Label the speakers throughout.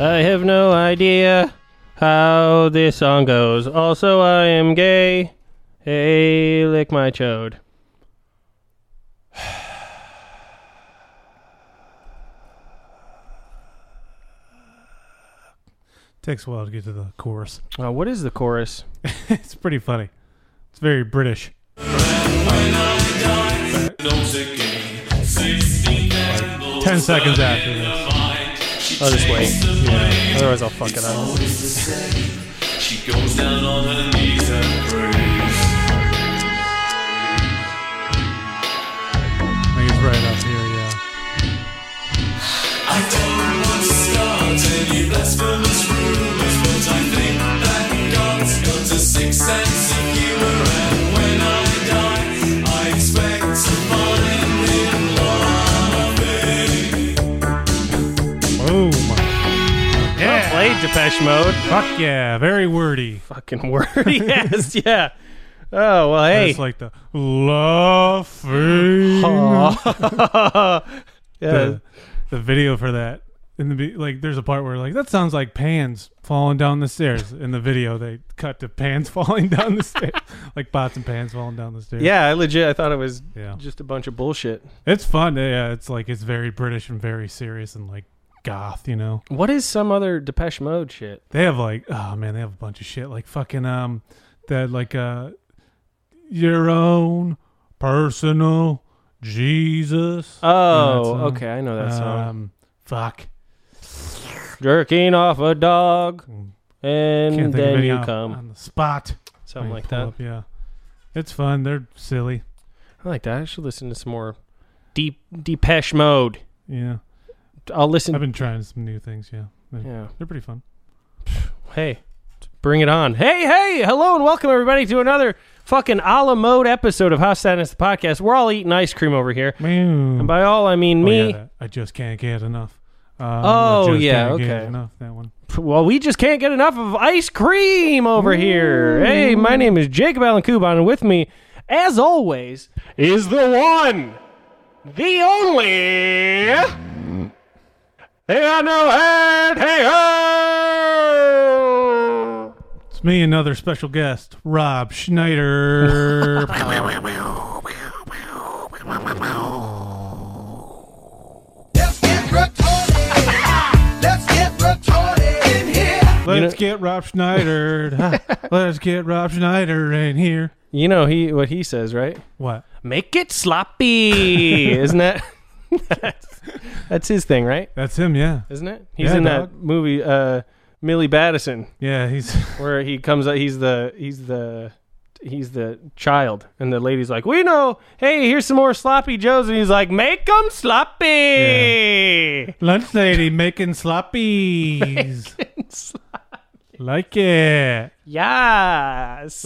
Speaker 1: I have no idea how this song goes. Also, I am gay. Hey, lick my chode.
Speaker 2: Takes a while to get to the chorus.
Speaker 1: Uh, what is the chorus?
Speaker 2: It's pretty funny. It's very British. Ten seconds after this.
Speaker 1: Oh, just wait.
Speaker 2: Yeah.
Speaker 1: Otherwise, I'll fuck it up.
Speaker 3: She goes down on her knees and prays.
Speaker 2: I think it's right up here, yeah.
Speaker 3: I don't want to start any blasphemous rumors, but I think that God's got a sixth sense of humor, and when I die, I expect to find him laughing.
Speaker 2: Oh my.
Speaker 1: I
Speaker 2: Yeah.
Speaker 1: played Depeche Mode.
Speaker 2: Fuck yeah. Very wordy.
Speaker 1: Fucking wordy ass, yeah. Oh, well,
Speaker 2: Hey.
Speaker 1: hey.
Speaker 2: It's like the laughing.
Speaker 1: Aw. yeah.
Speaker 2: The, the video for that. In the be- like, there's a part where like that sounds like pans falling down the stairs. In the video, they cut to pans falling down the stairs, like pots and pans falling down the stairs.
Speaker 1: Yeah, I legit, I thought it was
Speaker 2: yeah.
Speaker 1: just a bunch of bullshit.
Speaker 2: It's fun. Yeah, it's like it's very British and very serious and like goth. You know,
Speaker 1: What is some other Depeche Mode shit?
Speaker 2: they have like oh man, they have a bunch of shit like fucking um that like uh your own personal Jesus.
Speaker 1: Oh,
Speaker 2: song.
Speaker 1: okay, I know that song.
Speaker 2: um, fuck.
Speaker 1: Jerking off a dog,
Speaker 2: Can't
Speaker 1: and
Speaker 2: think of
Speaker 1: then
Speaker 2: any
Speaker 1: you
Speaker 2: on,
Speaker 1: come.
Speaker 2: on the spot.
Speaker 1: Something
Speaker 2: Right,
Speaker 1: like
Speaker 2: pull
Speaker 1: that.
Speaker 2: up, yeah, it's fun. They're silly.
Speaker 1: I like that. I should listen to some more Deep Depeche Mode.
Speaker 2: Yeah,
Speaker 1: I'll listen.
Speaker 2: I've been trying some new things. Yeah, they're,
Speaker 1: yeah.
Speaker 2: they're pretty fun.
Speaker 1: Hey, bring it on. Hey, hey, hello and welcome everybody to another fucking a la mode episode of How Sadness the Podcast. We're all eating ice cream over here.
Speaker 2: Meow.
Speaker 1: And by all, I mean
Speaker 2: Oh,
Speaker 1: me.
Speaker 2: yeah, that- I just can't get enough. Um, I
Speaker 1: Oh,
Speaker 2: just
Speaker 1: yeah,
Speaker 2: can't get
Speaker 1: okay.
Speaker 2: enough that one.
Speaker 1: Well, we just can't get enough of ice cream over here. Hey, my name is Jacob Allen Kuban, and with me, as always, is the one, the only. They are no head. Hey ho!
Speaker 2: It's me, another special guest, Rob Schneider.
Speaker 4: Let's get retarded. Let's get retarded in here.
Speaker 2: Let's get Rob Schneider. Ha, Let's get Rob Schneider in here.
Speaker 1: You know he what he says, right?
Speaker 2: What?
Speaker 1: Make it sloppy, isn't that? that's, that's his thing, right?
Speaker 2: That's him, yeah.
Speaker 1: Isn't it? He's
Speaker 2: Yeah,
Speaker 1: in
Speaker 2: dog.
Speaker 1: that movie, uh, Millie Battison,
Speaker 2: Yeah, he's
Speaker 1: where he comes out. He's the he's the he's the child, and the lady's like, "We know. Hey, here's some more sloppy joes," and he's like, "Make them sloppy."
Speaker 2: lunch lady making sloppies. like it.
Speaker 1: Yes.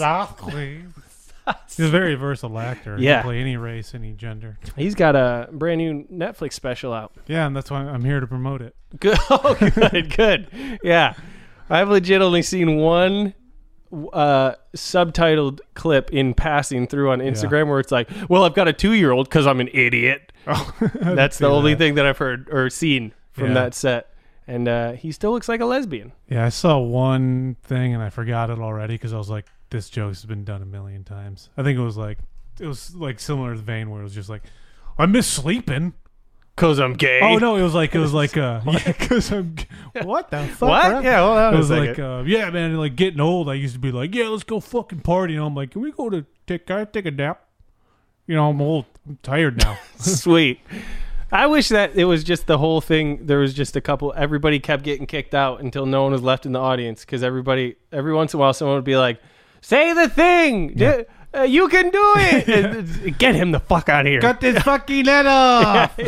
Speaker 2: He's a very versatile actor. He
Speaker 1: Yeah.
Speaker 2: can play any race, any gender.
Speaker 1: He's got a brand new Netflix special out.
Speaker 2: Yeah, and that's why I'm here to promote it.
Speaker 1: Good. Oh, good. good. Yeah. I've legit only seen one uh, subtitled clip in passing through on Instagram where it's like, well, I've got a two year old because I'm an idiot. That's the only thing that I've heard or seen from
Speaker 2: Yeah.
Speaker 1: that set. And uh, he still looks like a lesbian.
Speaker 2: Yeah, I saw one thing and I forgot it already because I was like, this joke's been done a million times. I think it was like, it was like similar to the vein where it was just like, I miss sleeping.
Speaker 1: Because I'm gay.
Speaker 2: Oh no, it was like it was like uh, yeah, because I'm g- what the fuck?
Speaker 1: What?
Speaker 2: Rob?
Speaker 1: Yeah, hold on
Speaker 2: it
Speaker 1: a
Speaker 2: was
Speaker 1: second.
Speaker 2: like uh, yeah, man, like getting old. I used to be like, yeah, let's go fucking party, and I'm like, can we go to take can I take a nap? You know, I'm old, I'm tired now.
Speaker 1: Sweet. I wish that it was just the whole thing. There was just a couple. Everybody kept getting kicked out until no one was left in the audience because everybody, every once in a while, someone would be like, "Say the thing, D- uh, you can do it. And- Get him the fuck out of here."
Speaker 2: Cut this fucking head off.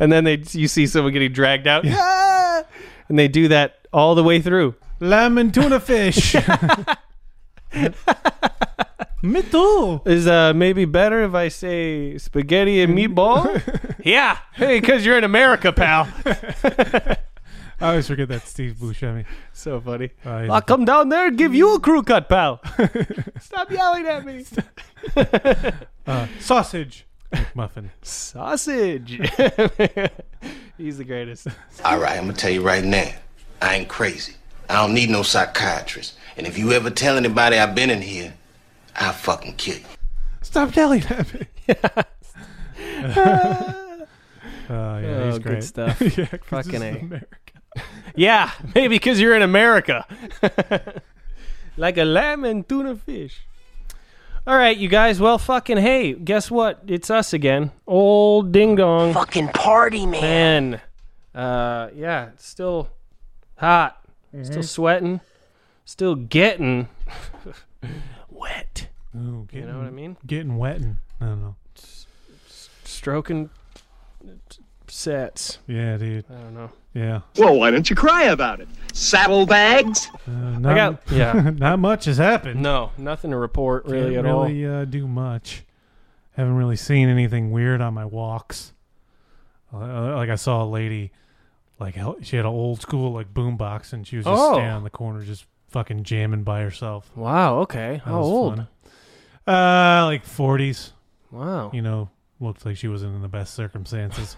Speaker 1: And then they, you see someone getting dragged out, "Ah!" and they do that all the way through.
Speaker 2: Lemon tuna fish. Me too.
Speaker 1: Is uh, maybe better if I say spaghetti and meatball? yeah, hey, because you're in America, pal.
Speaker 2: I always forget that Steve Buscemi.
Speaker 1: so funny.
Speaker 2: Uh, he's
Speaker 1: I'll come down there and give you a crew cut, pal. Stop yelling at me.
Speaker 2: uh, sausage muffin.
Speaker 1: Sausage. He's the greatest.
Speaker 5: All right, I'm gonna tell you right now. I ain't crazy. I don't need no psychiatrist. And if you ever tell anybody I've been in here, I'll fucking kill you.
Speaker 2: Stop yelling at me. uh, yeah, he's
Speaker 1: Oh, good
Speaker 2: great.
Speaker 1: stuff.
Speaker 2: yeah, 'cause
Speaker 1: Fucking
Speaker 2: this is
Speaker 1: A.
Speaker 2: America.
Speaker 1: Yeah, maybe because you're in America. like a lamb and tuna fish. All right, you guys. Well, fucking hey, guess what? It's us again. Old ding dong. Fucking party, man. Uh, yeah, it's still hot.
Speaker 2: Mm-hmm.
Speaker 1: Still sweating. Still getting wet.
Speaker 2: Ooh, getting,
Speaker 1: You know what I mean?
Speaker 2: Getting wetting. I don't know.
Speaker 1: Stroking sets.
Speaker 2: Yeah, dude.
Speaker 1: I don't know.
Speaker 2: Yeah.
Speaker 6: Well, why don't you cry about it? Saddlebags?
Speaker 2: Uh, not,
Speaker 1: got- yeah.
Speaker 2: not much has happened.
Speaker 1: No, nothing to report really
Speaker 2: Can't
Speaker 1: at all.
Speaker 2: really uh, do much. Haven't really seen anything weird on my walks. Uh, like I saw a lady, like hel- she had an old school like boombox, and she was just
Speaker 1: Oh.
Speaker 2: standing on the corner, just fucking jamming by herself.
Speaker 1: Wow. Okay.
Speaker 2: That
Speaker 1: How
Speaker 2: was
Speaker 1: old?
Speaker 2: fun. Uh, like forties.
Speaker 1: Wow.
Speaker 2: You know, looked like she wasn't in the best circumstances,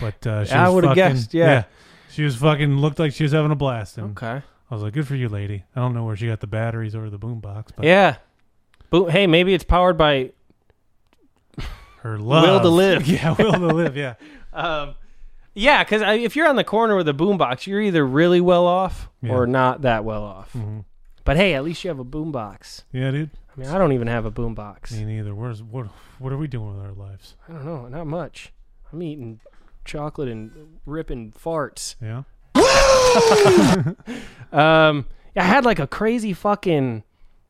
Speaker 2: but uh, she
Speaker 1: I
Speaker 2: was
Speaker 1: would've
Speaker 2: fucking-
Speaker 1: guessed, yeah.
Speaker 2: she was fucking looked like she was having a blast, and
Speaker 1: Okay.
Speaker 2: I was like, "Good for you, lady." I don't know where she got the batteries or the boombox, but
Speaker 1: Yeah. Boom. Hey, maybe it's powered by.
Speaker 2: her love,
Speaker 1: to live.
Speaker 2: yeah, will to live, yeah.
Speaker 1: Um, yeah, because if you're on the corner with a boombox, you're either really well off or
Speaker 2: Yeah. Mm-hmm.
Speaker 1: not that well off. But hey, at least you have a boombox.
Speaker 2: Yeah, dude.
Speaker 1: I mean, I don't even have a boombox.
Speaker 2: Me neither. Where's what? What are we doing with our lives?
Speaker 1: I don't know, not much. I'm eating chocolate and ripping farts.
Speaker 2: Yeah.
Speaker 1: Um, I had like a crazy fucking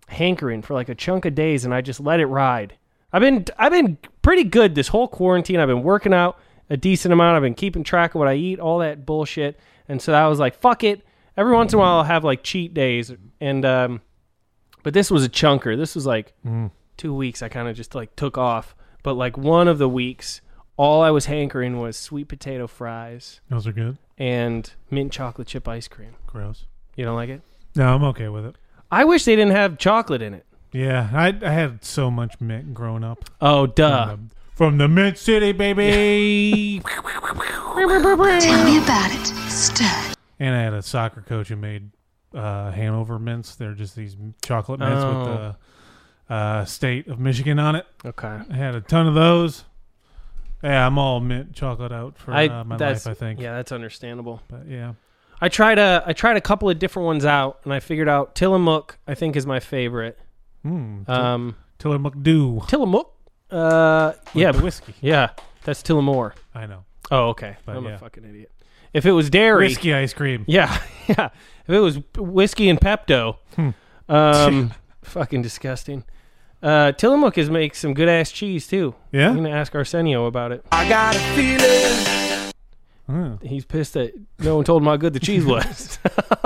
Speaker 1: hankering for like a chunk of days, and I just let it ride. I've been I've been pretty good this whole quarantine. I've been working out a decent amount. I've been keeping track of what I eat, all that bullshit. And so I was like, fuck it. Every once in a while, I'll have like cheat days, and um, but this was a chunker. This was like two weeks. I kind of just like took off, but like one of the weeks, all I was hankering was sweet potato fries
Speaker 2: Those are good.
Speaker 1: and mint chocolate chip ice cream.
Speaker 2: Gross.
Speaker 1: You don't like it?
Speaker 2: No, I'm okay with it.
Speaker 1: I wish they didn't have chocolate in it.
Speaker 2: Yeah, I I had so much mint growing up
Speaker 1: Oh, duh.
Speaker 2: Um, from the mint city, baby.
Speaker 7: Tell me about it, Stud.
Speaker 2: and I had a soccer coach who made uh, Hanover mints. They're just these chocolate mints
Speaker 1: Oh.
Speaker 2: with the uh, state of Michigan on it.
Speaker 1: Okay.
Speaker 2: I had a ton of those. Yeah, I'm all mint chocolate out for
Speaker 1: I,
Speaker 2: uh, my
Speaker 1: that's,
Speaker 2: life. I think.
Speaker 1: Yeah, Uh, that's understandable.
Speaker 2: But yeah.
Speaker 1: I tried a I tried a couple of different ones out, and I figured out Tillamook. I think is my favorite.
Speaker 2: Hmm.
Speaker 1: Um,
Speaker 2: Tiller McDoo.
Speaker 1: Tillamook. Uh, yeah,
Speaker 2: the whiskey.
Speaker 1: yeah, that's Tillamore.
Speaker 2: I know.
Speaker 1: Oh, okay.
Speaker 2: But
Speaker 1: I'm
Speaker 2: yeah.
Speaker 1: a fucking idiot. If it was dairy,
Speaker 2: Whiskey ice cream.
Speaker 1: yeah, yeah. If it was whiskey and Pepto,
Speaker 2: Hmm.
Speaker 1: um, fucking disgusting. Uh, Tillamook is make some good ass cheese too.
Speaker 2: Yeah?
Speaker 1: I'm gonna ask Arsenio about it.
Speaker 4: I got a feeling.
Speaker 2: Huh.
Speaker 1: he's pissed that no one told him how good the cheese was.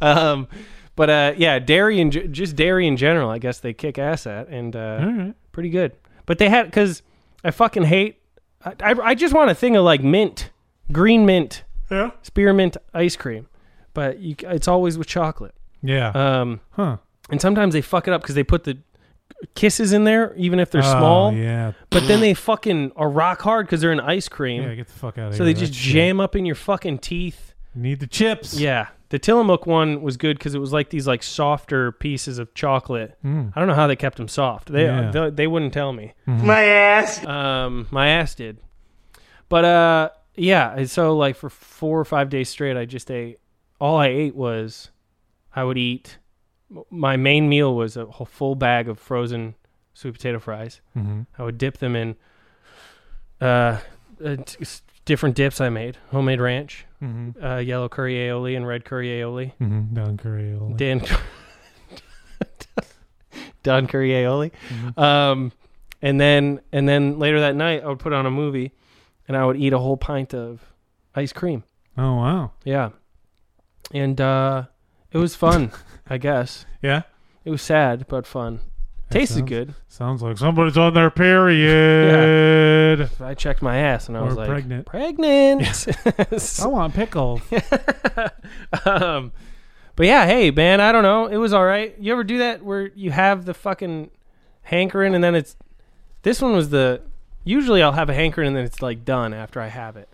Speaker 1: um, but uh, yeah, dairy and ge- just dairy in general, I guess they kick ass at and uh,
Speaker 2: All right.
Speaker 1: pretty good. But they had because I fucking hate. I, I, I just want a thing of like mint, green mint,
Speaker 2: Yeah.
Speaker 1: spearmint ice cream, but you, c- it's always with chocolate.
Speaker 2: Yeah.
Speaker 1: Um,
Speaker 2: huh.
Speaker 1: and sometimes they fuck it up because they put the kisses in there, even if they're
Speaker 2: Oh,
Speaker 1: small.
Speaker 2: Yeah.
Speaker 1: But then they fucking are rock hard because they're in ice cream.
Speaker 2: Yeah. Get the fuck out of here.
Speaker 1: so they
Speaker 2: with
Speaker 1: just
Speaker 2: that shit.
Speaker 1: jam up in your fucking teeth.
Speaker 2: Need the chips.
Speaker 1: Yeah, the Tillamook one was good because it was like these like softer pieces of chocolate.
Speaker 2: Hmm.
Speaker 1: I don't know how they kept them soft. They
Speaker 2: Yeah.
Speaker 1: they, they wouldn't tell me. My ass. Um, my ass did. But uh, yeah. and So like for four or five days straight, I just ate. All I ate was, I would eat. My main meal was a whole full bag of frozen sweet potato fries.
Speaker 2: Mhm.
Speaker 1: I would dip them in. Uh, uh, t- s- different dips I made, homemade ranch
Speaker 2: Mm-hmm.
Speaker 1: uh, yellow curry aioli and red curry aioli.
Speaker 2: Mm-hmm. Down Korea. only.
Speaker 1: Dan Don curry aioli. Um, and then and then later that night I would put on a movie and I would eat a whole pint of ice cream.
Speaker 2: oh wow.
Speaker 1: Yeah. And uh, it was fun, I guess.
Speaker 2: Yeah.
Speaker 1: It was sad but fun.
Speaker 2: That
Speaker 1: Tasted
Speaker 2: sounds-
Speaker 1: good.
Speaker 2: Sounds like somebody's on their period.
Speaker 1: I checked my ass and I was
Speaker 2: Or
Speaker 1: like
Speaker 2: pregnant.
Speaker 1: Pregnant.
Speaker 2: I want pickles.
Speaker 1: um, but yeah, hey man, I don't know. It was all right. You ever do that where you have the fucking hankering and then it's this one was the usually I'll have a hankering and then it's like done after I have it.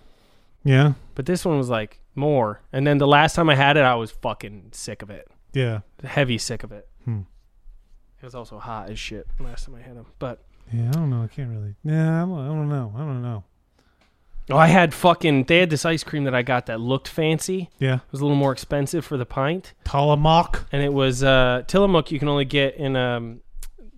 Speaker 2: Yeah.
Speaker 1: But this one was like more. And then the last time I had it, I was fucking sick of it.
Speaker 2: Yeah.
Speaker 1: Heavy sick of it. It was also hot as shit last time I had them. But
Speaker 2: Yeah. I don't know. I can't really. Yeah. I don't, I don't know. I don't know.
Speaker 1: oh, I had fucking. They had this ice cream that I got that looked fancy.
Speaker 2: Yeah.
Speaker 1: It was a little more expensive for the pint,
Speaker 2: Tillamook.
Speaker 1: and it was uh, Tillamook. You can only get in um,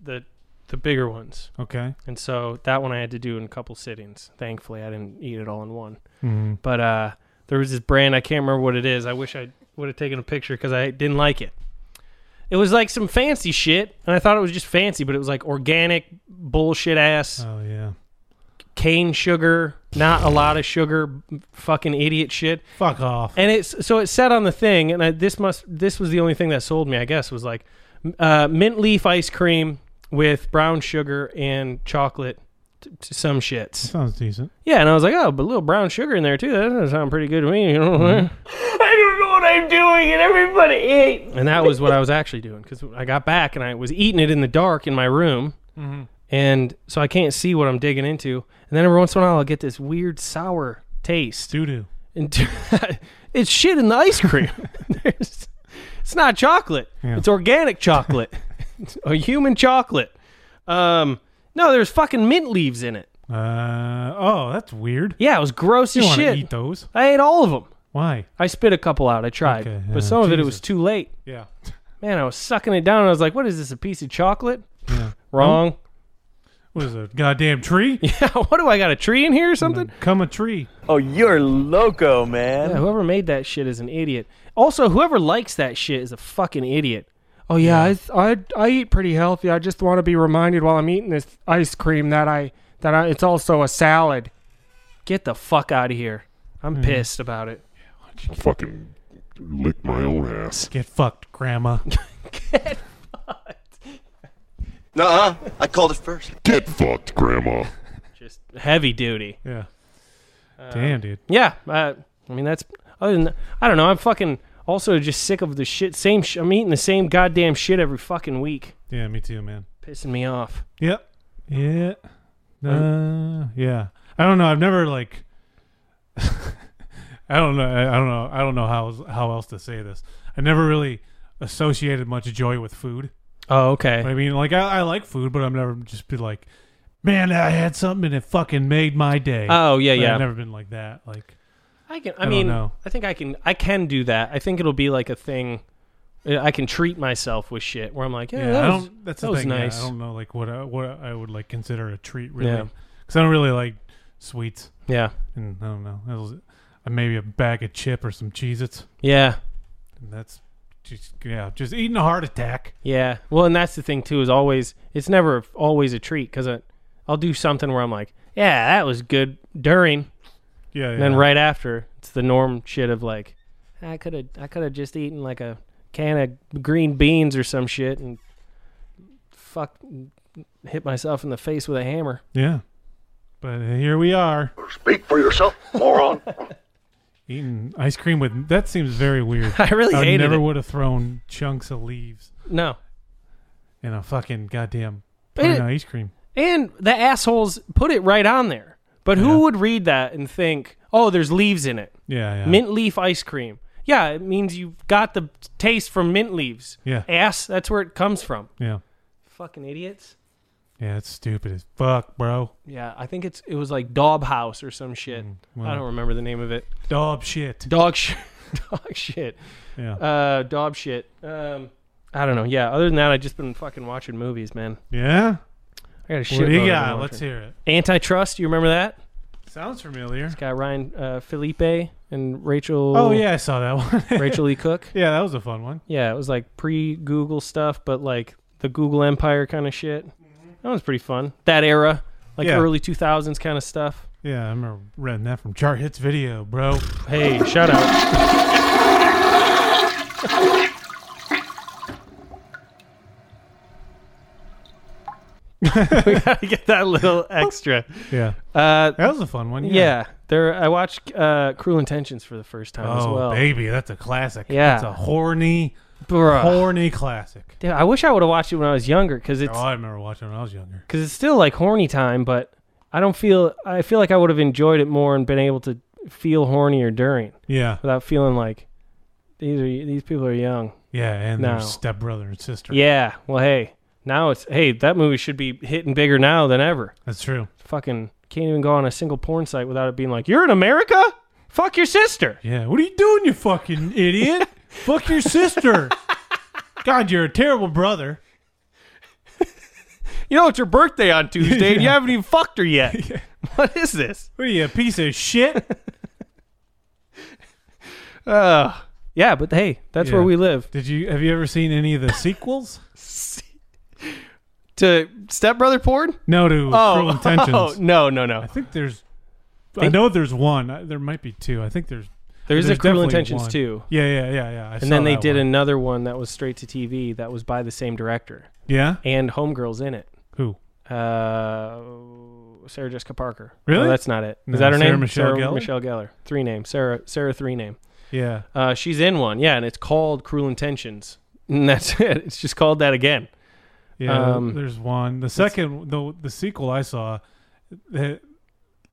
Speaker 1: the the bigger ones,
Speaker 2: Okay.
Speaker 1: and so that one I had to do in a couple sittings. Thankfully, I didn't eat it all in one.
Speaker 2: Mhm.
Speaker 1: But uh, there was this brand I can't remember what it is. I wish I would have taken a picture because I didn't like it. It was like some fancy shit, and I thought it was just fancy, but it was like organic bullshit ass
Speaker 2: Oh yeah.
Speaker 1: cane sugar, not a lot of sugar, fucking idiot shit.
Speaker 2: Fuck off.
Speaker 1: And it's so it said on the thing, and I, this must this was the only thing that sold me, I guess, was like uh, mint leaf ice cream with brown sugar and chocolate, t- t- some shits.
Speaker 2: Sounds decent.
Speaker 1: Yeah, and I was like, oh, but a little brown sugar in there too. That doesn't sound pretty good to me. You know what I mean? I don't know what I'm doing, and everybody ate. And that was what I was actually doing because I got back and I was eating it in the dark in my room and so I can't see what I'm digging into. And then every once in a while, I'll get this weird sour taste.
Speaker 2: Doo doo.
Speaker 1: And it's shit in the ice cream. There's, it's not chocolate.
Speaker 2: Yeah.
Speaker 1: It's organic chocolate, It's a human chocolate. Um, no, there's fucking mint leaves in it.
Speaker 2: Uh oh, that's weird.
Speaker 1: Yeah, it was gross
Speaker 2: You
Speaker 1: as
Speaker 2: want to
Speaker 1: shit.
Speaker 2: eat those?
Speaker 1: I ate all of them.
Speaker 2: Why?
Speaker 1: I spit a couple out. I tried,
Speaker 2: Okay, yeah,
Speaker 1: but some of it it was
Speaker 2: Jesus.
Speaker 1: too late.
Speaker 2: Yeah.
Speaker 1: Man, I was sucking it down. And I was like, "What is this? A piece of chocolate?"
Speaker 2: Yeah.
Speaker 1: Wrong.
Speaker 2: What is it? a Goddamn tree?
Speaker 1: Yeah. What do I got? A tree in here or something?
Speaker 2: Come a tree.
Speaker 1: Yeah, whoever made that shit is an idiot. Also, whoever likes that shit is a fucking idiot. Oh yeah, I, I I eat pretty healthy. I just want to be reminded while I'm eating this ice cream that I that I, it's also a salad. Mm. Get the fuck out of here. I'm pissed about it.
Speaker 8: Fucking lick my own ass.
Speaker 2: Get fucked, grandma.
Speaker 5: Nuh-uh. I called it first.
Speaker 8: Get fucked, Grandma.
Speaker 1: Just heavy duty.
Speaker 2: Yeah. Damn, dude.
Speaker 1: Yeah, uh, I mean that's other than I don't know. I'm fucking also just sick of the shit. Same sh- I'm eating the same goddamn shit every fucking week.
Speaker 2: Yeah, me too, man.
Speaker 1: Pissing me off.
Speaker 2: Yep. Yeah. Uh, yeah. I don't know. I've never like. I don't know. I I don't know. I don't know how how else to say this. I never really associated much joy with food.
Speaker 1: Oh okay.
Speaker 2: I mean, like I, I like food, but I've never just been like, man, I had something and it fucking made my day.
Speaker 1: Oh yeah
Speaker 2: Like,
Speaker 1: yeah.
Speaker 2: I've never been like that. Like,
Speaker 1: I can. I,
Speaker 2: I don't
Speaker 1: mean,
Speaker 2: know.
Speaker 1: I think I can. I can do that. I think it'll be like a thing. uh, I can treat myself with shit where I'm like, yeah,
Speaker 2: yeah,
Speaker 1: that
Speaker 2: I
Speaker 1: was,
Speaker 2: don't. That's
Speaker 1: that
Speaker 2: the
Speaker 1: was
Speaker 2: thing. yeah,
Speaker 1: nice.
Speaker 2: I don't know, like what I, what I would like consider a treat, really,
Speaker 1: Yeah.
Speaker 2: because I don't really like sweets,
Speaker 1: yeah,
Speaker 2: and I don't know. That was, uh, maybe a bag of chip or some Cheez-Its.
Speaker 1: yeah,
Speaker 2: And that's just yeah, just eating a heart attack.
Speaker 1: yeah. Well, and that's the thing too is always it's never always a treat because I'll do something where I'm like, yeah, that was good during,
Speaker 2: Yeah, yeah.
Speaker 1: and then right after it's the norm shit of like, I could have I could have just eaten like a can of green beans or some shit and fuck hit myself in the face with a hammer.
Speaker 2: Yeah. But uh, here we are
Speaker 9: Speak for yourself, moron.
Speaker 2: eating ice cream with. That seems very weird.
Speaker 1: I really
Speaker 2: I
Speaker 1: hated
Speaker 2: never
Speaker 1: it.
Speaker 2: would have thrown chunks of leaves
Speaker 1: No.
Speaker 2: in a fucking goddamn
Speaker 1: But it-
Speaker 2: pint of ice cream.
Speaker 1: And the assholes put it right on there. But who would read that and think, oh, there's leaves in it?
Speaker 2: Yeah, yeah.
Speaker 1: Mint leaf ice cream. Yeah, it means you got the taste from mint leaves.
Speaker 2: Yeah.
Speaker 1: Ass, that's where it comes from.
Speaker 2: Yeah,
Speaker 1: Fucking idiots.
Speaker 2: yeah. It's stupid as fuck, bro.
Speaker 1: Yeah, I think it's it was like Daub House or some shit. I
Speaker 2: Mm, well.
Speaker 1: don't remember the name of it.
Speaker 2: Dog shit.
Speaker 1: Dog shit. Dog shit.
Speaker 2: Yeah,
Speaker 1: Uh, Daub shit. Um, I don't know. Yeah, other than that, I've just been fucking watching movies, man.
Speaker 2: yeah.
Speaker 1: I got a shit.
Speaker 2: What do you got? Let's hear it.
Speaker 1: Antitrust, you remember that?
Speaker 2: Sounds familiar.
Speaker 1: Got Ryan uh, Felipe and Rachel.
Speaker 2: Oh yeah, I saw that one.
Speaker 1: Rachel E. Cook.
Speaker 2: yeah, that was a fun one.
Speaker 1: Yeah, it was like pre Google stuff, but like the Google Empire kind of shit. That was pretty fun. That era, like
Speaker 2: Yeah.
Speaker 1: early 2000s kind of stuff.
Speaker 2: Yeah, I remember reading that from Chart Hits Video, bro.
Speaker 1: Hey, shout out. we gotta get that little extra.
Speaker 2: Yeah,
Speaker 1: Uh,
Speaker 2: that was a fun one.
Speaker 1: yeah. there. I watched uh, Cruel Intentions for the first time as
Speaker 2: Oh,
Speaker 1: well.
Speaker 2: baby, that's a classic.
Speaker 1: Yeah.
Speaker 2: It's a horny,
Speaker 1: Bruh.
Speaker 2: horny classic.
Speaker 1: Dude, I wish I would have watched it when I was younger because it's
Speaker 2: Oh, I remember watching when I was younger.
Speaker 1: because it's still like horny time, but I don't feel I feel like I would have enjoyed it more and been able to feel horny or during
Speaker 2: Yeah.
Speaker 1: without feeling like these are these people are young.
Speaker 2: Yeah. And their
Speaker 1: No.
Speaker 2: stepbrother and sister.
Speaker 1: Yeah. Well, hey, now it's hey that movie should be hitting bigger now than ever.
Speaker 2: That's true.
Speaker 1: Fucking can't even go on a single porn site without it being like you're in America. Fuck your sister.
Speaker 2: Yeah. What are you doing, you fucking idiot? Fuck your sister. God, you're a terrible brother.
Speaker 1: You know it's your birthday on Tuesday and you haven't even fucked her yet. What is this?
Speaker 2: What are you, a piece of shit?
Speaker 1: Uh, yeah, but hey, that's
Speaker 2: Yeah.
Speaker 1: where we live.
Speaker 2: Did you have you ever seen any of the sequels?
Speaker 1: To stepbrother porn?
Speaker 2: No, to Cruel
Speaker 1: Oh,
Speaker 2: Intentions.
Speaker 1: oh, no, no, no.
Speaker 2: I think there's. I know there's one. I, there might be two. I think there's.
Speaker 1: There's, a
Speaker 2: there's
Speaker 1: Cruel
Speaker 2: definitely
Speaker 1: Intentions
Speaker 2: one.
Speaker 1: too.
Speaker 2: Yeah, yeah, yeah, yeah. I saw
Speaker 1: And then they
Speaker 2: that
Speaker 1: did
Speaker 2: one.
Speaker 1: another one that was straight to TV that was by the same director
Speaker 2: Yeah.
Speaker 1: and Homegirls in it.
Speaker 2: Who?
Speaker 1: Uh, Sarah Jessica Parker.
Speaker 2: Really?
Speaker 1: No, that's not it. Is
Speaker 2: No,
Speaker 1: that her
Speaker 2: Sarah
Speaker 1: name?
Speaker 2: Michelle
Speaker 1: Sarah
Speaker 2: Gellar?
Speaker 1: Michelle Gellar. Three name. Sarah. Sarah. Three name.
Speaker 2: Yeah.
Speaker 1: Uh, she's in one. Yeah, and it's called Cruel Intentions. And that's it. It's just called that again.
Speaker 2: Yeah.
Speaker 1: Um,
Speaker 2: there's one. The second, the the sequel I saw. That,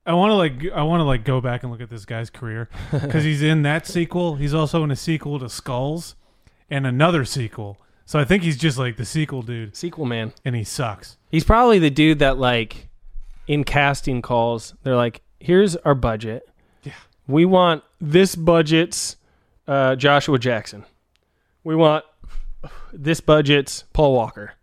Speaker 2: I want to like I want to like go back and look at this guy's career because he's in that sequel. He's also in a sequel to Skulls, and another sequel. So I think he's just like the sequel dude,
Speaker 1: Sequel man.
Speaker 2: and he sucks.
Speaker 1: He's probably the dude that like in casting calls, they're like, "Here's our budget. Yeah. We want this budget's uh, Joshua Jackson. We want this budget's Paul Walker.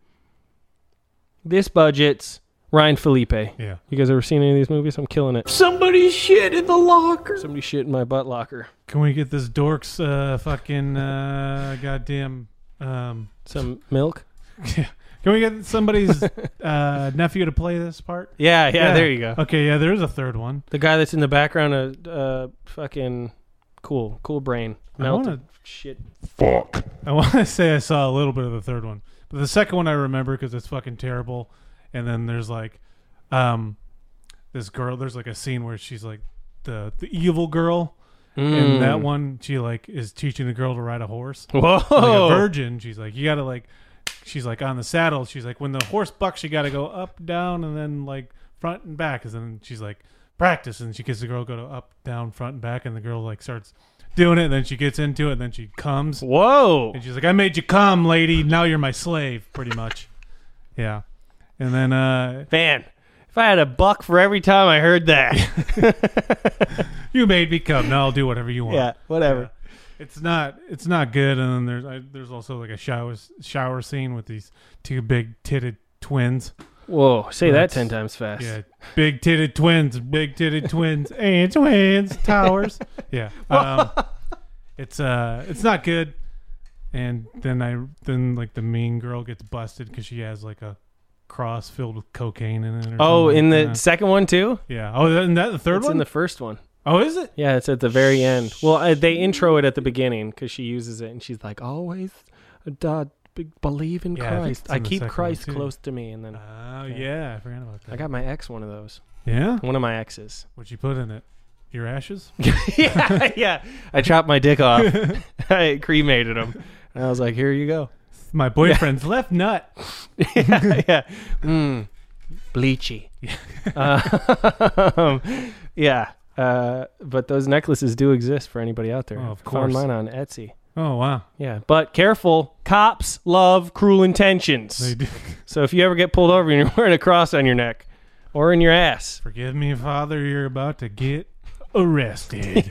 Speaker 1: This budget's Ryan Felipe.
Speaker 2: Yeah.
Speaker 1: You guys ever seen any of these movies? I'm killing it. Somebody shit in the locker. Somebody shit in my butt locker.
Speaker 2: Can we get this dork's uh, fucking uh, goddamn? Um,
Speaker 1: Some milk.
Speaker 2: can we get somebody's uh, nephew to play this part?
Speaker 1: Yeah, yeah, There you go.
Speaker 2: Okay, yeah, there is a third one.
Speaker 1: The guy that's in the background of uh, fucking cool, cool brain.
Speaker 2: I
Speaker 1: Melted
Speaker 2: wanna-
Speaker 1: shit
Speaker 8: Fuck.
Speaker 2: I want to say I saw a little bit of the third one, but the second one I remember because it's fucking terrible. And then there's like, um, this girl. There's like a scene where she's like the the evil girl, and
Speaker 1: Mm.
Speaker 2: that one she like is teaching the girl to ride a horse.
Speaker 1: Whoa!
Speaker 2: like a virgin. She's like, you gotta like, she's like on the saddle. She's like, when the horse bucks, you gotta go up, down, and then like front and back. And then she's like, practice. And she gets the girl go to up, down, front and back. And the girl like starts doing it. And then she gets into it. And then she comes.
Speaker 1: Whoa!
Speaker 2: And she's like, I made you come, lady. Now you're my slave, pretty much. yeah. And then, uh,
Speaker 1: Man, if I had a buck for every time I heard that.
Speaker 2: you made me come. Now I'll do whatever you want.
Speaker 1: yeah, whatever.
Speaker 2: it's not it's not good and then there's I, there's also like a shower shower scene with these two big titted twins
Speaker 1: Whoa, say
Speaker 2: That's-
Speaker 1: that 10 times fast.
Speaker 2: yeah big titted twins big titted twins and twins towers yeah um, it's uh it's not good and then i then like the mean girl gets busted because she has like a cross filled with cocaine in it or
Speaker 1: Oh,
Speaker 2: something
Speaker 1: in the
Speaker 2: like that.
Speaker 1: second one too?
Speaker 2: yeah oh isn't that the third
Speaker 1: It's
Speaker 2: one
Speaker 1: in the first one.
Speaker 2: oh is it
Speaker 1: Yeah, it's at the very end. Well, uh, they intro it at the beginning because she uses it and she's like, always uh, be- believe in
Speaker 2: Yeah, I think
Speaker 1: Christ.
Speaker 2: it's in
Speaker 1: I,
Speaker 2: the
Speaker 1: keep
Speaker 2: second one,
Speaker 1: Christ
Speaker 2: too.
Speaker 1: close to me. And then
Speaker 2: oh
Speaker 1: Yeah.
Speaker 2: yeah i forgot about that
Speaker 1: I got my ex one of those.
Speaker 2: yeah
Speaker 1: One of my exes.
Speaker 2: what'd you put in it your ashes
Speaker 1: yeah, yeah. I chopped my dick off. I cremated him. And I was like, here you go.
Speaker 2: my boyfriend's left nut.
Speaker 1: yeah, yeah.
Speaker 2: Hmm.
Speaker 1: Mm, bleachy. um, yeah. Uh, but those necklaces do exist for anybody out there.
Speaker 2: Oh, of
Speaker 1: I Found
Speaker 2: course.
Speaker 1: mine on Etsy.
Speaker 2: Oh wow,
Speaker 1: Yeah, but careful. Cops love cruel intentions.
Speaker 2: they do.
Speaker 1: So if you ever get pulled over and you're wearing a cross on your neck or in your ass,
Speaker 2: Forgive me, Father. You're about to get arrested.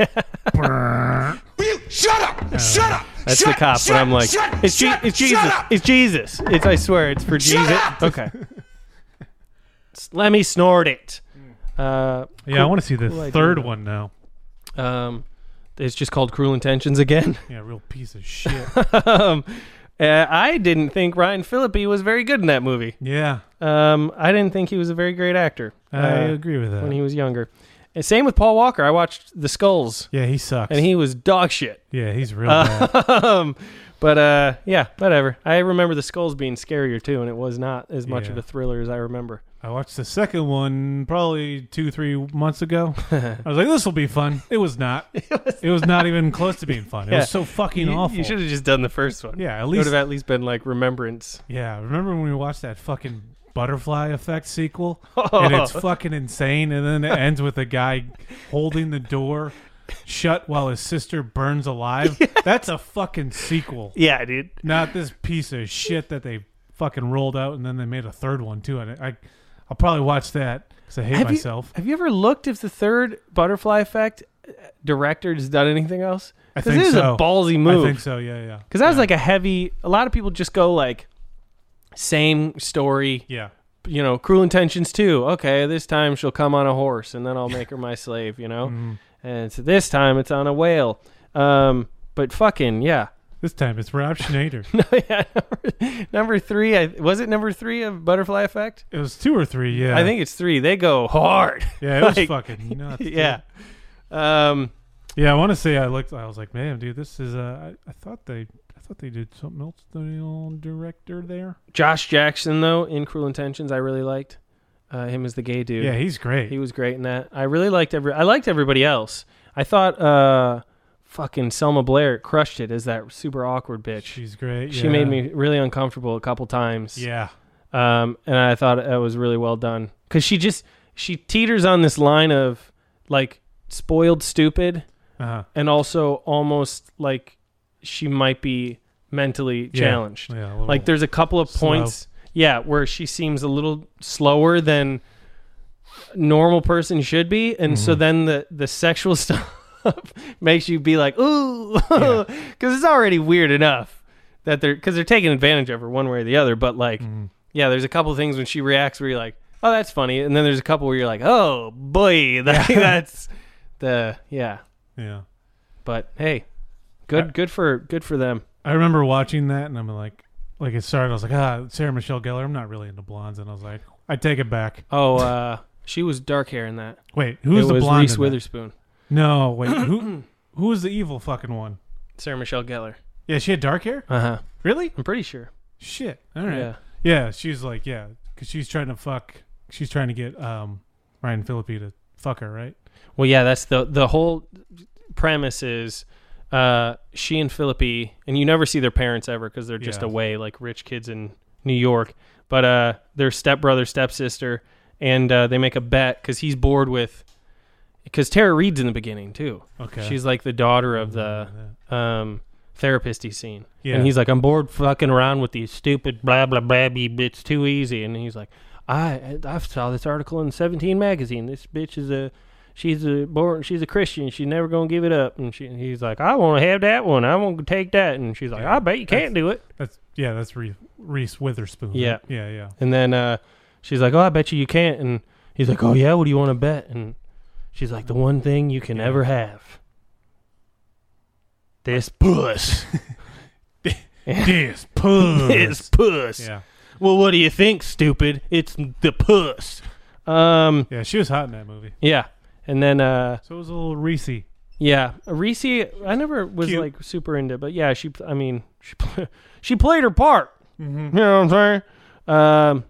Speaker 1: that's the cop. and I'm like, it's, Je- it's Jesus. It's Jesus. It's I swear, it's for Jesus. Okay. S- Let me snort it.
Speaker 2: Hmm.
Speaker 1: Uh,
Speaker 2: yeah, I want to see the
Speaker 1: cool idea,
Speaker 2: third
Speaker 1: though.
Speaker 2: one now.
Speaker 1: um, it's just called Cruel Intentions again.
Speaker 2: Yeah, real piece of shit.
Speaker 1: um, uh, I didn't think Ryan Phillippe was very good in that movie.
Speaker 2: yeah,
Speaker 1: Um, I didn't think he was a very great actor
Speaker 2: I
Speaker 1: uh,
Speaker 2: agree with that.
Speaker 1: when he was younger. And same with Paul Walker. I watched The Skulls,
Speaker 2: yeah, he sucks.
Speaker 1: and he was dog shit.
Speaker 2: yeah, he's real bad.
Speaker 1: um, but uh, yeah, whatever. I remember The Skulls being scarier too, and it was not as much
Speaker 2: Yeah.
Speaker 1: of a thriller as I remember.
Speaker 2: I watched the second one probably two, three months ago. I was like, this will be fun. It was not. it was, not. even close to being fun. It
Speaker 1: Yeah.
Speaker 2: was so fucking
Speaker 1: You,
Speaker 2: awful.
Speaker 1: you should have just done the first one.
Speaker 2: yeah, at
Speaker 1: It would
Speaker 2: least.
Speaker 1: have at least been like remembrance.
Speaker 2: yeah, remember when we watched that fucking butterfly effect sequel, and it's fucking insane. And then it ends with a guy holding the door shut while his sister burns alive. That's a fucking sequel,
Speaker 1: Yeah, dude.
Speaker 2: not this piece of shit that they fucking rolled out, and then they made a third one too. And I, I'll probably watch that because I hate
Speaker 1: Have you-
Speaker 2: myself.
Speaker 1: have you ever looked if the third Butterfly Effect uh, director's done anything else?
Speaker 2: I
Speaker 1: Because
Speaker 2: think
Speaker 1: it is
Speaker 2: so.
Speaker 1: a ballsy
Speaker 2: I
Speaker 1: move.
Speaker 2: think so. Yeah, yeah,
Speaker 1: Because that was like a heavy. A lot of people just go like, same story.
Speaker 2: yeah.
Speaker 1: You know, Cruel Intentions too. Okay, this time she'll come on a horse, and then I'll make her my slave. You know,
Speaker 2: Mm-hmm.
Speaker 1: and so this time it's on a whale. Um, but fucking yeah.
Speaker 2: This time it's Rob Schneider.
Speaker 1: yeah, number, number three. I, was it number three of Butterfly Effect?
Speaker 2: it was two or three. Yeah,
Speaker 1: I think it's three. They go hard.
Speaker 2: Yeah, it was
Speaker 1: Like,
Speaker 2: fucking nuts. dude.
Speaker 1: yeah. Um,
Speaker 2: Yeah, I want to say I looked. I was like, man, dude, this is. Uh, I, I thought they. I thought they did something else. The old director there.
Speaker 1: Josh Jackson though in Cruel Intentions, I really liked uh, him as the gay dude.
Speaker 2: Yeah, he's great.
Speaker 1: he was great in that. I really liked every. I liked everybody else. I thought uh, fucking Selma Blair crushed it as that super awkward bitch. She,
Speaker 2: She's great. yeah.
Speaker 1: made me really uncomfortable a couple times.
Speaker 2: Yeah,
Speaker 1: um, and I thought that was really well done because she just she teeters on this line of like spoiled, stupid,
Speaker 2: uh-huh.
Speaker 1: and also almost like she might be mentally
Speaker 2: Yeah.
Speaker 1: challenged.
Speaker 2: Yeah, a little
Speaker 1: like there's a couple of
Speaker 2: slow.
Speaker 1: points, yeah, where she seems a little slower than normal person should be, and so then the the sexual stuff makes you be like, ooh, because it's already weird enough that they're because they're taking advantage of her one way or the other. But like, yeah, there's a couple things when she reacts where you're like, oh, that's funny, and then there's a couple where you're like, oh boy, that, that's the yeah.
Speaker 2: yeah.
Speaker 1: But hey, good good for good for them.
Speaker 2: I remember watching that, and I'm like, like it started. I was like, ah, Sarah Michelle Gellar. I'm not really into blondes, and I was like, I take it back.
Speaker 1: Oh, uh, she was dark hair in that.
Speaker 2: Wait, who's
Speaker 1: it
Speaker 2: the
Speaker 1: was
Speaker 2: blonde?
Speaker 1: Reese
Speaker 2: in that?
Speaker 1: Witherspoon,
Speaker 2: No, wait, who? Who was the evil fucking one?
Speaker 1: Sarah Michelle Gellar.
Speaker 2: Yeah, she had dark hair.
Speaker 1: Uh huh.
Speaker 2: Really?
Speaker 1: I'm pretty sure.
Speaker 2: Shit. All right.
Speaker 1: Yeah.
Speaker 2: Yeah, she's like, yeah, because she's trying to fuck. She's trying to get um, Ryan Phillippe to fuck her, right?
Speaker 1: Well, yeah, that's the the whole premise is uh, she and Philippi, and you never see their parents ever because they're just
Speaker 2: Yeah.
Speaker 1: away, like rich kids in New York. But uh, their stepbrother, stepsister, and uh, they make a bet because he's bored with because Tara Reed's in the beginning too.
Speaker 2: Okay. Mm-hmm,
Speaker 1: she's like the daughter of the um, therapist he's seen,
Speaker 2: Yeah.
Speaker 1: and he's like, "I'm bored fucking around with these stupid blah blah blah. It's too easy." And he's like, "I I saw this article in Seventeen magazine. This bitch is a." she's a born she's a Christian. She's never gonna give it up. And she, he's like, I want to have that one. I want to take that. And she's like, I bet you can't do it.
Speaker 2: That's yeah, that's Reese, Reese Witherspoon. right?
Speaker 1: Yeah.
Speaker 2: yeah, yeah.
Speaker 1: And then uh, she's like, Oh, I bet you you can't. And he's like, Oh yeah, what do you want to bet? And she's like, The one thing you can ever have. This puss.
Speaker 2: This puss.
Speaker 1: This puss.
Speaker 2: Yeah,
Speaker 1: Well, what do you think, stupid? It's the puss. Um.
Speaker 2: yeah. She was hot in that movie.
Speaker 1: Yeah. And then uh.
Speaker 2: So it was a little Reese.
Speaker 1: Yeah, Reese. I never was
Speaker 2: Cute.
Speaker 1: like super into, but yeah, she. I mean, she pl- she played her part.
Speaker 2: Mm-hmm.
Speaker 1: You know what I'm saying? Um,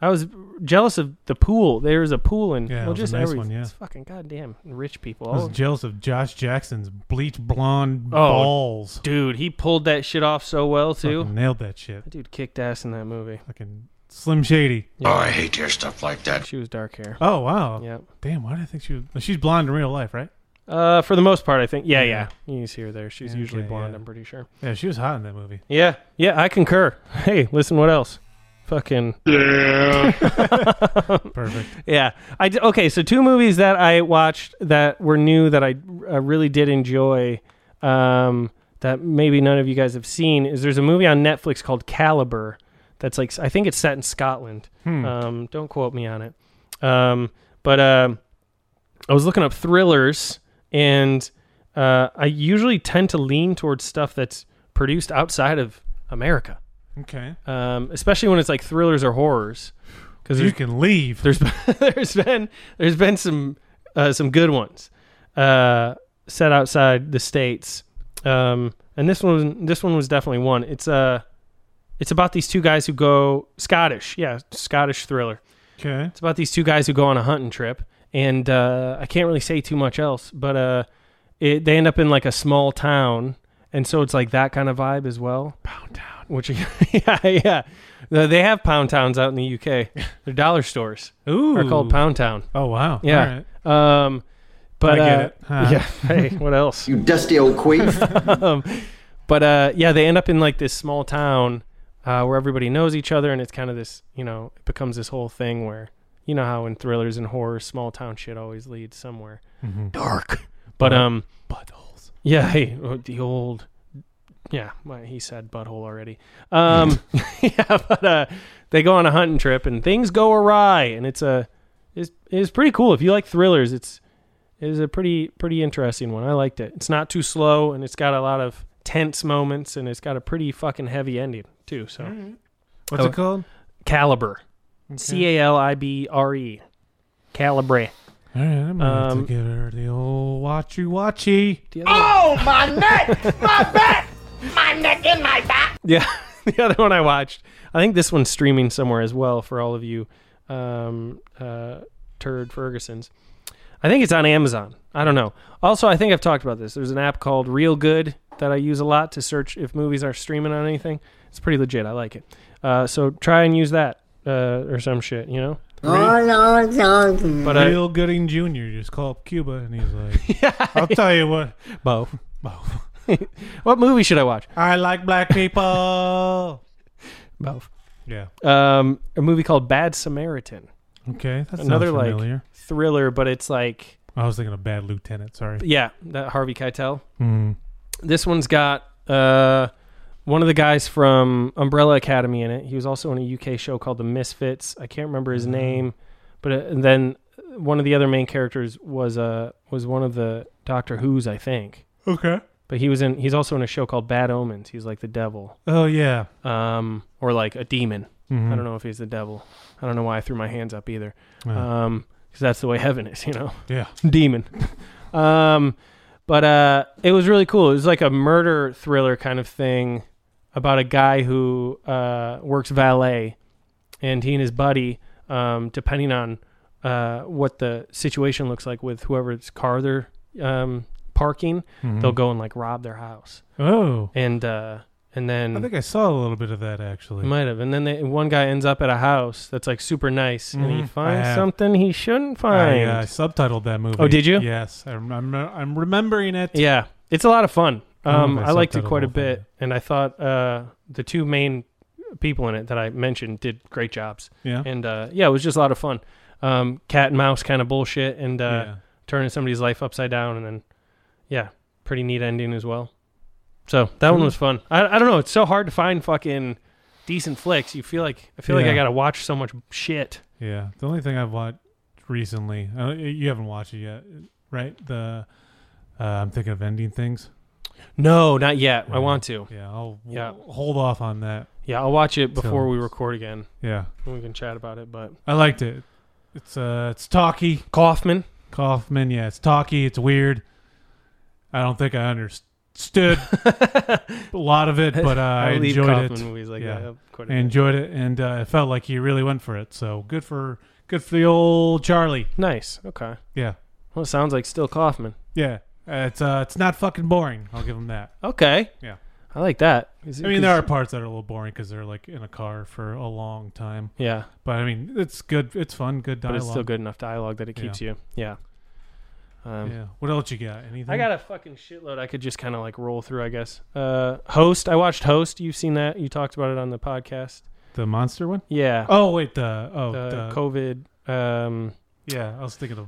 Speaker 1: I was jealous of the pool. There was a pool and
Speaker 2: Yeah, it
Speaker 1: well,
Speaker 2: was a
Speaker 1: just
Speaker 2: nice
Speaker 1: every
Speaker 2: one, yeah.
Speaker 1: it's fucking goddamn rich people.
Speaker 2: I was
Speaker 1: Oh,
Speaker 2: jealous of Josh Jackson's bleach blonde
Speaker 1: Oh,
Speaker 2: balls.
Speaker 1: dude, he pulled that shit off so well too.
Speaker 2: Fucking nailed that shit.
Speaker 1: That dude kicked ass in that movie.
Speaker 2: Fucking Slim Shady.
Speaker 5: Oh, I hate to hear stuff like that.
Speaker 1: She was dark hair.
Speaker 2: Oh wow.
Speaker 1: Yep.
Speaker 2: Damn. Why did I think she was? She's blonde in real life, right?
Speaker 1: Uh, for the most part, I think. Yeah,
Speaker 2: Yeah.
Speaker 1: yeah. You see her there. She's usually
Speaker 2: Okay,
Speaker 1: blonde.
Speaker 2: yeah.
Speaker 1: I'm pretty sure.
Speaker 2: Yeah, she was hot in that movie.
Speaker 1: Yeah, yeah. I concur. Hey, listen, what else? Fucking
Speaker 2: Perfect.
Speaker 1: Yeah. I d- okay, so two movies that I watched that were new that I uh, really did enjoy um, that maybe none of you guys have seen is there's a movie on Netflix called Caliber that's like I think it's set in Scotland. Um, don't quote me on it. Um, but um I was looking up thrillers and uh, I usually tend to lean towards stuff that's produced outside of America.
Speaker 2: Okay.
Speaker 1: Um, especially when it's like thrillers or horrors because
Speaker 2: You can leave.
Speaker 1: there's there's been there's been some uh, some good ones uh, set outside the states, um, and this one this one was definitely one. It's uh, it's about these two guys who go Scottish, yeah, Scottish thriller.
Speaker 2: Okay.
Speaker 1: It's about these two guys who go on a hunting trip, and uh, I can't really say too much else, but uh, it, they end up in like a small town, and so it's like that kind of vibe as well. Pound town.
Speaker 2: Town.
Speaker 1: Which, yeah, yeah. No, They have pound towns out in the UK. They're dollar stores.
Speaker 2: Ooh.
Speaker 1: They're called pound town.
Speaker 2: Oh wow. All
Speaker 1: Yeah.
Speaker 2: right.
Speaker 1: Um, but
Speaker 2: I get
Speaker 1: uh,
Speaker 2: it. Huh.
Speaker 1: yeah. Hey, what else?
Speaker 9: You dusty old queef.
Speaker 1: But uh, yeah, they end up in like this small town uh, where everybody knows each other, and it's kind of this, you know, it becomes this whole thing where you know how in thrillers and horror, small town shit always leads somewhere dark. But um, buttholes. Yeah, hey, oh, the old. Yeah, well, he said butthole already. Um, yeah, but uh, they go on a hunting trip and things go awry, and it's a, it's, it's pretty cool. If you like thrillers, it's it is a pretty pretty interesting one. I liked it. It's not too slow and it's got a lot of tense moments and it's got a pretty fucking heavy ending too. So
Speaker 2: What's
Speaker 1: Oh.
Speaker 2: it called?
Speaker 1: Caliber. C A L I B R E. Calibre.
Speaker 2: All right, I'm gonna have
Speaker 1: Um,
Speaker 2: to give her the old watchy watchy.
Speaker 1: Yeah. the other one I watched. I think this one's streaming somewhere as well for all of you um uh turd Fergusons. I think it's on Amazon. I don't know. Also, I think I've talked about this. There's an app called Real Good that I use a lot to search if movies are streaming on anything. It's pretty legit. I like it. Uh, so try and use that uh, or some shit, you know? But I,
Speaker 2: Real Gooding Jr. just called up Cuba and he's like, "I'll tell you what, Bo, Bo,
Speaker 1: what movie should I watch?
Speaker 2: I like black people."
Speaker 1: Both.
Speaker 2: yeah.
Speaker 1: Um, a movie called Bad Samaritan.
Speaker 2: Okay, that's
Speaker 1: Another
Speaker 2: another
Speaker 1: like
Speaker 2: familiar.
Speaker 1: thriller, but it's like
Speaker 2: I was thinking of Bad Lieutenant. Sorry.
Speaker 1: yeah, that Harvey Keitel.
Speaker 2: Mm.
Speaker 1: This one's got uh, one of the guys from Umbrella Academy in it. He was also in a UK show called The Misfits. I can't remember his name, but uh, and then one of the other main characters was uh was one of the Doctor Who's, I think.
Speaker 2: Okay.
Speaker 1: But he was in. He's also in a show called Bad Omens. He's like the devil,
Speaker 2: Oh yeah.
Speaker 1: um, or like a demon.
Speaker 2: Mhm.
Speaker 1: I don't know if he's the devil. I don't know why I threw my hands up either.
Speaker 2: Yeah.
Speaker 1: Um, because that's the way heaven is, you know
Speaker 2: Yeah.
Speaker 1: demon. um, but uh, it was really cool. It was like a murder thriller kind of thing about a guy who uh, works valet, and he and his buddy, um, depending on uh, what the situation looks like with whoever's car they're um, parking,
Speaker 2: Mm-hmm.
Speaker 1: they'll
Speaker 2: Hmm.
Speaker 1: go and like rob their house,
Speaker 2: Oh,
Speaker 1: and uh, and then
Speaker 2: I think I saw a little bit of that actually. uh,
Speaker 1: it Might have. And then they, one guy ends up at a house that's like super nice, and he
Speaker 2: Mhm. I
Speaker 1: finds
Speaker 2: have.
Speaker 1: something he shouldn't
Speaker 2: I
Speaker 1: find.
Speaker 2: uh, subtitled that movie.
Speaker 1: Oh, did you?
Speaker 2: Yes, I remember. I'm remembering it.
Speaker 1: Yeah, it's a lot of fun.
Speaker 2: don't know
Speaker 1: Um,
Speaker 2: if
Speaker 1: I
Speaker 2: Oh, I
Speaker 1: liked it
Speaker 2: subtitled
Speaker 1: quite a
Speaker 2: the whole
Speaker 1: bit,
Speaker 2: thing.
Speaker 1: and I thought uh, the two main people in it that I mentioned did great jobs.
Speaker 2: Yeah.
Speaker 1: And uh, yeah, it was just a lot of fun. Um, cat and mouse kind of bullshit, and uh,
Speaker 2: Yeah.
Speaker 1: turning somebody's life upside down, and then yeah, pretty neat ending as well. So that
Speaker 2: Hmm.
Speaker 1: one was fun. I, I don't know. It's so hard to find fucking decent flicks. You feel like I feel like I
Speaker 2: Yeah.
Speaker 1: gotta watch so much shit.
Speaker 2: Yeah, the only thing I've watched recently, uh, you haven't watched it yet, right? The uh, I'm thinking of ending things.
Speaker 1: No, not yet. I want to.
Speaker 2: Yeah, I'll w-
Speaker 1: Yeah.
Speaker 2: hold off on that.
Speaker 1: Yeah, I'll watch it before
Speaker 2: So-
Speaker 1: we record again,
Speaker 2: Yeah,
Speaker 1: and we can chat about it. But
Speaker 2: I liked it. It's uh, it's talky
Speaker 1: Kaufman.
Speaker 2: Kaufman. Yeah, it's talky. It's weird. I don't think I understood a lot of it, but uh, I
Speaker 1: leave
Speaker 2: enjoyed
Speaker 1: Kaufman
Speaker 2: it.
Speaker 1: movies like
Speaker 2: Yeah.
Speaker 1: that quite a
Speaker 2: I
Speaker 1: bit.
Speaker 2: enjoyed it, and uh, it felt like he really went for it. So good for good for the old Charlie.
Speaker 1: Nice. Okay.
Speaker 2: Yeah,
Speaker 1: Well, it sounds like still Kaufman.
Speaker 2: yeah. Uh, it's uh, it's not fucking boring. I'll give him that.
Speaker 1: Okay.
Speaker 2: Yeah.
Speaker 1: I like that. Is it-
Speaker 2: I mean, there
Speaker 1: 'cause-
Speaker 2: are parts that are a little boring because they're like in a car for a long time.
Speaker 1: Yeah,
Speaker 2: But I mean, it's good. It's fun. Good
Speaker 1: but
Speaker 2: dialogue.
Speaker 1: it's still good enough dialogue that it keeps you. Yeah. Um,
Speaker 2: Yeah. What else you got? Anything?
Speaker 1: I got a fucking shitload. I could just kind of like roll through, I guess. Uh, Host. I watched Host. You've seen that. You talked about it on the podcast.
Speaker 2: the monster one.
Speaker 1: Yeah.
Speaker 2: Oh wait, the oh
Speaker 1: the
Speaker 2: the,
Speaker 1: COVID. Um,
Speaker 2: yeah. I was thinking of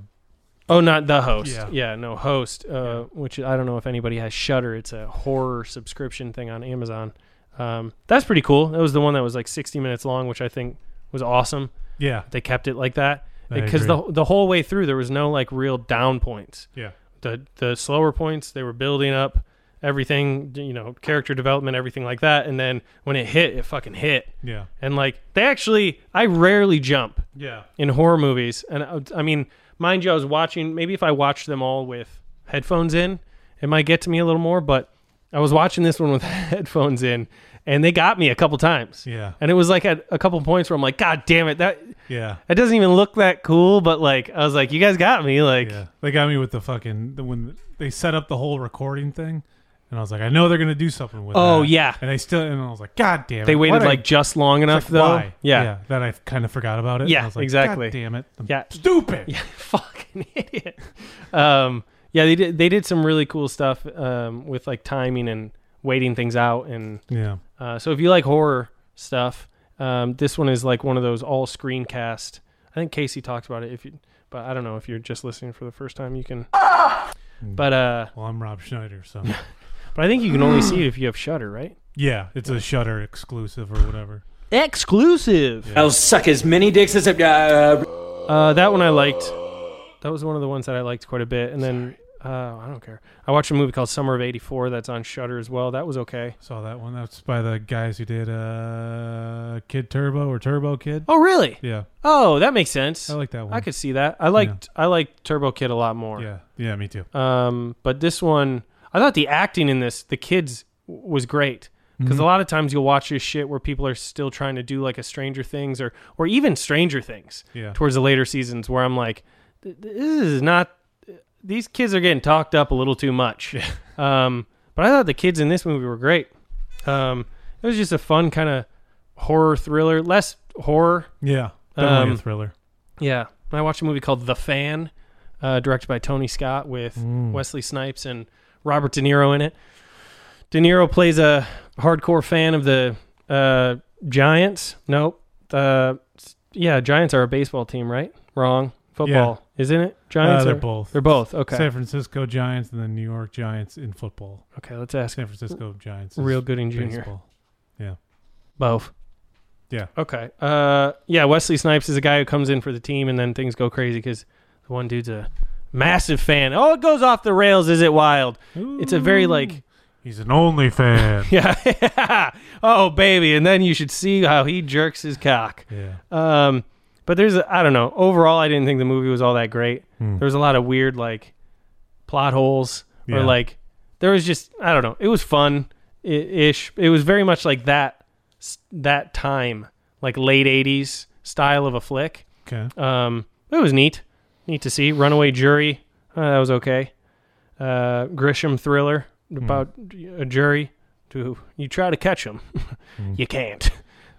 Speaker 1: oh, not the host. Yeah.
Speaker 2: Yeah.
Speaker 1: no host. Uh, Which I don't know if anybody has Shutter. It's a horror subscription thing on Amazon. Um, that's pretty cool. That was the one that was like 60 minutes long, which I think was awesome.
Speaker 2: yeah
Speaker 1: they kept it like that
Speaker 2: I
Speaker 1: because the
Speaker 2: agree.
Speaker 1: the whole way through there was no like real down points.
Speaker 2: yeah
Speaker 1: The the slower points they were building up everything, you know, character development, everything like that, and then when it hit, it fucking hit.
Speaker 2: yeah
Speaker 1: And like they actually, I rarely jump
Speaker 2: yeah
Speaker 1: in horror movies, and uh, I, I mean, mind you, I was watching. Maybe if I watched them all with headphones in, it might get to me a little more. But I was watching this one with headphones in, and they got me a couple times.
Speaker 2: Yeah.
Speaker 1: and it was like at a couple points where I'm like, God damn it, that
Speaker 2: yeah
Speaker 1: it doesn't even look that cool, but like I was like, you guys got me. Like,
Speaker 2: yeah. They got me with the fucking the, when they set up the whole recording thing, And I was like, I know they're gonna do something with.
Speaker 1: Oh,
Speaker 2: that.
Speaker 1: yeah.
Speaker 2: And they still, and I was like, God damn it!
Speaker 1: They
Speaker 2: why
Speaker 1: waited
Speaker 2: did I-
Speaker 1: like just long enough
Speaker 2: like,
Speaker 1: though.
Speaker 2: why?
Speaker 1: Yeah. yeah.
Speaker 2: yeah, that I kind of forgot about it.
Speaker 1: Yeah,
Speaker 2: And I was like,
Speaker 1: exactly.
Speaker 2: God damn it! I'm
Speaker 1: Yeah.
Speaker 2: stupid.
Speaker 1: Fucking idiot. Um yeah, they did they did some really cool stuff um with like timing and waiting things out and
Speaker 2: yeah.
Speaker 1: Uh, so if you like horror stuff, um, this one is like one of those all screencast. I think Casey talked about it. If you, but I don't know if you're just listening for the first time, you can.
Speaker 10: Hmm.
Speaker 1: But uh,
Speaker 2: Well, I'm Rob Schneider, so
Speaker 1: but I think you can only see it if you have Shutter, right?
Speaker 2: yeah, it's a Shutter exclusive or whatever.
Speaker 1: Exclusive.
Speaker 10: I'll suck as many dicks as I. Uh,
Speaker 1: Uh, that one I liked. That was one of the ones that I liked quite a bit. And then uh, I don't care. I watched a movie called Summer of '84 that's on Shutter as well. That was okay.
Speaker 2: Saw that one. That's by the guys who did uh, Kid Turbo or Turbo Kid.
Speaker 1: Oh really?
Speaker 2: Yeah,
Speaker 1: Oh, that makes sense.
Speaker 2: I like that one.
Speaker 1: I could see that. I liked I liked Turbo Kid a lot more.
Speaker 2: Yeah, yeah, me too.
Speaker 1: Um, but this one, I thought the acting in this, the kids, w- was great. Because a lot of times you'll watch this shit where people are still trying to do like a Stranger Things or or even Stranger Things
Speaker 2: Yeah.
Speaker 1: towards the later seasons, where I'm like, "Th- th- this is not. These kids are getting talked up a little too much. Um, but I thought the kids in this movie were great. Um, it was just a fun kind of horror thriller, less horror.
Speaker 2: Yeah, definitely
Speaker 1: Um,
Speaker 2: a thriller.
Speaker 1: Yeah. I watched a movie called The Fan, uh, directed by Tony Scott with
Speaker 2: Mm.
Speaker 1: Wesley Snipes and Robert De Niro in it. De Niro plays a hardcore fan of the uh, Giants. Nope. Uh, s- yeah, Giants are a baseball team, right? Wrong. Football, isn't it? Giants.
Speaker 2: Uh, they're
Speaker 1: are-
Speaker 2: both.
Speaker 1: They're both. Okay.
Speaker 2: San Francisco Giants and the New York Giants in football.
Speaker 1: Okay. Let's ask
Speaker 2: San Francisco Giants. is
Speaker 1: Real Gooding Jr.
Speaker 2: baseball.
Speaker 1: both.
Speaker 2: Yeah.
Speaker 1: Okay. Uh, yeah. Wesley Snipes is a guy who comes in for the team, and then things go crazy because the one dude's a massive fan. Oh, it goes off the rails. Is it wild? It's a very like
Speaker 2: He's an only fan.
Speaker 1: yeah. oh baby, and then you should see how he jerks his cock.
Speaker 2: yeah.
Speaker 1: Um, but there's a, I don't know. Overall, I didn't think the movie was all that great. There was a lot of weird like plot holes or
Speaker 2: Yeah.
Speaker 1: like there was just I don't know. It was fun i- ish. It was very much like that s- that time like late '80s style of a flick.
Speaker 2: Okay.
Speaker 1: Um, it was neat, neat to see. Runaway Jury, uh, that was okay. Uh, Grisham thriller about a jury to you try to catch them, you can't.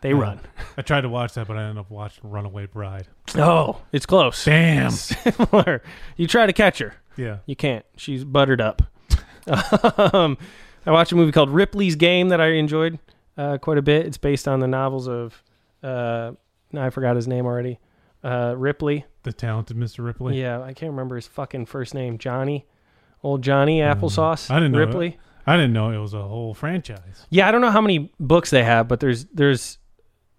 Speaker 1: They run.
Speaker 2: I tried to watch that, but I ended up watching Runaway Bride.
Speaker 1: Oh, it's close.
Speaker 2: Damn.
Speaker 1: Similar. You try to catch her,
Speaker 2: Yeah.
Speaker 1: you can't. She's buttered up. um, I watched a movie called Ripley's Game that I enjoyed uh, quite a bit. It's based on the novels of uh, I forgot his name already. Uh, Ripley.
Speaker 2: The talented Mr. Ripley.
Speaker 1: Yeah, I can't remember his fucking first name. Johnny, old Johnny Applesauce.
Speaker 2: Mm. I didn't know
Speaker 1: Ripley.
Speaker 2: It. I didn't know it was a whole franchise.
Speaker 1: Yeah, I don't know how many books they have, but there's there's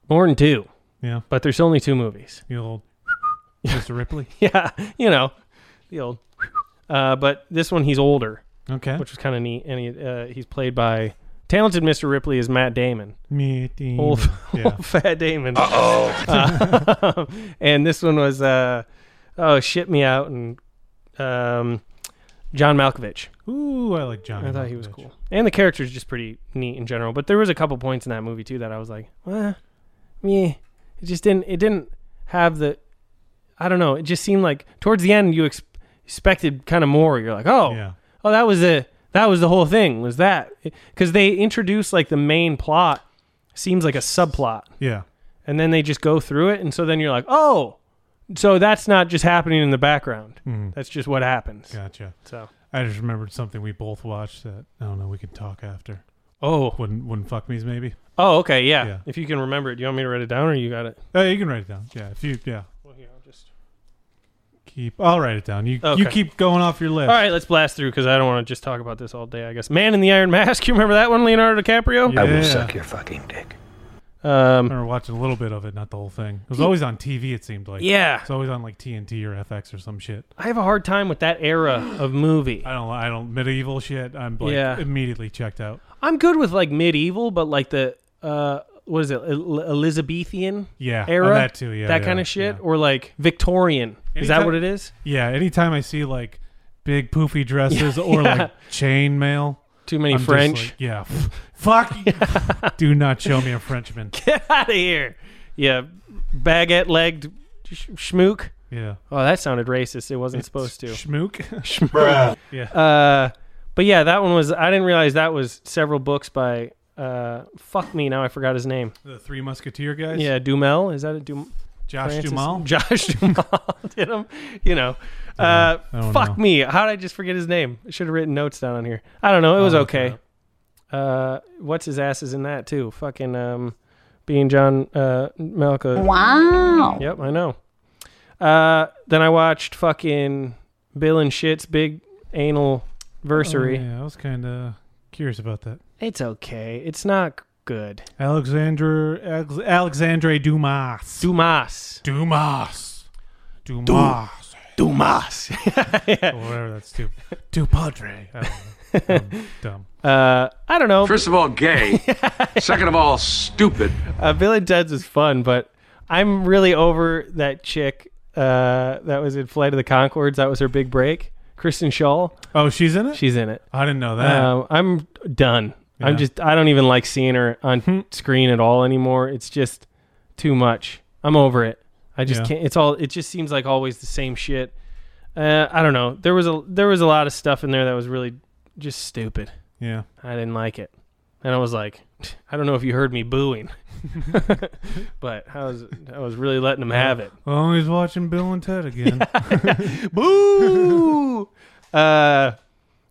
Speaker 1: more than two,
Speaker 2: Yeah.
Speaker 1: but there's only two movies.
Speaker 2: The old Mr. Ripley.
Speaker 1: Yeah, you know, the old. Uh, but this one he's older,
Speaker 2: Okay.
Speaker 1: which was kind of neat, and he, uh, he's played by talented Mr. Ripley is Matt Damon,
Speaker 2: Me, Dean.
Speaker 1: old,
Speaker 2: Mm, yeah.
Speaker 1: old fat Damon. Uh-oh. and this one was uh, oh shit me out and um, John Malkovich.
Speaker 2: Ooh, I like Johnny.
Speaker 1: I thought he was
Speaker 2: Malkovich.
Speaker 1: cool. And the character's just pretty neat in general. But there was a couple points in that movie too that I was like, well, meh. It just didn't. It didn't have the. I don't know. It just seemed like towards the end you ex- expected kind of more. You're like, oh,
Speaker 2: Yeah.
Speaker 1: oh, that was the that was the whole thing. Was that because they introduced like the main plot seems like a subplot,
Speaker 2: Yeah.
Speaker 1: and then they just go through it, and so then you're like, oh, so that's not just happening in the background. That's just what happens.
Speaker 2: Gotcha.
Speaker 1: So,
Speaker 2: I just remembered something we both watched that I don't know. We can talk after.
Speaker 1: oh,
Speaker 2: Wouldn't wouldn't fuck me's maybe.
Speaker 1: Oh, okay, yeah.
Speaker 2: Yeah.
Speaker 1: If you can remember it, do you want me to write it down or you got it?
Speaker 2: Uh, you can write it down. Yeah, if you yeah. Keep. I'll write it down. You
Speaker 1: Okay.
Speaker 2: you keep going off your list.
Speaker 1: All right, let's blast through because I don't want to just talk about this all day. I guess Man in the Iron Mask. You remember that one, Leonardo DiCaprio?
Speaker 2: Yeah.
Speaker 9: I will suck your fucking dick.
Speaker 2: I
Speaker 1: Um,
Speaker 2: remember watching a little bit of it, not the whole thing. It was always on TV. It seemed like.
Speaker 1: yeah.
Speaker 2: It's always on like TNT or FX or some shit.
Speaker 1: I have a hard time with that era of movie.
Speaker 2: I don't. I don't medieval shit. I'm like
Speaker 1: Yeah.
Speaker 2: immediately checked out.
Speaker 1: I'm good with like medieval, but like the uh, what is it, El- Elizabethan
Speaker 2: Yeah, oh,
Speaker 1: era?
Speaker 2: that too, yeah,
Speaker 1: that
Speaker 2: yeah,
Speaker 1: kind of shit,
Speaker 2: yeah.
Speaker 1: or like Victorian. Is that
Speaker 2: Anytime-
Speaker 1: what it is?
Speaker 2: Yeah. Anytime I see like big poofy dresses or
Speaker 1: yeah.
Speaker 2: like chain mail.
Speaker 1: Too many
Speaker 2: I'm just
Speaker 1: French.
Speaker 2: like, yeah. f- Fuck. you. Do not show me a Frenchman.
Speaker 1: Get out of here. Yeah, baguette legged sh- schmook.
Speaker 2: Yeah.
Speaker 1: Oh, that sounded racist. It wasn't supposed to.
Speaker 2: Schmook.
Speaker 1: Uh, But yeah, that one was. I didn't realize that was several books by. Uh, fuck me now. I forgot his name.
Speaker 2: The Three Musketeer guys.
Speaker 1: Yeah, Dumel. Is that a Dum?
Speaker 2: Josh
Speaker 1: Francis-
Speaker 2: Duhamel.
Speaker 1: Josh Dumal did him. You know. Uh,
Speaker 2: I don't
Speaker 1: fuck
Speaker 2: know.
Speaker 1: me. How did I just forget his name? I should have written notes down on here. I don't know. It was
Speaker 2: I'll look it
Speaker 1: okay.
Speaker 2: up.
Speaker 1: Uh, what's his ass is in that too? Fucking um, being John uh, Malka.
Speaker 7: Wow.
Speaker 1: Yep, I know. Uh, then I watched fucking Bill and Shit's Big Anal Versary.
Speaker 2: Oh, yeah, I was kind of curious about that.
Speaker 1: It's okay. It's not good.
Speaker 2: Alexander Alex, Alexandre Dumas.
Speaker 1: Dumas.
Speaker 2: Dumas. Dumas.
Speaker 1: Dumas.
Speaker 2: Or whatever that's too. Du Padre. I don't know. I'm dumb.
Speaker 1: Uh, I don't know.
Speaker 11: First of all, gay. Second of all, stupid.
Speaker 1: uh, Bill and Ted's is fun, but I'm really over that chick uh, that was in Flight of the Concords. That was her big break. Kristen Shaw.
Speaker 2: Oh, she's in it.
Speaker 1: She's in it.
Speaker 2: I didn't know that.
Speaker 1: Um, I'm done. I'm
Speaker 2: Ah. Yeah. Hmm.
Speaker 1: just. I don't even like seeing her on screen at all anymore. It's just too much. I'm over it. I just
Speaker 2: Yeah.
Speaker 1: can't. It's all. It just seems like always the same shit. Uh, I don't know. There was a there was a lot of stuff in there that was really just stupid.
Speaker 2: yeah.
Speaker 1: I didn't like it, and I was like, I don't know if you heard me booing, but I was I was really letting them have it.
Speaker 2: Oh, he's watching Bill and Ted again.
Speaker 1: Boo! uh,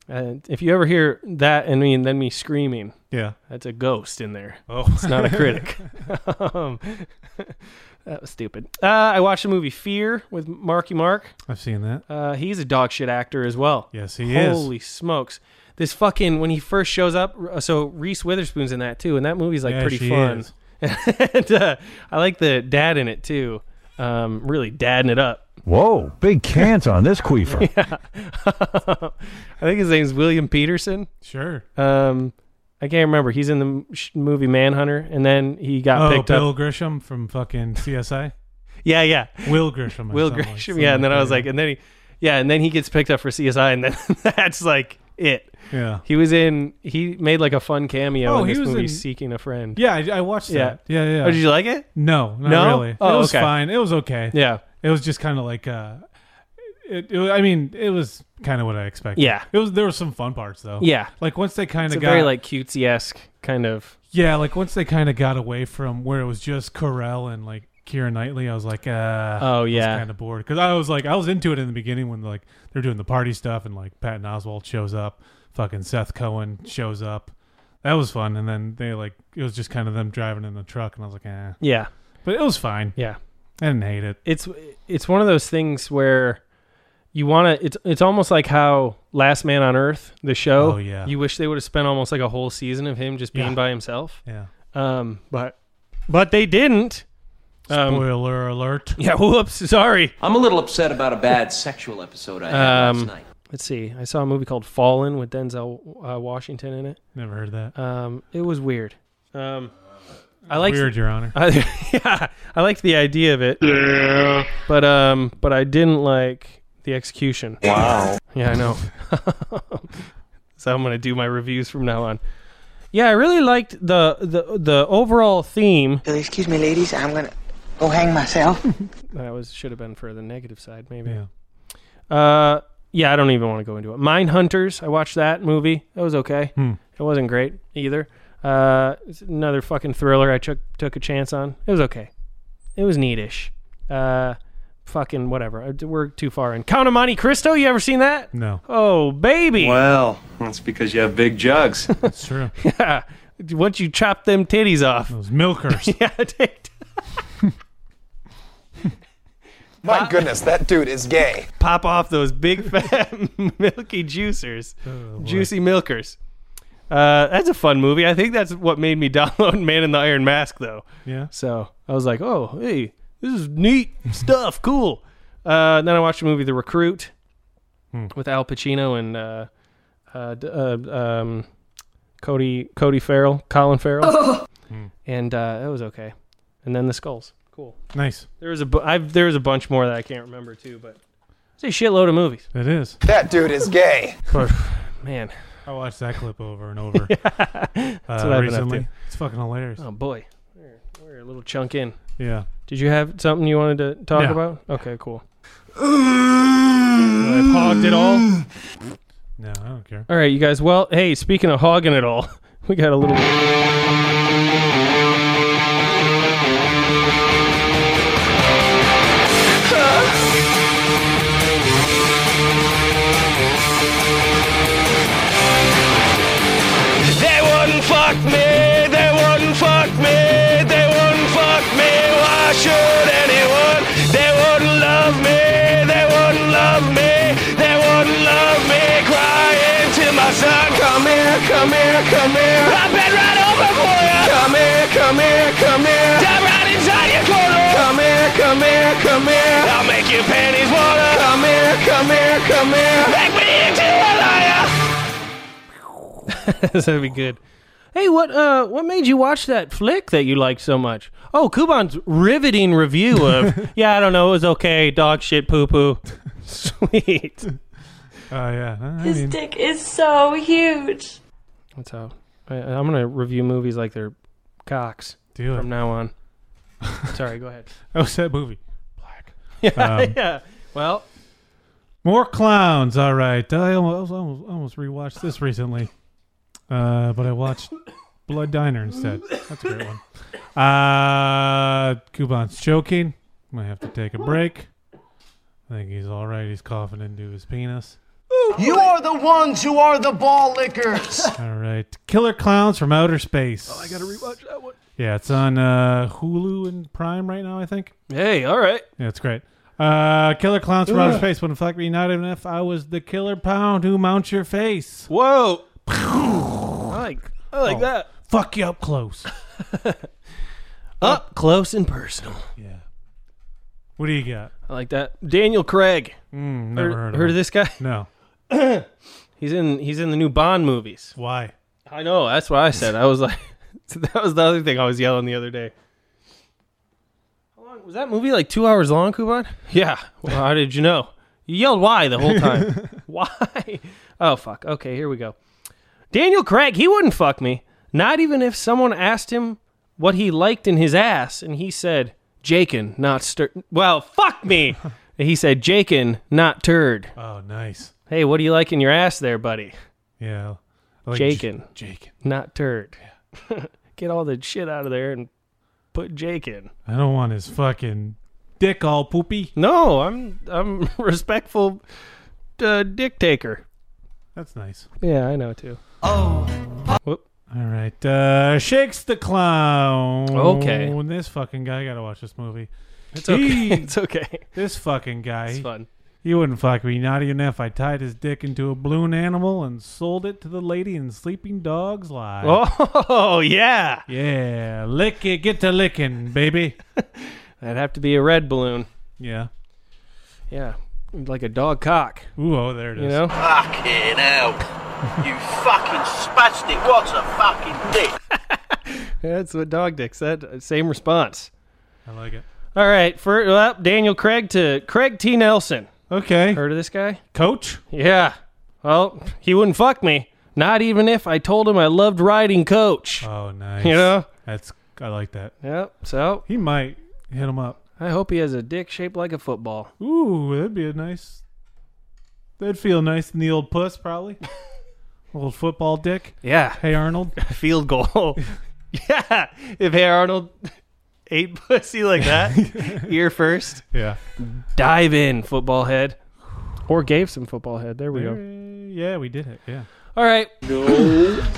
Speaker 1: and if you ever hear that and me and then me screaming,
Speaker 2: yeah.
Speaker 1: that's a ghost in there.
Speaker 2: Oh,
Speaker 1: It's not a critic. um, that was stupid. Uh, I watched the movie Fear with Marky Mark.
Speaker 2: I've seen that.
Speaker 1: Uh, he's a dog shit actor as well.
Speaker 2: Yes, he is.
Speaker 1: Holy smokes. This fucking, when he first shows up, r- so Reese Witherspoon's in that too, and that movie's like
Speaker 2: Yeah,
Speaker 1: pretty
Speaker 2: she
Speaker 1: fun.
Speaker 2: is.
Speaker 1: and uh, I like the dad in it too. Um, really dadding it up.
Speaker 12: Whoa, big cans on this queefer.
Speaker 1: I think his name's William Peterson.
Speaker 2: Sure.
Speaker 1: Um, I can't remember. He's in the m- sh- movie Manhunter, and then he got
Speaker 2: Oh,
Speaker 1: picked
Speaker 2: Bill
Speaker 1: up.
Speaker 2: Grisham from fucking CSI.
Speaker 1: Yeah, yeah.
Speaker 2: Will Grisham. or
Speaker 1: Will
Speaker 2: something like-
Speaker 1: Grisham.
Speaker 2: something
Speaker 1: yeah, and then I
Speaker 2: that,
Speaker 1: was like, and then he, yeah, and then he gets picked up for CSI, and then that's like it.
Speaker 2: yeah.
Speaker 1: He was in. He made like a fun cameo
Speaker 2: Oh,
Speaker 1: in
Speaker 2: he
Speaker 1: this
Speaker 2: was
Speaker 1: movie,
Speaker 2: in-
Speaker 1: Seeking a Friend.
Speaker 2: Yeah, I, I watched
Speaker 1: Yeah.
Speaker 2: that. Yeah, yeah.
Speaker 1: Oh, did you like it?
Speaker 2: no, not
Speaker 1: No?
Speaker 2: really.
Speaker 1: Oh,
Speaker 2: it was
Speaker 1: okay.
Speaker 2: fine. It was okay.
Speaker 1: Yeah.
Speaker 2: It was just kind of like, uh, it, it, I mean, it was kind of what I expected.
Speaker 1: Yeah.
Speaker 2: It was. There were some fun parts though.
Speaker 1: Yeah.
Speaker 2: Like once they kind
Speaker 1: It's a
Speaker 2: of got
Speaker 1: very like cutesy esque kind of.
Speaker 2: yeah, like once they kind of got away from where it was just Carell and like Keira Knightley, I was like, uh,
Speaker 1: Oh yeah.
Speaker 2: kind of bored because I was like, I was into it in the beginning when like they're doing the party stuff and like Patton Oswald shows up, fucking Seth Cohen shows up. That was fun, and then they like it was just kind of them driving in the truck, and I was like, eh.
Speaker 1: yeah.
Speaker 2: But it was fine.
Speaker 1: Yeah.
Speaker 2: I didn't hate it.
Speaker 1: It's it's one of those things where you want to. It's it's almost like how Last Man on Earth, the show.
Speaker 2: Oh, yeah.
Speaker 1: You wish they would have spent almost like a whole season of him just being
Speaker 2: Yeah.
Speaker 1: by himself.
Speaker 2: Yeah.
Speaker 1: Um, but but they didn't. Um,
Speaker 2: Spoiler alert.
Speaker 1: Yeah, whoops, sorry.
Speaker 10: I'm a little upset about a bad sexual episode I had
Speaker 1: Um,
Speaker 10: last night.
Speaker 1: Let's see. I saw a movie called Fallen with Denzel uh, Washington in it.
Speaker 2: Never heard that.
Speaker 1: Um, it was weird. Um, I liked
Speaker 2: Weird, Your Honor.
Speaker 1: I, yeah, I liked the idea of it. Yeah. But um, but I didn't like the execution. Wow. Yeah, I know. so I'm gonna do my reviews from now on. Yeah, I really liked the the the overall theme.
Speaker 4: Excuse me, ladies. I'm gonna go hang myself.
Speaker 1: That was should have been for the negative side, maybe.
Speaker 2: yeah.
Speaker 1: Uh, yeah, I don't even want to go into it. Mine Hunters. I watched that movie. That was okay.
Speaker 2: Hmm.
Speaker 1: It wasn't great either. Uh, it's another fucking thriller I took took a chance on. It was okay. It was neatish. Uh, fucking whatever. I- We're too far in. Count of Monte Cristo. You ever seen that?
Speaker 2: No,
Speaker 1: Oh baby.
Speaker 11: Well, that's because you have big jugs.
Speaker 2: that's true.
Speaker 1: Once you chop them titties off.
Speaker 2: Those milkers.
Speaker 1: yeah, take.
Speaker 9: My goodness, that dude is gay.
Speaker 1: pop off those big fat milky juicers, juicy milkers. Uh, that's a fun movie. I think that's what made me download Man in the Iron Mask, though.
Speaker 2: Yeah.
Speaker 1: So I was like, oh, hey, this is neat stuff. Cool. Uh, then I watched the movie The Recruit with Al Pacino and uh, uh, d- uh, um, Cody Cody Farrell, Colin Farrell, and uh, that was okay. And then The Skulls. Cool.
Speaker 2: Nice.
Speaker 1: There was a bu- I've, there was a bunch more that I can't remember too, but it's a shitload of movies.
Speaker 2: It is.
Speaker 9: That dude is gay.
Speaker 1: But man,
Speaker 2: I watched that clip over and over uh,
Speaker 1: what I've been up
Speaker 2: recently.
Speaker 1: to.
Speaker 2: It's fucking hilarious.
Speaker 1: oh boy, we're, we're a little chunk in.
Speaker 2: Yeah.
Speaker 1: Did you have something you wanted to talk
Speaker 2: Yeah.
Speaker 1: about? Okay, cool. I've hogged it all.
Speaker 2: No, I don't care. Uh,
Speaker 1: All right, you guys. Well, hey, speaking of hogging it all, we got a little.
Speaker 3: They wouldn't fuck me. They wouldn't fuck me. They wouldn't fuck me. Why should anyone? They wouldn't love me. They wouldn't love me. They wouldn't love me. Crying to my son, come here, come here, come here. I've been right over for you. Come here, come here, come here. Dive right inside your corner. Come here, come here, come here. I'll make your panties water. Come here, come here, come here. Make me into a liar.
Speaker 1: That'd be good. Hey, what uh, what made you watch that flick that you liked so much? Oh, Kuban's riveting review of yeah, I don't know, it was okay, dog shit, poo poo. Sweet.
Speaker 2: Oh yeah. I
Speaker 13: His
Speaker 2: mean,
Speaker 13: dick is so huge.
Speaker 1: That's how I, I'm gonna review movies like they're cocks
Speaker 2: Do it.
Speaker 1: from now on. Sorry, go ahead.
Speaker 2: oh, it's that movie. Um, Black.
Speaker 1: Yeah, yeah. Well,
Speaker 2: More clowns. All right. I almost, almost, almost rewatched this recently, uh, but I watched Blood Diner instead. That's a great one. Uh, Kuban's choking. Might have to take a break. I think he's all right. He's coughing into his penis.
Speaker 14: You are the ones who are the ball lickers.
Speaker 2: All right. Killer Clowns from Outer Space.
Speaker 1: Oh, I gotta rewatch that one.
Speaker 2: Yeah, it's on uh, Hulu and Prime right now, I think.
Speaker 1: Hey, all right.
Speaker 2: Yeah, it's great. Uh, Killer Clowns from Outer
Speaker 1: Ugh.
Speaker 2: Space wouldn't fuck me, not even if I was the killer pound who mounts your face.
Speaker 1: Whoa. I like I like
Speaker 2: Oh.
Speaker 1: that.
Speaker 2: Fuck you up close.
Speaker 1: Up close and personal.
Speaker 2: Yeah. What do you got?
Speaker 1: I like that. Daniel Craig.
Speaker 2: Mm, never heard of him.
Speaker 1: this guy?
Speaker 2: No.
Speaker 1: he's in he's in the new Bond movies.
Speaker 2: Why?
Speaker 1: I know. That's what I said. I was like, that was the other thing I was yelling the other day. How long was that movie? Like two hours long, Kuban? Yeah. Well, how did you know? You yelled why the whole time. why? Oh fuck. Okay, here we go. Daniel Craig. He wouldn't fuck me. Not even if someone asked him what he liked in his ass, and he said, "Jakin, not stir." Well, fuck me. he said, "Jakin, not turd."
Speaker 2: Oh, nice.
Speaker 1: Hey, what do you like in your ass, there, buddy?
Speaker 2: Yeah. I like J-
Speaker 1: Jakin.
Speaker 2: Jake.
Speaker 1: Not turd. Get all the shit out of there and put Jake in.
Speaker 2: I don't want his fucking dick all poopy.
Speaker 1: No, I'm I'm respectful uh, dick taker.
Speaker 2: That's nice.
Speaker 1: Yeah, I know too.
Speaker 2: All right. Uh, Shakes the Clown.
Speaker 1: Okay.
Speaker 2: This fucking guy. I gotta watch this movie.
Speaker 1: It's okay.
Speaker 2: He-
Speaker 1: it's okay.
Speaker 2: This fucking guy.
Speaker 1: It's fun.
Speaker 2: He wouldn't fuck me, not even if I tied his dick into a balloon animal and sold it to the lady in Sleeping Dogs Live.
Speaker 1: Oh yeah,
Speaker 2: Yeah, lick it, get to licking, baby.
Speaker 1: that'd have to be a red balloon.
Speaker 2: yeah.
Speaker 1: Yeah, like a dog cock.
Speaker 2: Ooh, oh, there it is.
Speaker 1: You know?
Speaker 3: Fucking hell. You fucking spastic. What a fucking dick.
Speaker 1: That's what dog dicks. That same response.
Speaker 2: I like it.
Speaker 1: All right, for well, Daniel Craig to Craig T. Nelson.
Speaker 2: Okay.
Speaker 1: Heard of this guy?
Speaker 2: Coach?
Speaker 1: Yeah. Well, he wouldn't fuck me. Not even if I told him I loved riding coach.
Speaker 2: Oh, nice.
Speaker 1: You know?
Speaker 2: That's I like that.
Speaker 1: Yep. So
Speaker 2: He might hit him up.
Speaker 1: I hope he has a dick shaped like a football.
Speaker 2: Ooh, that'd be a nice. That'd feel nice in the old puss, probably. old football dick.
Speaker 1: Yeah.
Speaker 2: Hey, Arnold.
Speaker 1: Field goal. yeah. If Hey Arnold ate pussy like that, ear first,
Speaker 2: Yeah.
Speaker 1: dive in, football head. Or gave some football head. There we
Speaker 2: Uh,
Speaker 1: go.
Speaker 2: Yeah, we did it. Yeah.
Speaker 1: All right.
Speaker 6: No,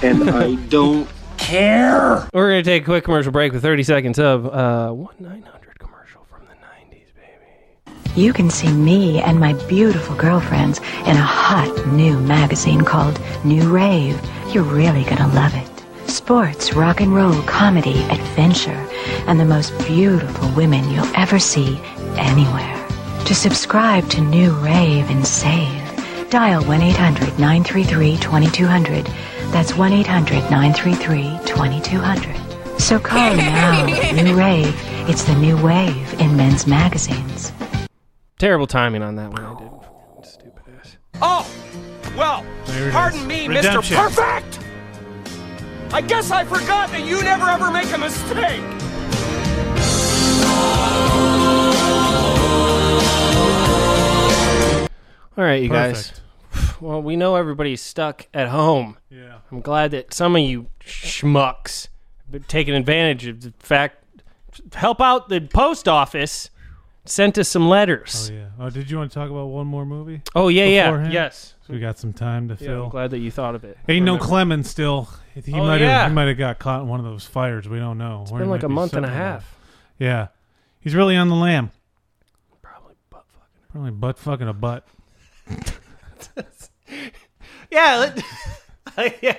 Speaker 6: and I don't care.
Speaker 1: We're going to take a quick commercial break with 30 seconds of uh, 1 900 commercial from the 90s, baby.
Speaker 7: You can see me and my beautiful girlfriends in a hot new magazine called New Rave. You're really gonna love it. Sports, rock and roll, comedy, adventure, and the most beautiful women you'll ever see anywhere. To subscribe to New Rave and save, dial 1 800 933 2200. That's 1 800 933 2200. So call now, New Rave. It's the new wave in men's magazines.
Speaker 1: Terrible timing on that one. I
Speaker 2: Oh,
Speaker 1: did. Stupid ass.
Speaker 3: Oh, well,
Speaker 2: There it
Speaker 3: pardon
Speaker 2: is.
Speaker 3: me,
Speaker 2: Redemption.
Speaker 3: Mr. Perfect! I guess I forgot that you never ever make a mistake!
Speaker 1: All right, you guys.
Speaker 2: Perfect.
Speaker 1: well, we know everybody's stuck at home.
Speaker 2: Yeah.
Speaker 1: I'm glad that some of you schmucks have been taking advantage of the fact. Help out the post office. Sent us some letters.
Speaker 2: Oh yeah. Oh, did you want to talk about one more movie?
Speaker 1: Oh, yeah, yeah.
Speaker 2: beforehand?
Speaker 1: Yes.
Speaker 2: So we got some time to
Speaker 1: Yeah,
Speaker 2: fill.
Speaker 1: I'm glad that you thought of it.
Speaker 2: Ain't no
Speaker 1: Remember.
Speaker 2: Clemens still. He
Speaker 1: Oh,
Speaker 2: might
Speaker 1: yeah.
Speaker 2: have. He might have got caught in one of those fires. We don't know. It's
Speaker 1: been like a month and a half.
Speaker 2: Yeah, he's really on the lam. Probably butt fucking. Probably butt fucking a butt.
Speaker 1: Yeah, let, I like the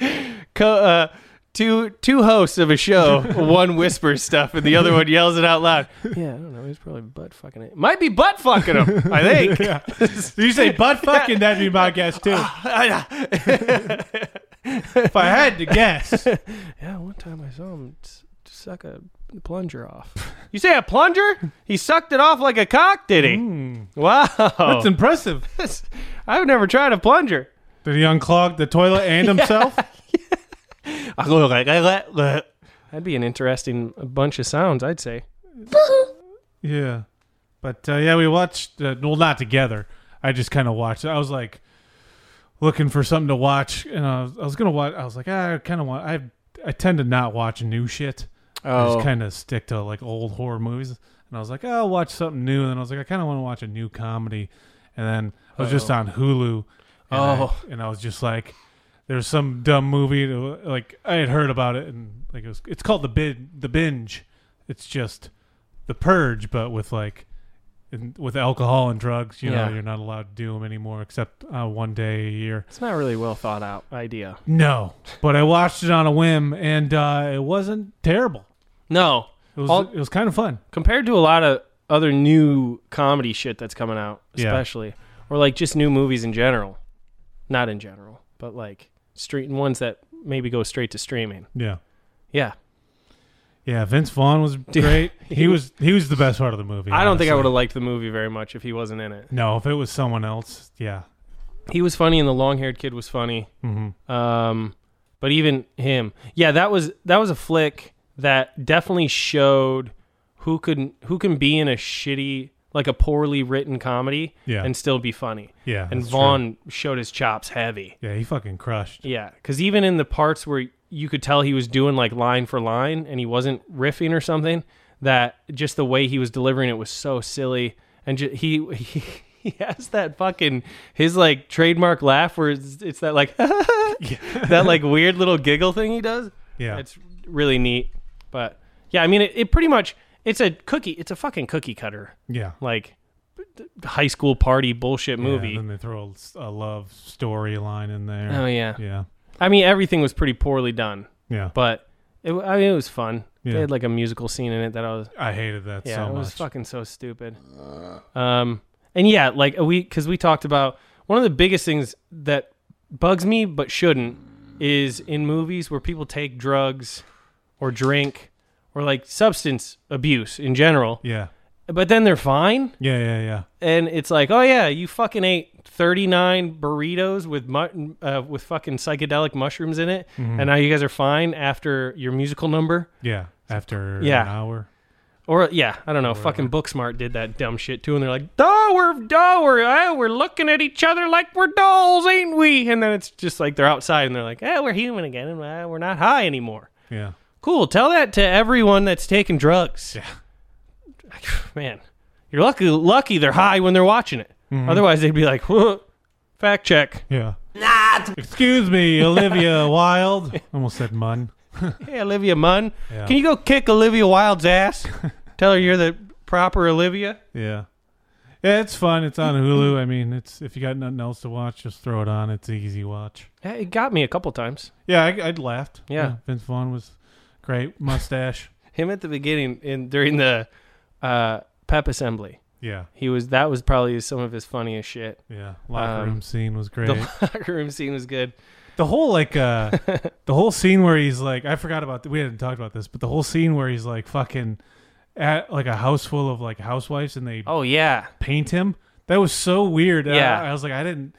Speaker 1: idea. Co- uh, two two hosts of a show. one whispers stuff, and the other one yells it out loud. Yeah, I don't know. He's probably butt fucking it. Might be butt fucking him. I think.
Speaker 2: Yeah. You say butt fucking? That'd be my guess too. if I had to guess,
Speaker 1: yeah, one time I saw him s- suck a plunger off. You say a plunger? He sucked it off like a cock, did he? Wow,
Speaker 2: that's impressive.
Speaker 1: I've never tried a plunger.
Speaker 2: Did he unclog the toilet and himself?
Speaker 1: That'd be an interesting bunch of sounds, I'd say.
Speaker 2: Yeah, but uh, yeah, we watched. Uh, well, not together. I just kind of watched. I was like looking for something to watch, and I was, I was gonna watch. I was like, ah, I kind of want. I I tend to not watch new shit. I
Speaker 1: Oh.
Speaker 2: just kind of stick to like old horror movies. And I was like, I'll watch something new. And then I was like, I kind of want to watch a new comedy. And then I was just
Speaker 1: Uh-oh.
Speaker 2: on Hulu. And
Speaker 1: Oh.
Speaker 2: I, and I was just like, there's some dumb movie. that, like I had heard about it, and like it was, it's called the bid, the binge. It's just the purge, but with like in, with alcohol and drugs. You
Speaker 1: Yeah.
Speaker 2: know, you're not allowed to do them anymore except uh, one day a year.
Speaker 1: It's not really well thought out idea.
Speaker 2: No, but I watched it on a whim, and uh, it wasn't terrible.
Speaker 1: No.
Speaker 2: It was
Speaker 1: All-
Speaker 2: it was kind of fun.
Speaker 1: compared to a lot of other new comedy shit that's coming out,
Speaker 2: Yeah.
Speaker 1: especially, or like just new movies in general. Not in general, but like street ones that maybe go straight to streaming.
Speaker 2: Yeah.
Speaker 1: Yeah.
Speaker 2: Yeah, Vince Vaughn was great.
Speaker 1: he
Speaker 2: he,
Speaker 1: was-
Speaker 2: was he was the best part of the movie.
Speaker 1: I don't think I would
Speaker 2: honestly.
Speaker 1: have liked the movie very much if he wasn't in it.
Speaker 2: No, if it was someone else, yeah.
Speaker 1: He was funny, and the long-haired kid was funny.
Speaker 2: Mhm.
Speaker 1: Um, but even him, yeah, that was that was a flick that definitely showed who could who can be in a shitty, like a poorly written comedy,
Speaker 2: Yeah.
Speaker 1: and still be funny.
Speaker 2: Yeah,
Speaker 1: and
Speaker 2: that's
Speaker 1: Vaughn showed his chops heavy.
Speaker 2: Yeah, he fucking crushed.
Speaker 1: Yeah, because even in the parts where you could tell he was doing like line for line and he wasn't riffing or something, that just the way he was delivering it was so silly. And ju- he, he he has that fucking his like trademark laugh where it's, it's that like that like weird little giggle thing he does.
Speaker 2: Yeah.
Speaker 1: it's really neat. But yeah, I mean, it, it pretty much it's a cookie. It's a fucking cookie cutter.
Speaker 2: Yeah.
Speaker 1: like high school party bullshit movie.
Speaker 2: Yeah, and then they throw a, a love storyline in there.
Speaker 1: Oh yeah,
Speaker 2: yeah.
Speaker 1: I mean, everything was pretty poorly done.
Speaker 2: Yeah.
Speaker 1: but it, I mean, it was fun. They
Speaker 2: Yeah.
Speaker 1: had like a musical scene in it that I was.
Speaker 2: I hated that
Speaker 1: Yeah,
Speaker 2: so
Speaker 1: it was
Speaker 2: much.
Speaker 1: fucking so stupid. Um, and yeah, like we because we talked about one of the biggest things that bugs me but shouldn't is in movies where people take drugs or drink or like substance abuse in general.
Speaker 2: Yeah.
Speaker 1: But then they're fine
Speaker 2: Yeah, yeah, yeah.
Speaker 1: and it's like, oh yeah, you fucking ate thirty nine burritos with mu- uh, with fucking psychedelic mushrooms in it,
Speaker 2: Mhm.
Speaker 1: and now you guys are fine after your musical number.
Speaker 2: Yeah. After
Speaker 1: Yeah.
Speaker 2: an hour.
Speaker 1: Or uh, yeah, I don't know. Fucking Booksmart did that dumb shit too, and they're like, "Duh, we're duh, we're uh, we're looking at each other like we're dolls, ain't we?" And then it's just like they're outside, and they're like, "Yeah, we're human again, and uh, we're not high anymore."
Speaker 2: Yeah.
Speaker 1: Cool. Tell that to everyone that's taking drugs.
Speaker 2: Yeah.
Speaker 1: Man, you're lucky. Lucky they're high when they're watching it.
Speaker 2: Mhm.
Speaker 1: Otherwise, they'd be like, "Whoa, "Fact check."
Speaker 2: Yeah. Excuse me, Olivia Wilde. Almost said Munn.
Speaker 1: Hey, Olivia Munn,
Speaker 2: Yeah.
Speaker 1: can you go kick Olivia Wilde's ass? Tell her you're the proper Olivia.
Speaker 2: Yeah. Yeah, it's fun. It's on Hulu. I mean, it's if you got nothing else to watch, just throw it on. It's an easy watch.
Speaker 1: Yeah, It got me a couple times.
Speaker 2: Yeah, I, I'd laughed.
Speaker 1: Yeah.
Speaker 2: Vince Vaughn was great. Mustache.
Speaker 1: Him at the beginning in during the uh, pep assembly.
Speaker 2: Yeah.
Speaker 1: he was. That was probably some of his funniest shit.
Speaker 2: Yeah, locker room scene was great.
Speaker 1: Um, The locker room scene was good.
Speaker 2: the whole like uh the whole scene where he's like I forgot about th- we hadn't talked about this, but the whole scene where he's like fucking at like a house full of like housewives and they
Speaker 1: Oh yeah,
Speaker 2: paint him. That was so weird.
Speaker 1: Yeah.
Speaker 2: I, I was like I didn't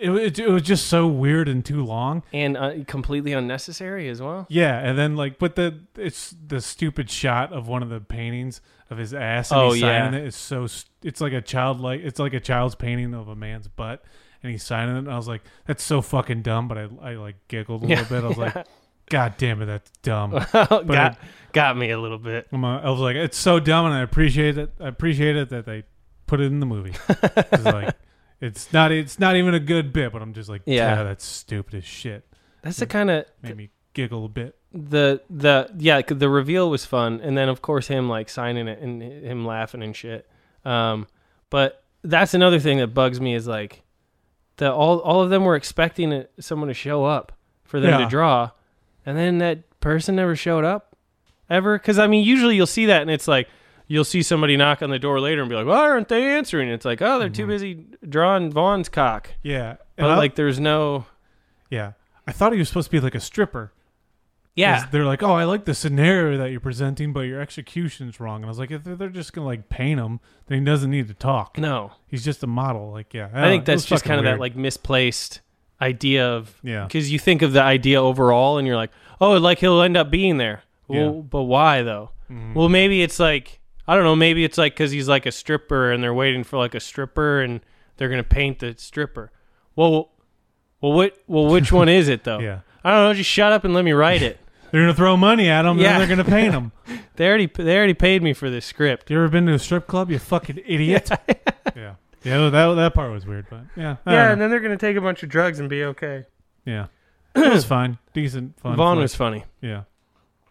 Speaker 2: it, wa- it, it was just so weird and too long.
Speaker 1: and uh, completely unnecessary as well.
Speaker 2: Yeah, and then like, but the it's the stupid shot of one of the paintings of his ass. And
Speaker 1: Oh,
Speaker 2: he's
Speaker 1: yeah.
Speaker 2: signing it is so st- it's like a child like it's like a child's painting of a man's butt, and he's signing it. And I was like, that's so fucking dumb. But I I like giggled a
Speaker 1: Yeah,
Speaker 2: little bit. I was
Speaker 1: yeah.
Speaker 2: like, God damn it, that's dumb.
Speaker 1: got,
Speaker 2: I-
Speaker 1: got me a little bit.
Speaker 2: I'm uh, I was like, it's so dumb, and I appreciate it. I appreciate it that they put it in the movie. 'Cause, like, it's not it's not even a good bit, but I'm just like,
Speaker 1: Yeah.
Speaker 2: yeah, that's stupid as shit.
Speaker 1: That's the kind of
Speaker 2: made me giggle a bit.
Speaker 1: the the yeah c- the reveal was fun and then of course him like signing it and h- him laughing and shit um but that's another thing that bugs me is like the all all of them were expecting it, someone to show up for them to
Speaker 2: Yeah.
Speaker 1: draw and then that person never showed up ever cuz i mean usually you'll see that and it's like you'll see somebody knock on the door later and be like why aren't they answering it's like oh they're too busy drawing vaughn's cock but
Speaker 2: Yeah, Mm-hmm. and I-
Speaker 1: like there's no
Speaker 2: Yeah, I thought he was supposed to be like a stripper.
Speaker 1: Yeah.
Speaker 2: 'Cause they're like, oh, I like the scenario that you're presenting, but your execution's wrong. And I was like, if they're they're just gonna like paint him, then he doesn't need to talk.
Speaker 1: No,
Speaker 2: he's just a model. Like, yeah,
Speaker 1: I think
Speaker 2: don't know. Oh, It was
Speaker 1: that's just
Speaker 2: fucking
Speaker 1: kind of that
Speaker 2: weird.
Speaker 1: like misplaced idea of
Speaker 2: Yeah.
Speaker 1: because you think of the idea overall and you're like, oh, like he'll end up being there.
Speaker 2: Yeah.
Speaker 1: Well, but why though?
Speaker 2: Mm.
Speaker 1: Well, maybe it's like I don't know. Maybe it's like because he's like a stripper and they're waiting for like a stripper and they're gonna paint the stripper. Well, well, what? Well, which one is it though?
Speaker 2: Yeah.
Speaker 1: I don't know. Just shut up and let me write it.
Speaker 2: they're gonna throw money at him,
Speaker 1: Yeah.
Speaker 2: and then they're gonna paint him.
Speaker 1: they already they already paid me for this script.
Speaker 2: You ever been to a strip club? You fucking idiot. yeah. Yeah, that that part was weird, but yeah, I
Speaker 1: Yeah,
Speaker 2: don't
Speaker 1: and then they're gonna take a bunch of drugs and be okay.
Speaker 2: know. yeah, it was fine, decent, fun.
Speaker 1: Vaughn
Speaker 2: flick.
Speaker 1: was funny.
Speaker 2: Yeah,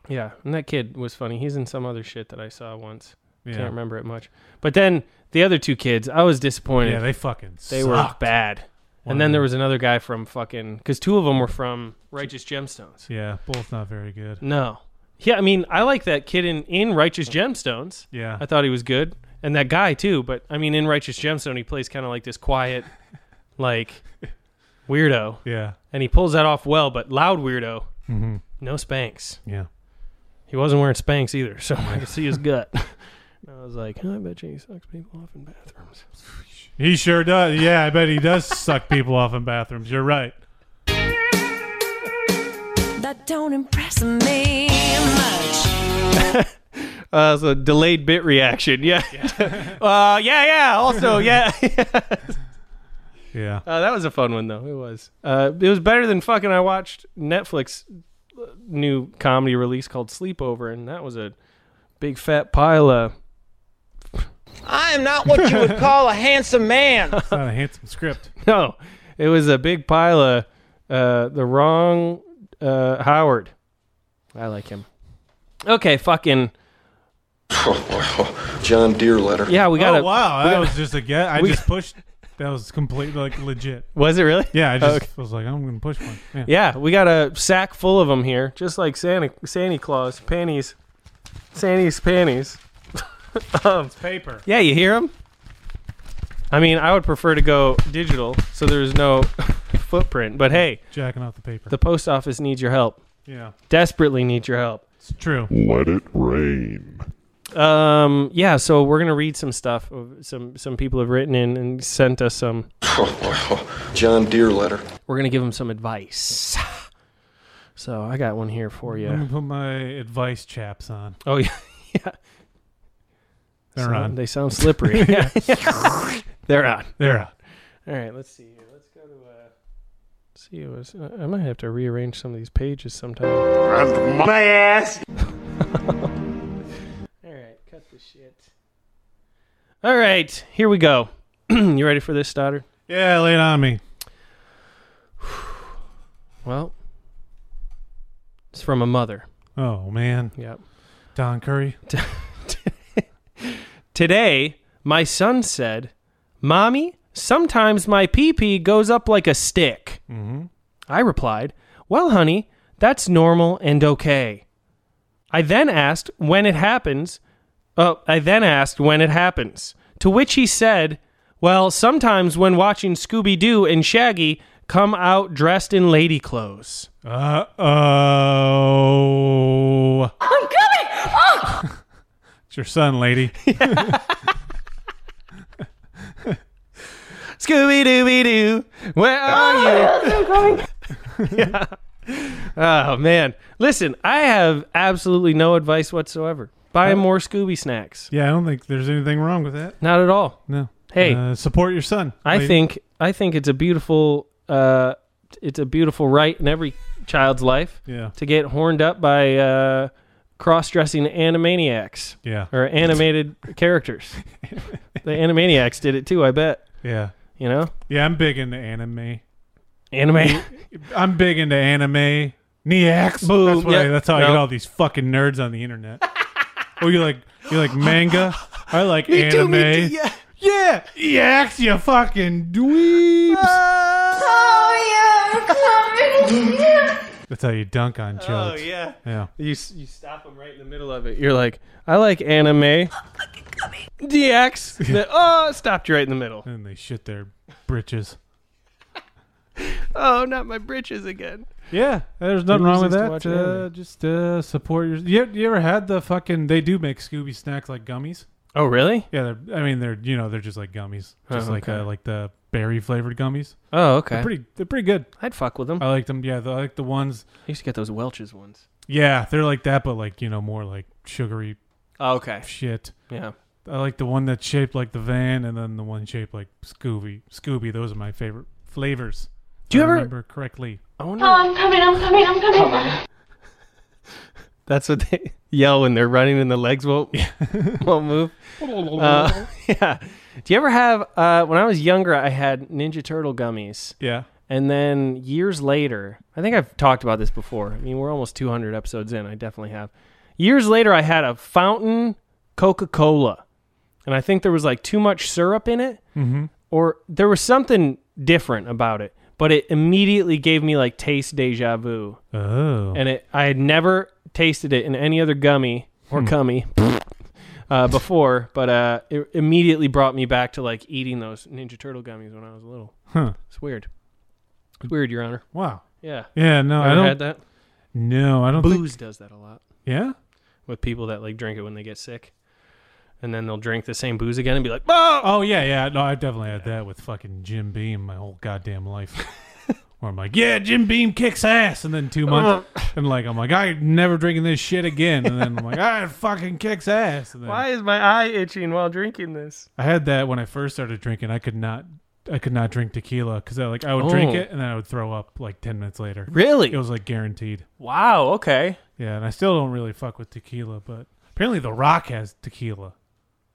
Speaker 1: Yeah, and that kid was funny. He's in some other shit that I saw once.
Speaker 2: Yeah.
Speaker 1: Can't remember it much. But then the other two kids, I was disappointed.
Speaker 2: Yeah, they fucking
Speaker 1: they were
Speaker 2: sucked.
Speaker 1: bad.
Speaker 2: One
Speaker 1: and then
Speaker 2: of
Speaker 1: there was another guy from fucking because two of them were from Righteous Gemstones.
Speaker 2: yeah, both not very good.
Speaker 1: No, yeah, I mean I like that kid in in Righteous Gemstones.
Speaker 2: Yeah.
Speaker 1: I thought he was good, and that guy too. But I mean in Righteous Gemstone, he plays kind of like this quiet, like weirdo.
Speaker 2: Yeah.
Speaker 1: and he pulls that off well. But loud weirdo,
Speaker 2: Mhm.
Speaker 1: no spanks.
Speaker 2: Yeah.
Speaker 1: He wasn't wearing Spanx either, so I could see his gut. And I was like, I bet you he sucks people off in bathrooms.
Speaker 2: He sure does. Yeah, I bet he does suck people off in bathrooms. You're right.
Speaker 3: That don't impress me much.
Speaker 1: Uh, so delayed bit reaction. Yeah. Yeah. uh, yeah, yeah. Also, yeah.
Speaker 2: yeah.
Speaker 1: Uh, that was a fun one though. It was. Uh, it was better than fucking. I watched Netflix uh, new comedy release called Sleepover, and that was a big fat pile of.
Speaker 15: I am not what you would call a handsome man.
Speaker 2: It's not a handsome script.
Speaker 1: No, it was a big pile of uh, the wrong uh, Howard. I like him. Okay, fucking.
Speaker 16: John Deere letter.
Speaker 1: Yeah, we got.
Speaker 2: Oh, wow, that was just a guess. I
Speaker 1: we-
Speaker 2: just pushed. That was complete, like legit.
Speaker 1: Was it really?
Speaker 2: Yeah, I
Speaker 1: Oh,
Speaker 2: just
Speaker 1: okay.
Speaker 2: was like, I'm gonna push one. Yeah.
Speaker 1: Yeah, we got a sack full of them here, just like Santa Santa Claus panties, Santa's panties. um, it's
Speaker 2: paper.
Speaker 1: Yeah, you hear them? I mean, I would prefer to go digital, so there's no footprint. But hey,
Speaker 2: Jacking off the paper.
Speaker 1: the post office needs your help.
Speaker 2: Yeah.
Speaker 1: desperately needs your help.
Speaker 2: It's true.
Speaker 8: Let it rain.
Speaker 1: Um, yeah, so we're gonna read some stuff. of- Some some people have written in and sent us some.
Speaker 16: John Deere letter.
Speaker 1: We're gonna give them some advice. Mm-hmm. So I got one here for you.
Speaker 2: Let me put my advice chaps on.
Speaker 1: Oh yeah, yeah.
Speaker 2: They're
Speaker 1: Sound-
Speaker 2: on.
Speaker 1: They sound slippery. Yeah. They're on.
Speaker 2: They're on.
Speaker 1: All right, let's see here. Let's go to. Uh... See, it was, uh, I I might have to rearrange some of these pages sometime.
Speaker 3: my ass.
Speaker 1: All right, cut the shit. All right, here we go. you ready for this, Stoddard?
Speaker 2: Yeah, lay it on me.
Speaker 1: Well, it's from a mother.
Speaker 2: Oh man.
Speaker 1: Yep.
Speaker 2: Don Curry.
Speaker 1: Today, my son said, Mommy, sometimes my pee pee goes up like a stick.
Speaker 2: Mm-hmm.
Speaker 1: I replied, Well, honey, that's normal and okay. I then asked when it happens. Oh, I then asked when it happens. To which he said, Well, sometimes when watching Scooby Doo and Shaggy come out dressed in lady clothes.
Speaker 2: Uh oh.
Speaker 3: I'm coming. Oh.
Speaker 2: It's your son, lady.
Speaker 1: It's Scooby Dooby Doo, where are you? yeah. Oh man, listen, I have absolutely no advice whatsoever. Buy more Scooby snacks.
Speaker 2: Yeah, I don't think there's anything wrong with that.
Speaker 1: Not at all.
Speaker 2: No.
Speaker 1: Hey,
Speaker 2: Uh, support your son.
Speaker 1: I
Speaker 2: Like,
Speaker 1: think I think it's a beautiful uh, it's a beautiful right in every child's life.
Speaker 2: Yeah.
Speaker 1: To get horned up by uh, cross-dressing animaniacs.
Speaker 2: Yeah.
Speaker 1: Or animated characters. The animaniacs did it too. I bet.
Speaker 2: Yeah.
Speaker 1: You know.
Speaker 2: Yeah, I'm big into anime.
Speaker 1: Anime.
Speaker 2: I'm big into anime. Neax.
Speaker 1: Boom.
Speaker 2: That's, what I,
Speaker 1: Yep.
Speaker 2: that's how I
Speaker 1: Yep.
Speaker 2: get all these fucking nerds on the internet. oh, you like you like manga? I like
Speaker 3: Me too,
Speaker 2: anime.
Speaker 3: me too, yeah.
Speaker 2: Yeah. Eax, you fucking dweebs.
Speaker 3: Oh, yeah,
Speaker 2: That's how you dunk on
Speaker 1: Oh
Speaker 2: chunks.
Speaker 1: yeah.
Speaker 2: Yeah.
Speaker 1: You s- you stop them right in the middle of it. You're like, I like anime. DX. Then, oh, stopped you right in the middle.
Speaker 2: And they shit their britches.
Speaker 1: Oh, not my britches again.
Speaker 2: Yeah, there's nothing
Speaker 1: Who
Speaker 2: wrong with
Speaker 1: uses to
Speaker 2: that.
Speaker 1: watch
Speaker 2: Uh,
Speaker 1: anime?
Speaker 2: just uh, support your. You, you ever had the fucking? They do make Scooby snacks like gummies.
Speaker 1: Oh, really?
Speaker 2: Yeah, they're, I mean they're you know they're just like gummies,
Speaker 1: Oh,
Speaker 2: just like
Speaker 1: okay.
Speaker 2: uh, like the berry flavored gummies.
Speaker 1: Oh, okay.
Speaker 2: They're pretty. They're pretty good.
Speaker 1: I'd fuck with them.
Speaker 2: I like them. Yeah, the- I like the ones.
Speaker 1: I used to get those Welch's ones.
Speaker 2: Yeah, they're like that, but like you know more like sugary
Speaker 1: Oh, okay.
Speaker 2: shit.
Speaker 1: Yeah.
Speaker 2: I like the one that's shaped like the van, and then the one shaped like Scooby. Scooby. Those are my favorite flavors. if
Speaker 1: Do you
Speaker 2: I
Speaker 1: ever-
Speaker 2: remember correctly?
Speaker 1: I wonder.
Speaker 3: Oh, I'm coming, I'm coming, I'm coming.
Speaker 1: That's what they yell when they're running and the legs won't won't move. Uh, yeah. Do you ever have? Uh, when I was younger, I had Ninja Turtle gummies.
Speaker 2: Yeah.
Speaker 1: And then years later, I think I've talked about this before. I mean, we're almost 200 episodes in. I definitely have. Years later, I had a fountain Coca Cola, and I think there was like too much syrup in it.
Speaker 2: Mm-hmm.
Speaker 1: or there was something different about it, but it immediately gave me like taste deja vu.
Speaker 2: Oh.
Speaker 1: And it, I had never tasted it in any other gummy
Speaker 2: Hmm.
Speaker 1: or cummy uh, before, but uh, it immediately brought me back to like eating those Ninja Turtle gummies when I was little.
Speaker 2: Huh.
Speaker 1: It's weird. It's weird, Your Honor.
Speaker 2: Wow.
Speaker 1: Yeah.
Speaker 2: Yeah. No,
Speaker 1: Ever
Speaker 2: I don't.
Speaker 1: had that.
Speaker 2: No, I don't. think-
Speaker 1: Booze does that a lot
Speaker 2: yeah.
Speaker 1: with people that like drink it when they get sick, and then they'll drink the same booze again and be like, "Oh,
Speaker 2: Oh yeah, yeah. No, I definitely had that with fucking Jim Beam my whole goddamn life. Where I'm like, yeah, Jim Beam kicks ass, and then two months,
Speaker 1: Uh-huh.
Speaker 2: and like I'm like, I ain't never drinking this shit again. And then I'm like, ah, it fucking kicks ass. And then
Speaker 1: why is my eye itching while drinking this?"
Speaker 2: I had that when I first started drinking. I could not, I could not drink tequila because I like I would drink
Speaker 1: Oh.
Speaker 2: it and then I would throw up like ten minutes later.
Speaker 1: Really?
Speaker 2: It was like guaranteed.
Speaker 1: Wow. Okay.
Speaker 2: Yeah, and I still don't really fuck with tequila, but apparently The Rock has tequila.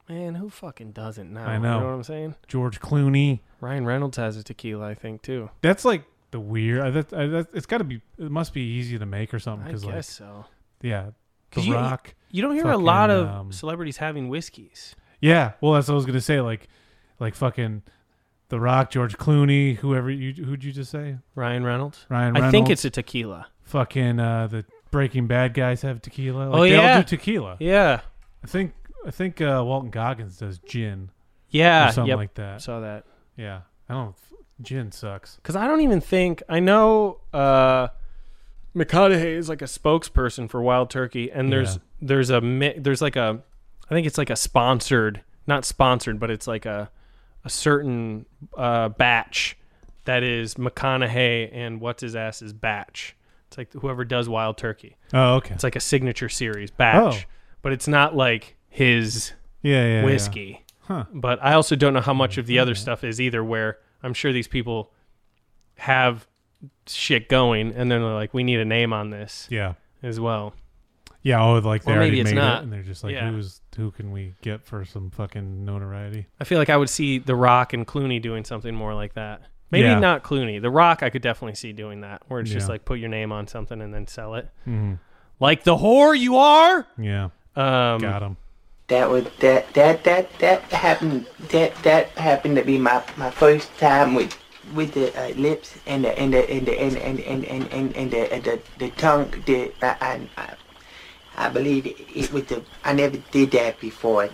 Speaker 1: Man, who fucking doesn't now?
Speaker 2: I know.
Speaker 1: You know what I'm saying?
Speaker 2: George Clooney.
Speaker 1: Ryan Reynolds has a tequila, I think, too.
Speaker 2: That's like the weird. uh, I, that, I, that, it's got to be. It must be easy to make or something.
Speaker 1: I
Speaker 2: Cause
Speaker 1: guess
Speaker 2: like,
Speaker 1: so.
Speaker 2: Yeah, The
Speaker 1: 'Cause you,
Speaker 2: Rock.
Speaker 1: You don't hear a lot
Speaker 2: fucking,
Speaker 1: of
Speaker 2: um,
Speaker 1: celebrities having whiskeys.
Speaker 2: yeah, well, that's what I was gonna say. Like, like fucking The Rock, George Clooney, whoever you who'd you just say?
Speaker 1: Ryan Reynolds.
Speaker 2: Ryan.
Speaker 1: I
Speaker 2: Reynolds,
Speaker 1: think it's a tequila.
Speaker 2: fucking uh, the Breaking Bad guys have tequila. Like,
Speaker 1: oh
Speaker 2: they
Speaker 1: yeah,
Speaker 2: all do tequila.
Speaker 1: Yeah,
Speaker 2: I think I think uh, Walton Goggins does gin.
Speaker 1: yeah,
Speaker 2: or
Speaker 1: Ah,
Speaker 2: something
Speaker 1: yep.
Speaker 2: like that.
Speaker 1: Saw that.
Speaker 2: Yeah, I don't. Gin sucks.
Speaker 1: Because I don't even think I know. Uh, McConaughey is like a spokesperson for Wild Turkey, and there's
Speaker 2: Yeah.
Speaker 1: there's a mi- there's like a, I think it's like a sponsored, not sponsored, but it's like a, a certain uh, batch that is McConaughey and what's his ass's batch. It's like whoever does Wild Turkey.
Speaker 2: Oh, okay.
Speaker 1: It's like a signature series batch, but it's not like his
Speaker 2: Yeah, Oh. yeah, yeah.
Speaker 1: whiskey.
Speaker 2: Huh.
Speaker 1: But I also don't know how much of the other stuff is either. Where I'm sure these people have shit going, and then they're like, "We need a name on this."
Speaker 2: Yeah.
Speaker 1: as well.
Speaker 2: Yeah, oh, like they
Speaker 1: Or
Speaker 2: already
Speaker 1: maybe it's
Speaker 2: made
Speaker 1: not.
Speaker 2: it, and they're just like,
Speaker 1: Yeah.
Speaker 2: who's who can we get for some fucking notoriety?
Speaker 1: I feel like I would see The Rock and Clooney doing something more like that. Maybe
Speaker 2: Yeah.
Speaker 1: not Clooney. The Rock, I could definitely see doing that, where it's just
Speaker 2: Yeah.
Speaker 1: like put your name on something and then sell it,
Speaker 2: Mhm.
Speaker 1: like the whore you are.
Speaker 2: Yeah,
Speaker 1: Um,
Speaker 2: got him.
Speaker 4: That would that that that that happened that that happened to be my my first time with with the uh, lips and the and the and the and and and and and, and the, and the the tongue. The I I, I believe it, it was the I never did that before.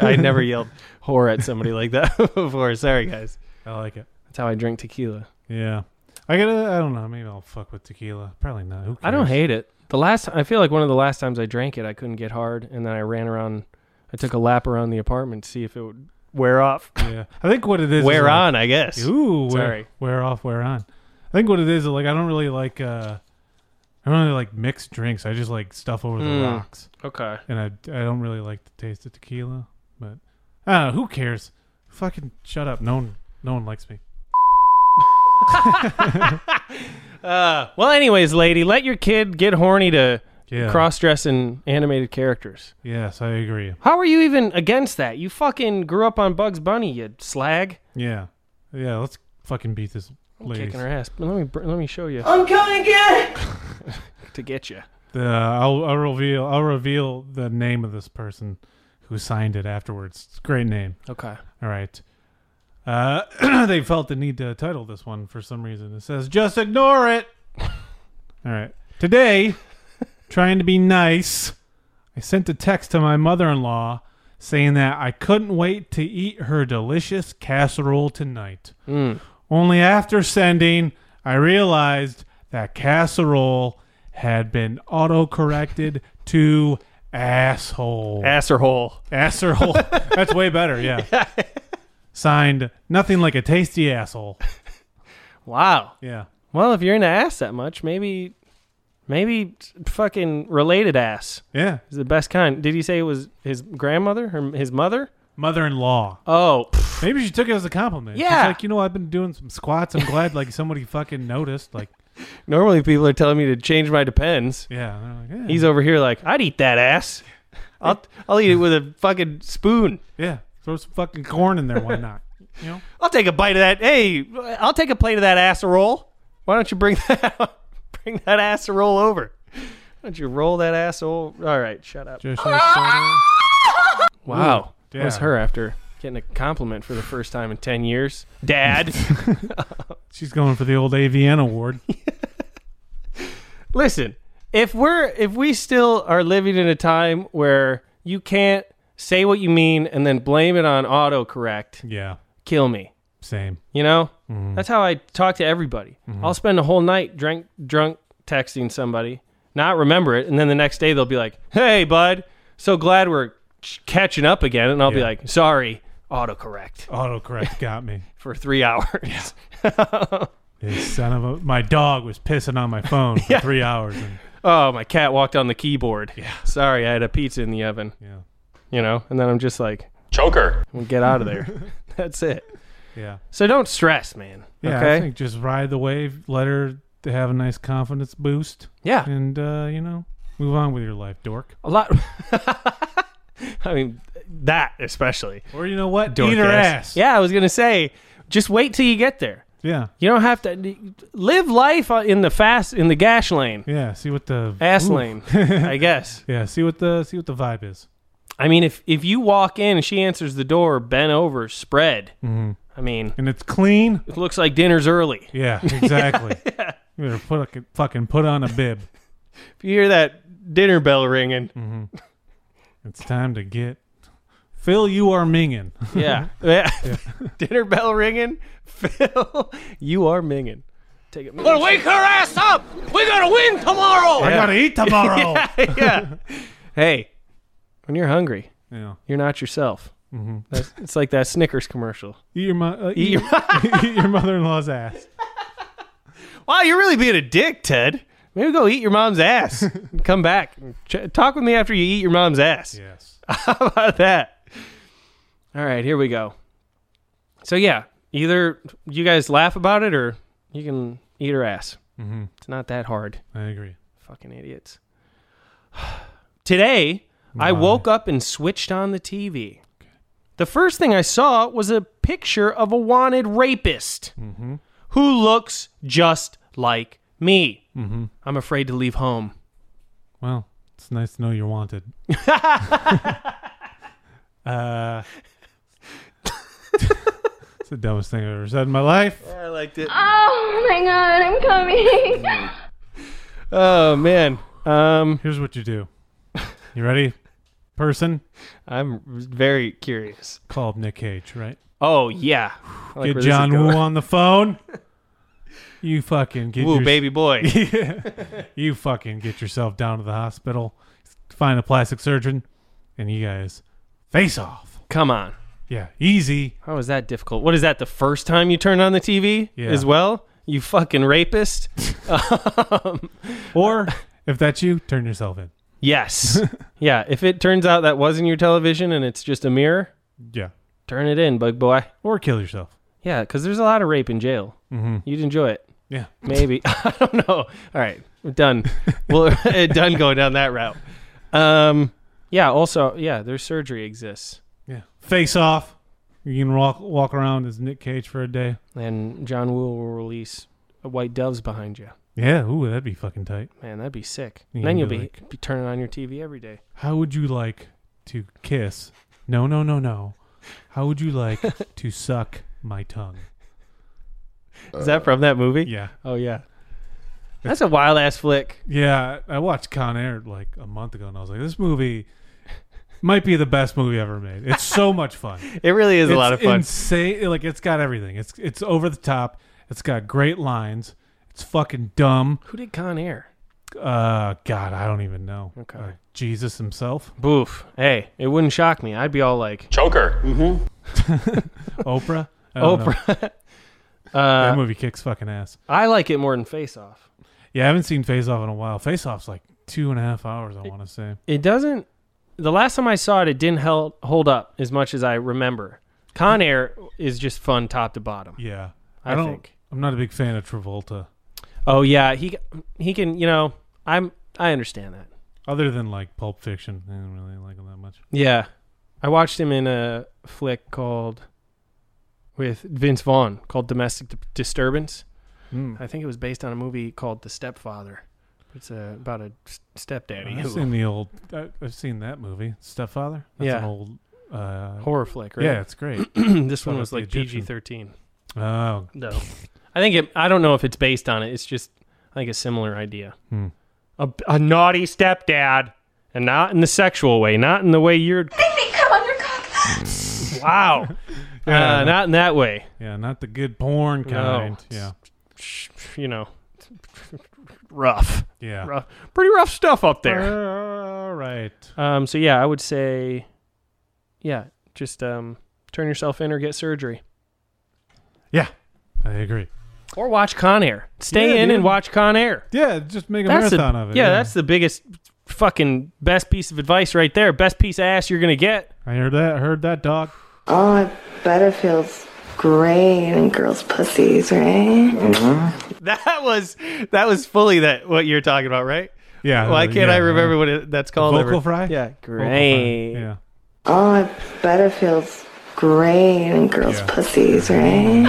Speaker 1: I never yelled whore at somebody like that before. Sorry, guys.
Speaker 2: I like it.
Speaker 1: That's how I drink tequila.
Speaker 2: Yeah, I gotta. I don't know. Maybe I'll fuck with tequila. Probably not. Who cares?
Speaker 1: I don't hate it. The last, I feel like one of the last times I drank it, I couldn't get hard, and then I ran around. I took a lap around the apartment to see if it would wear off.
Speaker 2: Yeah, I think what it is. is
Speaker 1: Wear
Speaker 2: like-
Speaker 1: on, I guess.
Speaker 2: Ooh, wear,
Speaker 1: Sorry.
Speaker 2: wear off, wear on. I think what it is is like I don't really like. uh I don't really like mixed drinks. I just like stuff over the
Speaker 1: Mm.
Speaker 2: rocks.
Speaker 1: Okay.
Speaker 2: And I, I don't really like the taste of tequila, but I don't know. Who cares? Fucking shut up. No one no one likes me.
Speaker 1: Uh, well, anyways, lady, let your kid get horny to
Speaker 2: Yeah.
Speaker 1: cross dressing animated characters.
Speaker 2: Yes, I agree.
Speaker 1: How are you even against that? You fucking grew up on Bugs Bunny, you slag.
Speaker 2: Yeah, yeah. Let's fucking beat this lady.
Speaker 1: Kicking her ass. But let me br- let me show you.
Speaker 3: I'm coming again.
Speaker 1: to get you.
Speaker 2: The, I'll, I'll reveal. I'll reveal the name of this person who signed it afterwards. It's a great name.
Speaker 1: Okay.
Speaker 2: All right. Uh, they felt the need to title this one for some reason. It says, "Just ignore it." All right. Today, trying to be nice, I sent a text to my mother-in-law saying that I couldn't wait to eat her delicious casserole tonight. Only after sending, I realized that casserole had been auto-corrected to asshole.
Speaker 1: Asserhole.
Speaker 2: Asshole. That's way better. Yeah. Signed, nothing like a tasty asshole.
Speaker 1: Wow.
Speaker 2: Yeah.
Speaker 1: Well, if you're into ass that much, maybe, maybe fucking related ass.
Speaker 2: Yeah.
Speaker 1: Is the best kind. Did he say it was his grandmother or his mother?
Speaker 2: Mother-in-law.
Speaker 1: Oh.
Speaker 2: Maybe she took it as a compliment. She's
Speaker 1: Yeah.
Speaker 2: like you know, I've been doing some squats. I'm glad like somebody fucking noticed. Like,
Speaker 1: Normally, people are telling me to change my depends.
Speaker 2: yeah. They're like, yeah.
Speaker 1: He's over here like, I'd eat that ass. I'll I'll eat it with a fucking spoon.
Speaker 2: Yeah. Throw some fucking corn in there. Why not? You know.
Speaker 1: I'll take a bite of that. Hey, I'll take a plate of that ass roll. Why don't you bring that bring that ass roll over? Why don't you roll that asshole? All right, shut up.
Speaker 2: Just like butter.
Speaker 1: Wow.
Speaker 2: Ooh,
Speaker 1: That was
Speaker 2: yeah.
Speaker 1: her after getting a compliment for the first time in 10 years. Dad.
Speaker 2: She's going for the old AVN award.
Speaker 1: Listen, if we're if we still are living in a time where you can't say what you mean and then blame it on autocorrect,
Speaker 2: Yeah.
Speaker 1: kill me.
Speaker 2: Same.
Speaker 1: You know?
Speaker 2: Mhm.
Speaker 1: That's how I talk to everybody. I'll spend a whole night drunk drunk texting somebody, not remember it, and then the next day they'll be like, "Hey, bud, so glad we're ch- catching up again." And I'll be
Speaker 2: Yeah.
Speaker 1: like, "Sorry, autocorrect."
Speaker 2: Autocorrect got me.
Speaker 1: for 3 hours.
Speaker 2: This son of a. My dog was pissing on my phone for three hours. And,
Speaker 1: oh, my cat walked on the keyboard. Yeah. Sorry, I had a pizza in the oven.
Speaker 2: Yeah.
Speaker 1: You know, and then I'm just like,
Speaker 2: Choker.
Speaker 1: "Well, get out of there." That's it.
Speaker 2: yeah.
Speaker 1: So don't stress, man.
Speaker 2: Yeah,
Speaker 1: okay?
Speaker 2: I think just ride the wave, let her to have a nice confidence boost.
Speaker 1: Yeah.
Speaker 2: And uh, you know, move on with your life, dork.
Speaker 1: a lot I mean that especially.
Speaker 2: Or you know what?
Speaker 1: Dork
Speaker 2: Eat her ass.
Speaker 1: Yeah, I was going to say just wait till you get there.
Speaker 2: Yeah.
Speaker 1: You don't have to live life in the fast in the gash lane,
Speaker 2: Yeah, see what the
Speaker 1: ass
Speaker 2: Ooh.
Speaker 1: lane, I guess.
Speaker 2: Yeah, see what the see what the vibe is.
Speaker 1: I mean if if you walk in and she answers the door, bent over, spread.
Speaker 2: Mhm.
Speaker 1: I mean,
Speaker 2: And it's clean.
Speaker 1: it looks like dinner's early.
Speaker 2: Yeah, exactly. You better put a, fucking put on a bib.
Speaker 1: If you hear that dinner bell ringing,
Speaker 2: It's time to get Phil. You are minging.
Speaker 1: yeah. yeah. dinner bell ringing, Phil, you are minging. Take it.
Speaker 3: Well, wake her ass up. We're gonna win tomorrow.
Speaker 2: I gotta eat tomorrow.
Speaker 1: yeah, yeah. Hey, when you're hungry,
Speaker 2: Yeah.
Speaker 1: you're not yourself.
Speaker 2: Mm-hmm.
Speaker 1: That's, it's like that Snickers commercial.
Speaker 2: Eat your mo- uh,
Speaker 1: Eat
Speaker 2: eat,
Speaker 1: your-
Speaker 2: your, eat your mother-in-law's ass.
Speaker 1: Wow, you're really being a dick, Ted. Maybe go eat your mom's ass. and come back. and Ch- talk with me after you eat your mom's ass.
Speaker 2: Yes.
Speaker 1: How about that? All right, here we go. So, yeah, either you guys laugh about it or you can eat her ass.
Speaker 2: Mm-hmm.
Speaker 1: It's not that hard.
Speaker 2: I agree.
Speaker 1: Fucking idiots. Today, I woke up and switched on the TV. The first thing I saw was a picture of a wanted rapist
Speaker 2: Mm-hmm.
Speaker 1: who looks just like me.
Speaker 2: Mm-hmm.
Speaker 1: I'm afraid to leave home.
Speaker 2: Well, it's nice to know you're wanted. uh, it's the dumbest thing I've ever said in my life.
Speaker 1: I liked it.
Speaker 3: Oh my god, I'm coming.
Speaker 1: Oh man. Um
Speaker 2: Here's what you do. You ready? Person
Speaker 1: I'm very curious.
Speaker 2: called Nick Cage, right?
Speaker 1: Oh yeah. I like where
Speaker 2: get
Speaker 1: this
Speaker 2: John
Speaker 1: is
Speaker 2: Woo
Speaker 1: going.
Speaker 2: on the phone. You fucking get
Speaker 1: Woo,
Speaker 2: your-
Speaker 1: baby boy.
Speaker 2: Yeah. you fucking get yourself down to the hospital, find a plastic surgeon, and you guys face off.
Speaker 1: Come on.
Speaker 2: Yeah, easy.
Speaker 1: How is that difficult? What is that? The first time you turned on the TV
Speaker 2: Yeah.
Speaker 1: as well? You fucking rapist. um,
Speaker 2: or if that's you, turn yourself in.
Speaker 1: yes, yeah. If it turns out that wasn't your television and it's just a mirror,
Speaker 2: Yeah.
Speaker 1: turn it in, bug boy.
Speaker 2: Or kill yourself.
Speaker 1: Yeah, because there's a lot of rape in jail.
Speaker 2: Mhm.
Speaker 1: You'd enjoy it.
Speaker 2: Yeah.
Speaker 1: Maybe. I don't know. All right. We're done. Well, done going down that route. Um, yeah. Also, yeah, their surgery exists.
Speaker 2: Yeah. Face off. You can walk walk around as Nick Cage for a day.
Speaker 1: And John Woo will release white doves behind you.
Speaker 2: Yeah, ooh, that'd be fucking tight.
Speaker 1: Man, that'd be sick.
Speaker 2: You
Speaker 1: And then
Speaker 2: can
Speaker 1: you'll
Speaker 2: be
Speaker 1: be, be turning on your TV every day.
Speaker 2: How would you like to kiss? No, no, no, no. How would you like to suck my tongue?
Speaker 1: Is that from that movie?
Speaker 2: Yeah.
Speaker 1: Oh, yeah. That's a wild ass flick.
Speaker 2: Yeah, I watched Con Air like a month ago, and I was like, this movie might be the best movie ever made. It's so much fun.
Speaker 1: It really is a lot of fun.
Speaker 2: Insane, like it's got everything. It's it's over the top. It's got great lines. It's fucking dumb.
Speaker 1: Who did Con Air?
Speaker 2: Uh, God, I don't even know.
Speaker 1: Okay.
Speaker 2: Uh, Jesus himself,
Speaker 1: Boof. Hey, it wouldn't shock me. I'd be all like, Choker. Mm-hmm.
Speaker 2: Oprah, I don't know.
Speaker 1: Oprah.
Speaker 2: that
Speaker 1: uh,
Speaker 2: movie kicks fucking ass.
Speaker 1: I like it more than Face Off.
Speaker 2: Yeah, I haven't seen Face Off in a while. Face Off's like two and a half hours. I want to say.
Speaker 1: It doesn't. The last time I saw it, it didn't held, hold up as much as I remember. Con Air is just fun top to bottom.
Speaker 2: Yeah,
Speaker 1: I,
Speaker 2: I don't.
Speaker 1: think.
Speaker 2: I'm not a big fan of Travolta.
Speaker 1: Oh yeah, he he can. You know, I'm I understand that.
Speaker 2: Other than like Pulp Fiction, I don't really like him that much.
Speaker 1: Yeah, I watched him in a flick called with Vince Vaughn called Domestic D- Disturbance.
Speaker 2: Hmm.
Speaker 1: I think it was based on a movie called The Stepfather. It's a, about a s- stepdaddy.
Speaker 2: I've
Speaker 1: who-
Speaker 2: seen the old. I, I've seen that movie, Stepfather. That's
Speaker 1: Yeah.
Speaker 2: an old uh,
Speaker 1: Horror flick, right?
Speaker 2: Yeah, it's great.
Speaker 1: this
Speaker 2: Thought
Speaker 1: one
Speaker 2: it
Speaker 1: was
Speaker 2: the
Speaker 1: like PG
Speaker 2: Egyptian.
Speaker 1: thirteen.
Speaker 2: Oh,
Speaker 1: No, I think it. I don't know if it's based on it. It's just I think a similar idea.
Speaker 2: Hmm.
Speaker 1: A, a naughty stepdad, and not in the sexual way, not in the way you're.
Speaker 3: Come on, your cock.
Speaker 1: wow,
Speaker 2: Yeah.
Speaker 1: uh, not in that way.
Speaker 2: yeah, not the good porn kind. Yeah,
Speaker 1: you know, rough.
Speaker 2: Yeah.
Speaker 1: rough, pretty rough stuff up there.
Speaker 2: All right.
Speaker 1: Um. So yeah, I would say, yeah, just um, turn yourself in or get surgery,
Speaker 2: Yeah, I agree.
Speaker 1: or watch Con Air. Stay
Speaker 2: Yeah,
Speaker 1: in and
Speaker 2: dude.
Speaker 1: watch Con Air.
Speaker 2: Yeah, just make a
Speaker 1: the-
Speaker 2: marathon of it.
Speaker 1: Yeah, that's the biggest fucking best piece of advice right there. Best piece of ass you're gonna get.
Speaker 2: I heard that. Heard that dog.
Speaker 17: Oh, I bet it feels great in girls' pussies, right?
Speaker 1: That was that was fully that what you're talking about, right?
Speaker 2: Yeah.
Speaker 1: Why can't
Speaker 2: Uh, yeah,
Speaker 1: I remember what it, that's called?
Speaker 2: vocal
Speaker 1: ever?
Speaker 2: fry?
Speaker 1: Yeah.
Speaker 2: Vocal fry,
Speaker 1: Great.
Speaker 2: Yeah.
Speaker 17: Oh, I bet it feels great in girls' pussies, right?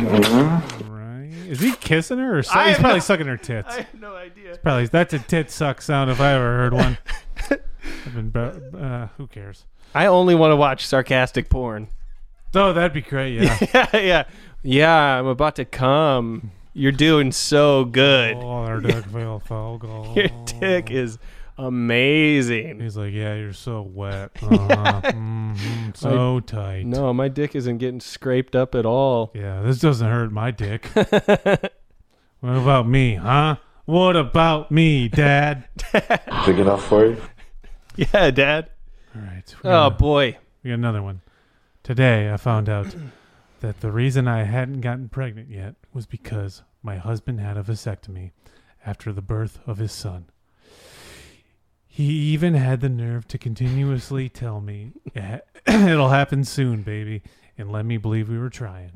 Speaker 2: Is he kissing her or su-
Speaker 1: I
Speaker 2: he's
Speaker 1: have
Speaker 2: probably
Speaker 1: no-
Speaker 2: sucking her tits?
Speaker 1: I have no idea.
Speaker 2: It's probably that's a tit suck sound if I ever heard one. I've been bu- uh, who cares?
Speaker 1: I only want to watch sarcastic porn.
Speaker 2: Oh, that'd be great. Yeah.
Speaker 1: yeah, yeah. Yeah, I'm about to come. You're doing so good.
Speaker 2: Oh, our dick fell fall goal.
Speaker 1: Your dick is amazing.
Speaker 2: He's like, yeah, you're so wet. Uh-huh. Mhm. So tight.
Speaker 1: No, my dick isn't getting scraped up at all.
Speaker 2: Yeah, this doesn't hurt my dick. what about me, huh? What about me, Dad?
Speaker 1: Big enough for you? Yeah, Dad.
Speaker 2: All right. we
Speaker 1: Oh
Speaker 2: got-
Speaker 1: boy.
Speaker 2: We got another one. Today, I found out that the reason I hadn't gotten pregnant yet was because my husband had a vasectomy after the birth of his son. He even had the nerve to continuously tell me "Eh, it'll happen soon, baby, and let me believe we were trying.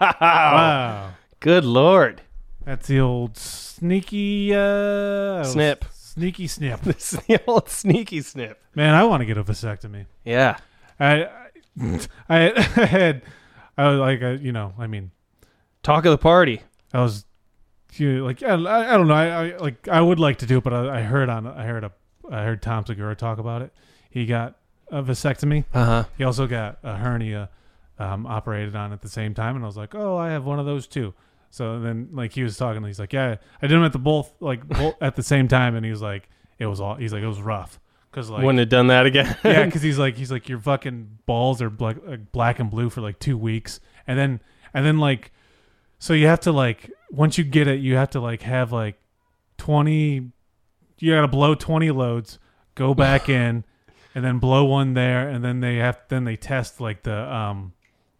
Speaker 2: wow.
Speaker 1: Good lord.
Speaker 2: That's the old sneaky uh,
Speaker 1: Snip.
Speaker 2: Sneaky snip.
Speaker 1: This is the old sneaky snip.
Speaker 2: Man, I want to get a vasectomy.
Speaker 1: Yeah.
Speaker 2: I I, I had I was like uh, you know I mean
Speaker 1: Talk of the party.
Speaker 2: I was you know, like I, I I don't know I, I like I would like to do it but I, I heard on I heard a I heard Tom Segura talk about it he got a vasectomy
Speaker 1: Uh-huh.
Speaker 2: he also got a hernia um, operated on at the same time and I was like oh I have one of those too so then like he was talking he's like yeah I did them at the both like both at the same time and he was like it was all he's like it was rough because like
Speaker 1: Wouldn't have done that again.
Speaker 2: yeah, because he's like he's like your fucking balls are black, like black and blue for like two weeks, and then and then like so you have to like once you get it, you have to like have like twenty. You gotta blow twenty loads, go back in, and then blow one there, and then they have then they test like the um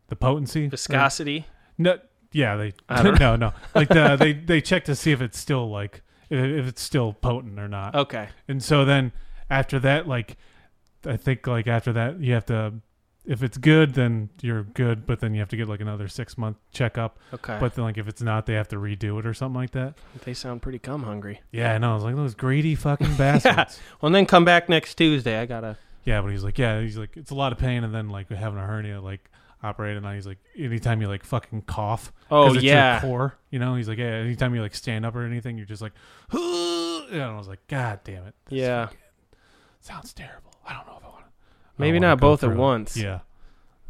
Speaker 2: the potency
Speaker 1: Viscosity?
Speaker 2: No, yeah, they
Speaker 1: I don't know.
Speaker 2: no no like the they they check to see if it's still like if, if it's still potent or not.
Speaker 1: Okay.
Speaker 2: and so then after that, like I think like after that you have to. If it's good, then you're good, but then you have to get like another six month checkup.
Speaker 1: Okay.
Speaker 2: But then, like, if it's not, they have to redo it or something like that.
Speaker 1: They sound pretty cum hungry.
Speaker 2: Yeah, I know. I was like, those greedy fucking bastards.
Speaker 1: Yeah. Well, and then come back next Tuesday. I gotta.
Speaker 2: Yeah, but he's like, yeah, he's like, it's a lot of pain, and then like having a hernia, like operated on. He's like, anytime you like fucking cough, 'cause
Speaker 1: Oh,
Speaker 2: it's
Speaker 1: yeah.
Speaker 2: your core, you know. He's like, yeah, anytime you like stand up or anything, you're just like, and I was like, god damn it, this
Speaker 1: yeah.
Speaker 2: sounds terrible. I don't know if I want to.
Speaker 1: Maybe not both at once.
Speaker 2: Yeah,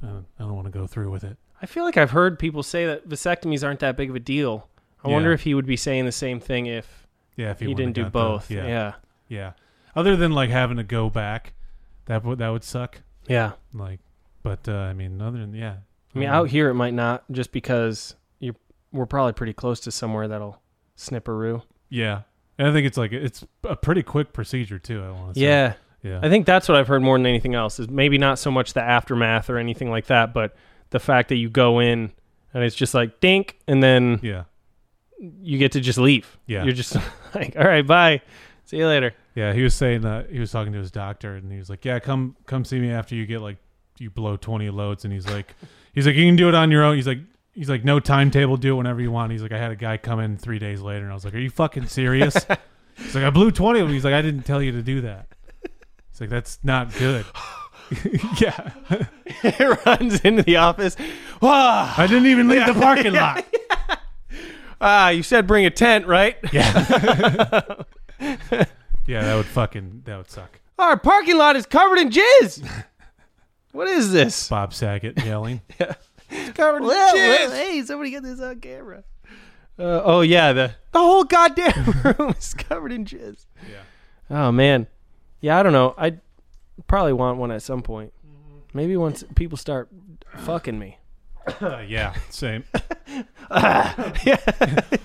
Speaker 2: I don't, I don't want to go through with it.
Speaker 1: I feel like I've heard people say that vasectomies aren't that big of a deal. I
Speaker 2: Yeah.
Speaker 1: wonder if he would be saying the same thing if
Speaker 2: Yeah, if
Speaker 1: he,
Speaker 2: you
Speaker 1: didn't
Speaker 2: wouldn't
Speaker 1: do
Speaker 2: have got
Speaker 1: both.
Speaker 2: the-
Speaker 1: yeah.
Speaker 2: yeah, yeah. Other than like having to go back, that would that would suck.
Speaker 1: Yeah.
Speaker 2: like, but uh, I mean, other than yeah,
Speaker 1: I mean,
Speaker 2: Um,
Speaker 1: out here it might not, just because you we're probably pretty close to somewhere that'll snipperoo.
Speaker 2: Yeah, and I think it's like it's a pretty quick procedure too. I want to say.
Speaker 1: Yeah.
Speaker 2: yeah.
Speaker 1: I think that's what I've heard more than anything else is maybe not so much the aftermath or anything like that, but the fact that you go in and it's just like dink and then
Speaker 2: yeah.
Speaker 1: you get to just leave.
Speaker 2: Yeah.
Speaker 1: You're just like, all right, bye. See you later.
Speaker 2: Yeah, he was saying that he was talking to his doctor, and he was like, "Yeah, come come see me after you get like you blow twenty loads." And he's like, he's like, "You can do it on your own." He's like, he's like, "No timetable, do it whenever you want." He's like, "I had a guy come in three days later, and I was like, are you fucking serious?" he's like, "I blew twenty of them." He's like, "I didn't tell you to do that." He's like, "That's not good." yeah,
Speaker 1: it runs into the office. I
Speaker 2: didn't even leave the parking lot.
Speaker 1: Ah, you said bring a tent, right?
Speaker 2: Yeah. yeah, that would fucking that would suck.
Speaker 1: Our parking lot is covered in jizz. What is this?
Speaker 2: Bob Saget yelling.
Speaker 1: covered in jizz. hey, somebody get this on camera. Uh, oh yeah, the the whole goddamn room is covered in jizz.
Speaker 2: Yeah.
Speaker 1: Oh man. Yeah, I don't know. I probably want one at some point. Maybe once people start fucking me.
Speaker 2: Uh, yeah, same.
Speaker 1: yeah.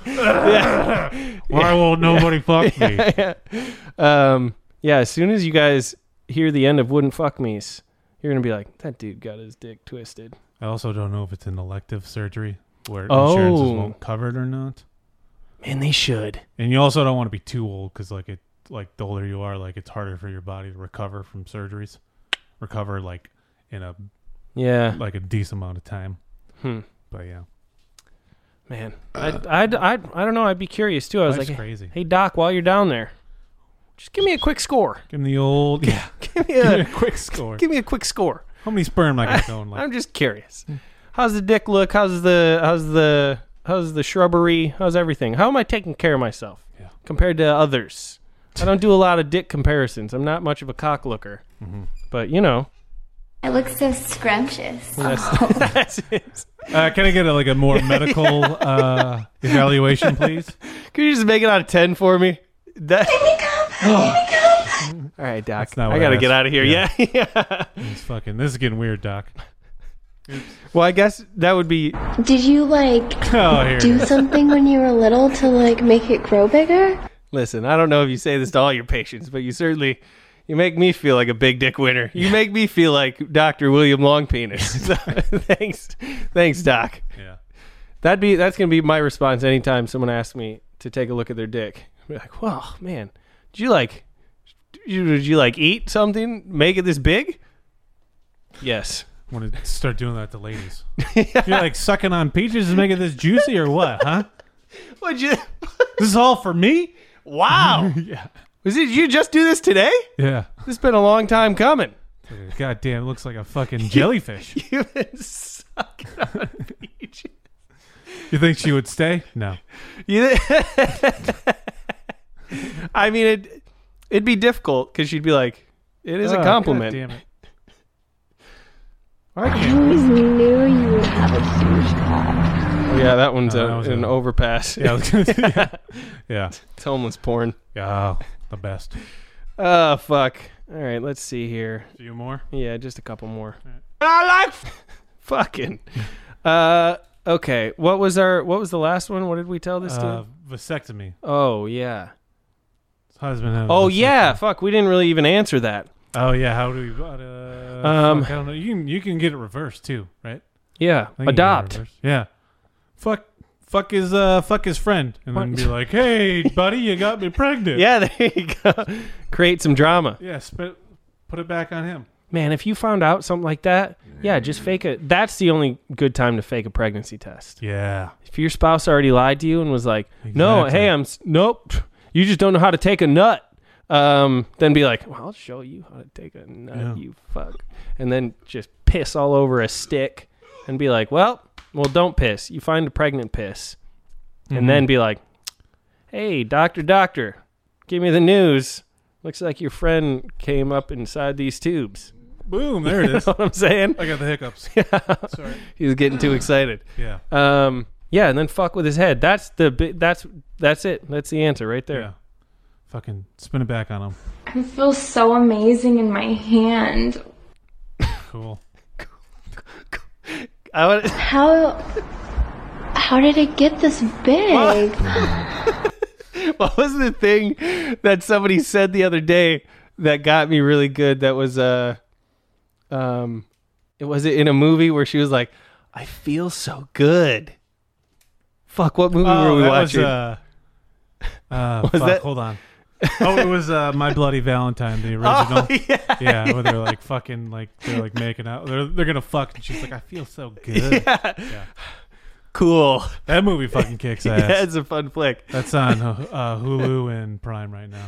Speaker 1: yeah.
Speaker 2: Why won't nobody fuck me?
Speaker 1: Yeah, yeah. Um, yeah, as soon as you guys hear the end of Wouldn't Fuck Me's, you're going to be like, that dude got his dick twisted.
Speaker 2: I also don't know if it's an elective surgery where
Speaker 1: Oh.
Speaker 2: insurances won't cover it or not.
Speaker 1: Man, they should.
Speaker 2: And you also don't want to be too old because, like, it like the older you are, like it's harder for your body to recover from surgeries, recover like in a
Speaker 1: Yeah.
Speaker 2: like a decent amount of time.
Speaker 1: Hmm.
Speaker 2: But yeah,
Speaker 1: Man, I, I, I, I don't know. I'd be curious too. I was
Speaker 2: Life's
Speaker 1: like,
Speaker 2: crazy.
Speaker 1: hey, Doc, while you're down there, just give me a quick score.
Speaker 2: give him the old yeah.
Speaker 1: Give me
Speaker 2: Give
Speaker 1: a,
Speaker 2: me a quick score.
Speaker 1: Give me a quick score.
Speaker 2: How many sperm am I got going? Like
Speaker 1: I'm just curious.
Speaker 2: Hmm.
Speaker 1: How's the dick look? How's the how's the how's the shrubbery? How's everything? How am I taking care of myself compared to others? I don't do a lot of dick comparisons. I'm not much of a cock looker,
Speaker 2: Mm-hmm.
Speaker 1: but you know,
Speaker 18: It looks so scrumptious.
Speaker 1: that's, that's it.
Speaker 2: Uh, can I get a, like a more medical uh, evaluation, please?
Speaker 1: Can you just make it out of ten for me? That. All right, Doc.
Speaker 2: That's not what
Speaker 1: I gotta get
Speaker 2: asked.
Speaker 1: out of here. Yeah. yeah.
Speaker 2: It's fucking. This is getting weird, Doc.
Speaker 1: Well, I guess that would be.
Speaker 17: Did you like
Speaker 2: Oh, here it
Speaker 17: do
Speaker 2: is.
Speaker 17: something when you were little to like make it grow bigger?
Speaker 1: Listen, I don't know if you say this to all your patients, but you certainly you make me feel like a big dick winner. You make me feel like Doctor William Longpenis. So, thanks, thanks, Doc.
Speaker 2: Yeah.
Speaker 1: That'd be that's gonna be my response anytime someone asks me to take a look at their dick. I'd be like, "Well, man, did you like, did you, did you like eat something? Make it this big?" Yes.
Speaker 2: Want to start doing that to ladies? You're like sucking on peaches and making this juicy or what, huh?
Speaker 1: Would you?
Speaker 2: This is all for me?
Speaker 1: Wow.
Speaker 2: yeah.
Speaker 1: Was it you just do this today?
Speaker 2: Yeah.
Speaker 1: This has been a long time coming.
Speaker 2: God damn, it looks like a fucking jellyfish.
Speaker 1: You've been sucking on peaches.
Speaker 2: You think she would stay? No.
Speaker 1: You, I mean, it, it'd be difficult because she'd be like, it is
Speaker 2: Oh,
Speaker 1: a
Speaker 2: God
Speaker 1: compliment.
Speaker 2: damn it.
Speaker 17: I always knew you would have a huge cock.
Speaker 1: Oh, yeah, that one's
Speaker 2: Uh,
Speaker 1: a,
Speaker 2: that was
Speaker 1: an
Speaker 2: a-
Speaker 1: overpass.
Speaker 2: Yeah. I was gonna say- yeah. yeah.
Speaker 1: It's homeless porn.
Speaker 2: Yeah, the best.
Speaker 1: Oh, fuck. All right, let's see here.
Speaker 2: A few more.
Speaker 1: Yeah, just a couple more. Ah,
Speaker 2: I like.
Speaker 1: Fucking. Uh, okay. What was our? What was the last one? What did we tell this
Speaker 2: Uh,
Speaker 1: to?
Speaker 2: vasectomy.
Speaker 1: Oh yeah.
Speaker 2: Husband. had a
Speaker 1: Oh
Speaker 2: vasectomy.
Speaker 1: yeah. Fuck. We didn't really even answer that.
Speaker 2: Oh yeah, how do we? Uh,
Speaker 1: Um,
Speaker 2: fuck, I don't know. You can you can get it reversed too, right?
Speaker 1: Yeah,
Speaker 2: I think you can
Speaker 1: adopt.
Speaker 2: get it reversed. Yeah, fuck, fuck his uh, fuck his friend, and then
Speaker 1: What?
Speaker 2: be like, hey, buddy, you got me pregnant.
Speaker 1: Yeah, there you go. Create some drama.
Speaker 2: Yes, but put it back on him.
Speaker 1: Man, if you found out something like that, yeah, just fake it. That's the only good time to fake a pregnancy test.
Speaker 2: Yeah.
Speaker 1: If your spouse already lied to you and was like, "No,
Speaker 2: Exactly.
Speaker 1: hey, I'm s- nope. You just don't know how to take a nut." Um, then be like, "Well, I'll show you how to take a nut,
Speaker 2: Yeah.
Speaker 1: you fuck." And then just piss all over a stick and be like, "Well, well, don't piss. You find a pregnant piss."
Speaker 2: Mhm.
Speaker 1: And then be like, "Hey, doctor, doctor, give me the news. Looks like your friend came up inside these tubes."
Speaker 2: Boom, there it
Speaker 1: You
Speaker 2: is.
Speaker 1: know what I'm saying?
Speaker 2: I got the hiccups. Sorry.
Speaker 1: He was getting too excited.
Speaker 2: Yeah.
Speaker 1: Um. Yeah, and then fuck with his head. That's the bi- that's that's it. That's the answer right there.
Speaker 2: Fucking spin it back on him.
Speaker 18: I feel so amazing in my hand.
Speaker 2: Cool.
Speaker 1: I would.
Speaker 18: How how did it get this big?
Speaker 1: what was the thing that somebody said the other day that got me really good? That was uh, um, it was it in a movie where she was like, "I feel so good." Fuck, what movie
Speaker 2: Oh,
Speaker 1: were we
Speaker 2: that
Speaker 1: watching?
Speaker 2: Was, uh, uh,
Speaker 1: Was
Speaker 2: fuck,
Speaker 1: that- Oh,
Speaker 2: Hold on. oh, it was uh, My Bloody Valentine, the original.
Speaker 1: yeah,
Speaker 2: where they're like fucking, like they're like making out. They're they're gonna fuck, and she's like, I feel so good.
Speaker 1: Yeah. Cool.
Speaker 2: That movie fucking kicks ass.
Speaker 1: Yeah, it's a fun flick.
Speaker 2: That's on uh, Hulu and Prime right now.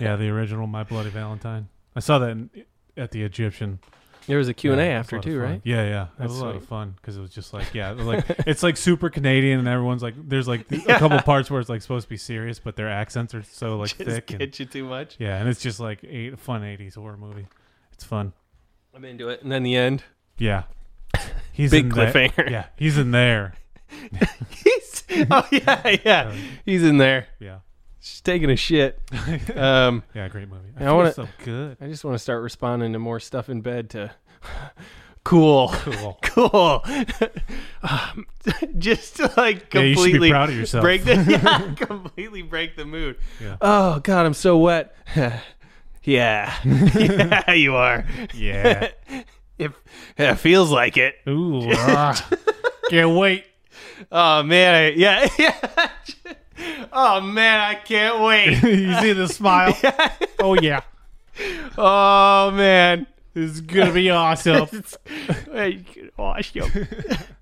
Speaker 2: yeah, the original My Bloody Valentine. I saw that in, at the Egyptian.
Speaker 1: There was a Q&A
Speaker 2: it was
Speaker 1: after
Speaker 2: lot of
Speaker 1: too,
Speaker 2: fun.
Speaker 1: right?
Speaker 2: Yeah, yeah. That
Speaker 1: That's
Speaker 2: was a lot
Speaker 1: sweet.
Speaker 2: of fun because it was just like, yeah, it was like it's like super Canadian, and everyone's like, there's like a couple parts where it's like supposed to be serious, but their accents are so like
Speaker 1: Just
Speaker 2: thick. and-
Speaker 1: get you too much.
Speaker 2: Yeah, and it's just like a fun '80s horror movie. It's fun.
Speaker 1: I'm into it. And then the end.
Speaker 2: Yeah, he's
Speaker 1: Big
Speaker 2: in there-
Speaker 1: cliffhanger.
Speaker 2: Yeah, he's in there.
Speaker 1: he's oh yeah yeah he's in there
Speaker 2: Yeah.
Speaker 1: she's taking a shit um
Speaker 2: Yeah, great movie. I
Speaker 1: and
Speaker 2: feel
Speaker 1: wanna-
Speaker 2: so good.
Speaker 1: i just want to start responding to more stuff in bed to cool
Speaker 2: Cool.
Speaker 1: cool Um, just to like
Speaker 2: Yeah, you should be
Speaker 1: completely
Speaker 2: proud of yourself.
Speaker 1: break the yeah, completely break the mood
Speaker 2: Yeah.
Speaker 1: oh god i'm so wet yeah yeah you are
Speaker 2: Yeah.
Speaker 1: if yeah, feels like it
Speaker 2: Ooh, ah. can't wait.
Speaker 1: Oh man, I, yeah, yeah. oh man, I can't wait.
Speaker 2: you see the smile? Oh yeah,
Speaker 1: oh man,
Speaker 2: this is gonna be awesome.
Speaker 1: awesome.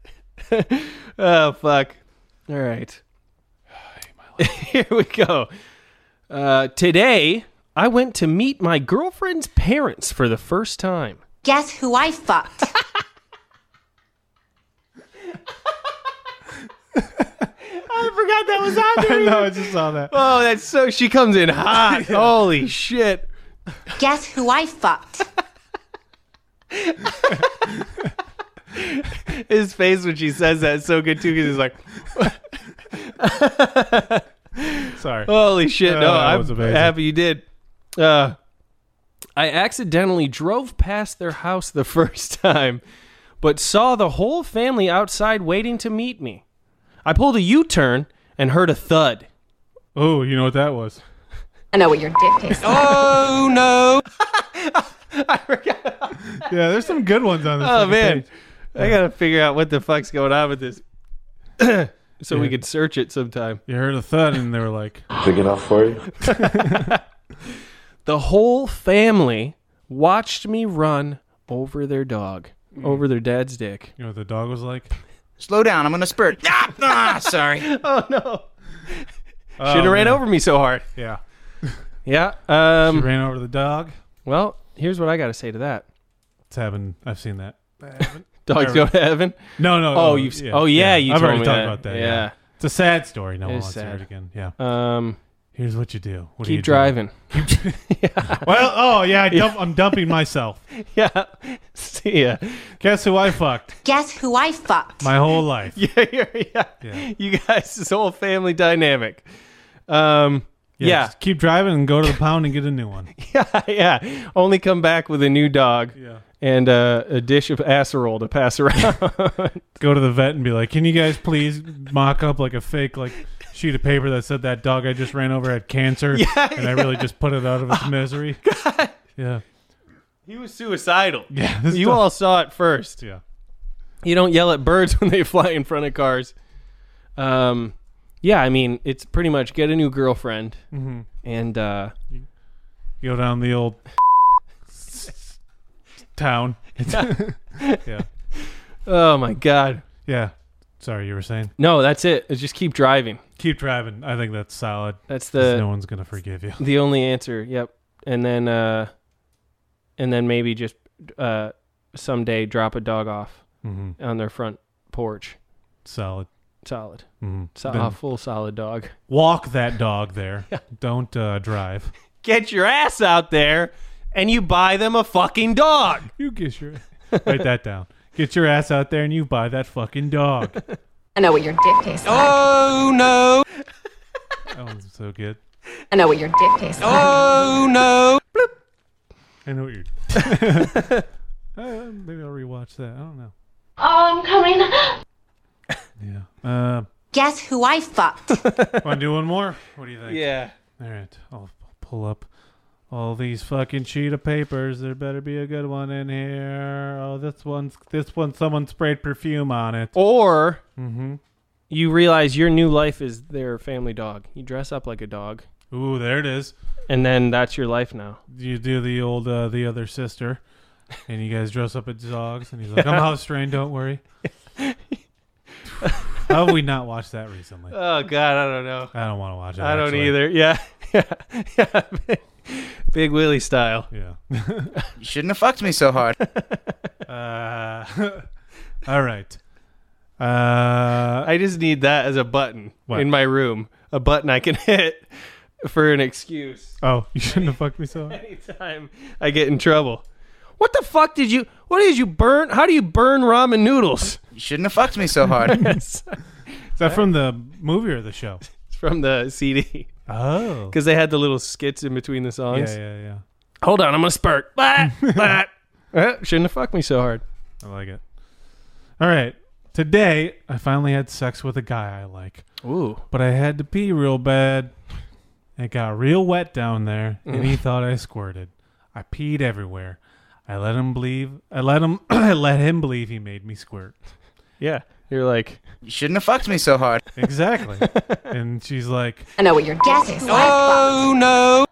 Speaker 1: oh fuck. All right. Here we go. Uh, today, I went to meet my girlfriend's parents for the first time.
Speaker 19: Guess who I fucked?
Speaker 1: I forgot that was on
Speaker 2: I know. I just saw that.
Speaker 1: Oh, that's so. She comes in hot. Holy shit.
Speaker 19: Guess who I fucked?
Speaker 1: His face when she says that is so good too because he's like,
Speaker 2: Sorry.
Speaker 1: "Holy shit!
Speaker 2: Uh,
Speaker 1: No,
Speaker 2: that
Speaker 1: I'm
Speaker 2: was amazing.
Speaker 1: happy you did." Uh, I accidentally drove past their house the first time, but saw the whole family outside waiting to meet me. I pulled a U-turn and heard a thud.
Speaker 2: Oh, you know what that was?
Speaker 20: I know what your dick tastes like.
Speaker 1: Oh no!
Speaker 2: Yeah, there's some good ones on this.
Speaker 1: Oh
Speaker 2: fucking
Speaker 1: man,
Speaker 2: page.
Speaker 1: I gotta figure out what the fuck's going on with this, so we could search it sometime.
Speaker 2: You heard a thud, and they were like,
Speaker 6: Big enough for you?
Speaker 1: the whole family watched me run over their dog,
Speaker 2: Mm.
Speaker 1: over their dad's dick.
Speaker 2: you know what the dog was like?
Speaker 21: Slow down. I'm going to spurt. Ah, ah, sorry.
Speaker 1: Oh no!
Speaker 2: Oh,
Speaker 1: Should have ran
Speaker 2: man.
Speaker 1: over me so hard.
Speaker 2: Yeah.
Speaker 1: Yeah. Um,
Speaker 2: she ran over the dog.
Speaker 1: Well, here's what I got to say to that.
Speaker 2: It's heaven. I've seen that.
Speaker 1: Dogs go to heaven.
Speaker 2: No, no.
Speaker 1: Oh,
Speaker 2: no,
Speaker 1: you've. s oh yeah, you.
Speaker 2: I've
Speaker 1: told
Speaker 2: already
Speaker 1: me
Speaker 2: talked
Speaker 1: that.
Speaker 2: about that. Yeah.
Speaker 1: Yeah.
Speaker 2: It's a sad story. No
Speaker 1: It
Speaker 2: one
Speaker 1: is
Speaker 2: wants to hear
Speaker 1: sad.
Speaker 2: it again. Yeah.
Speaker 1: Um,
Speaker 2: Here's what you do. What do you
Speaker 1: keep
Speaker 2: do?
Speaker 1: driving.
Speaker 2: Well, oh yeah, I dump, I'm dumping myself.
Speaker 1: yeah. See ya.
Speaker 2: Guess who I fucked
Speaker 19: Guess who I fucked?
Speaker 2: my whole life?
Speaker 1: yeah, yeah, yeah.
Speaker 2: Yeah.
Speaker 1: You guys, this whole family dynamic. Um, yeah,
Speaker 2: just keep driving and go to the pound and get a new one.
Speaker 1: yeah, yeah. Only come back with a new dog
Speaker 2: Yeah.
Speaker 1: and uh, a dish of casserole to pass around.
Speaker 2: Go to the vet and be like, "Can you guys please mock up like a fake like sheet of paper that said that dog I just ran over had cancer and I really just put it out of its misery?" Yeah.
Speaker 1: He was suicidal.
Speaker 2: Yeah,
Speaker 1: you
Speaker 2: this stuff-
Speaker 1: all saw it first.
Speaker 2: Yeah.
Speaker 1: You don't yell at birds when they fly in front of cars. Um, yeah, I mean, it's pretty much get a new girlfriend
Speaker 2: Mhm.
Speaker 1: and uh,
Speaker 2: go down the old town. yeah.
Speaker 1: Oh my god.
Speaker 2: Yeah. Sorry, you were saying.
Speaker 1: No, that's it. It's just keep driving.
Speaker 2: Keep driving. I think that's solid.
Speaker 1: That's
Speaker 2: 'Cause
Speaker 1: the
Speaker 2: no one's gonna forgive you.
Speaker 1: The only answer. Yep. And then uh and then maybe just uh someday drop a dog off
Speaker 2: Mhm.
Speaker 1: on their front porch.
Speaker 2: Solid.
Speaker 1: Solid.
Speaker 2: Mhm.
Speaker 1: So,
Speaker 2: Then-
Speaker 1: a full solid dog.
Speaker 2: Walk that dog there. Don't uh, drive.
Speaker 1: Get your ass out there and you buy them a fucking dog.
Speaker 2: You get your Write that down. Get your ass out there and you buy that fucking dog.
Speaker 20: I know what your dick tastes like.
Speaker 2: Oh, no. That one's so good.
Speaker 20: I know what your dick tastes like.
Speaker 2: no. I know what you're. Uh, maybe I'll rewatch that. I don't know.
Speaker 19: Oh, I'm coming.
Speaker 2: Uh,
Speaker 19: Guess who I fucked?
Speaker 2: Want to do one more? What do you think?
Speaker 1: Yeah.
Speaker 2: All right. I'll pull up all these fucking sheet of papers. There better be a good one in here. Oh, this one's this one. Someone sprayed perfume on it.
Speaker 1: Or Mm-hmm.
Speaker 2: Mhm.
Speaker 1: you realize your new life is their family dog. You dress up like a dog.
Speaker 2: Ooh, there it is.
Speaker 1: And then that's your life now.
Speaker 2: You do the old uh, the other sister, and you guys dress up as dogs. And he's like, "I'm house trained. Don't worry." How have we not watched that recently?
Speaker 1: Oh God, I don't know.
Speaker 2: I don't want to watch it.
Speaker 1: I don't
Speaker 2: actually.
Speaker 1: either. Yeah. yeah. Big Willie style.
Speaker 2: Yeah.
Speaker 21: You shouldn't have fucked me so hard.
Speaker 2: Uh, all right. Uh,
Speaker 1: I just need that as a button in my room. A button I can hit for an excuse.
Speaker 2: Oh, you shouldn't have fucked me so hard.
Speaker 1: Anytime I get in trouble. What the fuck did you what did you burn? How do you burn ramen noodles?
Speaker 21: You shouldn't have fucked me so hard.
Speaker 1: Yes.
Speaker 2: Is that from the movie or the show?
Speaker 1: It's from the CD.
Speaker 2: Oh.
Speaker 1: Because they had the little skits in between the
Speaker 2: Yeah,
Speaker 1: songs.
Speaker 2: yeah, yeah.
Speaker 1: Hold on, I'm gonna spurt. Bah, bah. Eh, shouldn't have fucked me so hard.
Speaker 2: I like it. All right. Today, I finally had sex with a guy I like.
Speaker 1: Ooh.
Speaker 2: But I had to pee real bad. It got real wet down there, and
Speaker 1: Mm.
Speaker 2: he thought I squirted. I peed everywhere. I let him believe. I let him. I let him believe he made me squirt.
Speaker 1: Yeah. You're like,
Speaker 21: you shouldn't have fucked me so hard.
Speaker 2: Exactly. and she's like,
Speaker 20: I know what your dick
Speaker 19: Guess
Speaker 20: tastes
Speaker 19: who
Speaker 20: like.
Speaker 1: Oh,
Speaker 19: I fucked?
Speaker 2: no.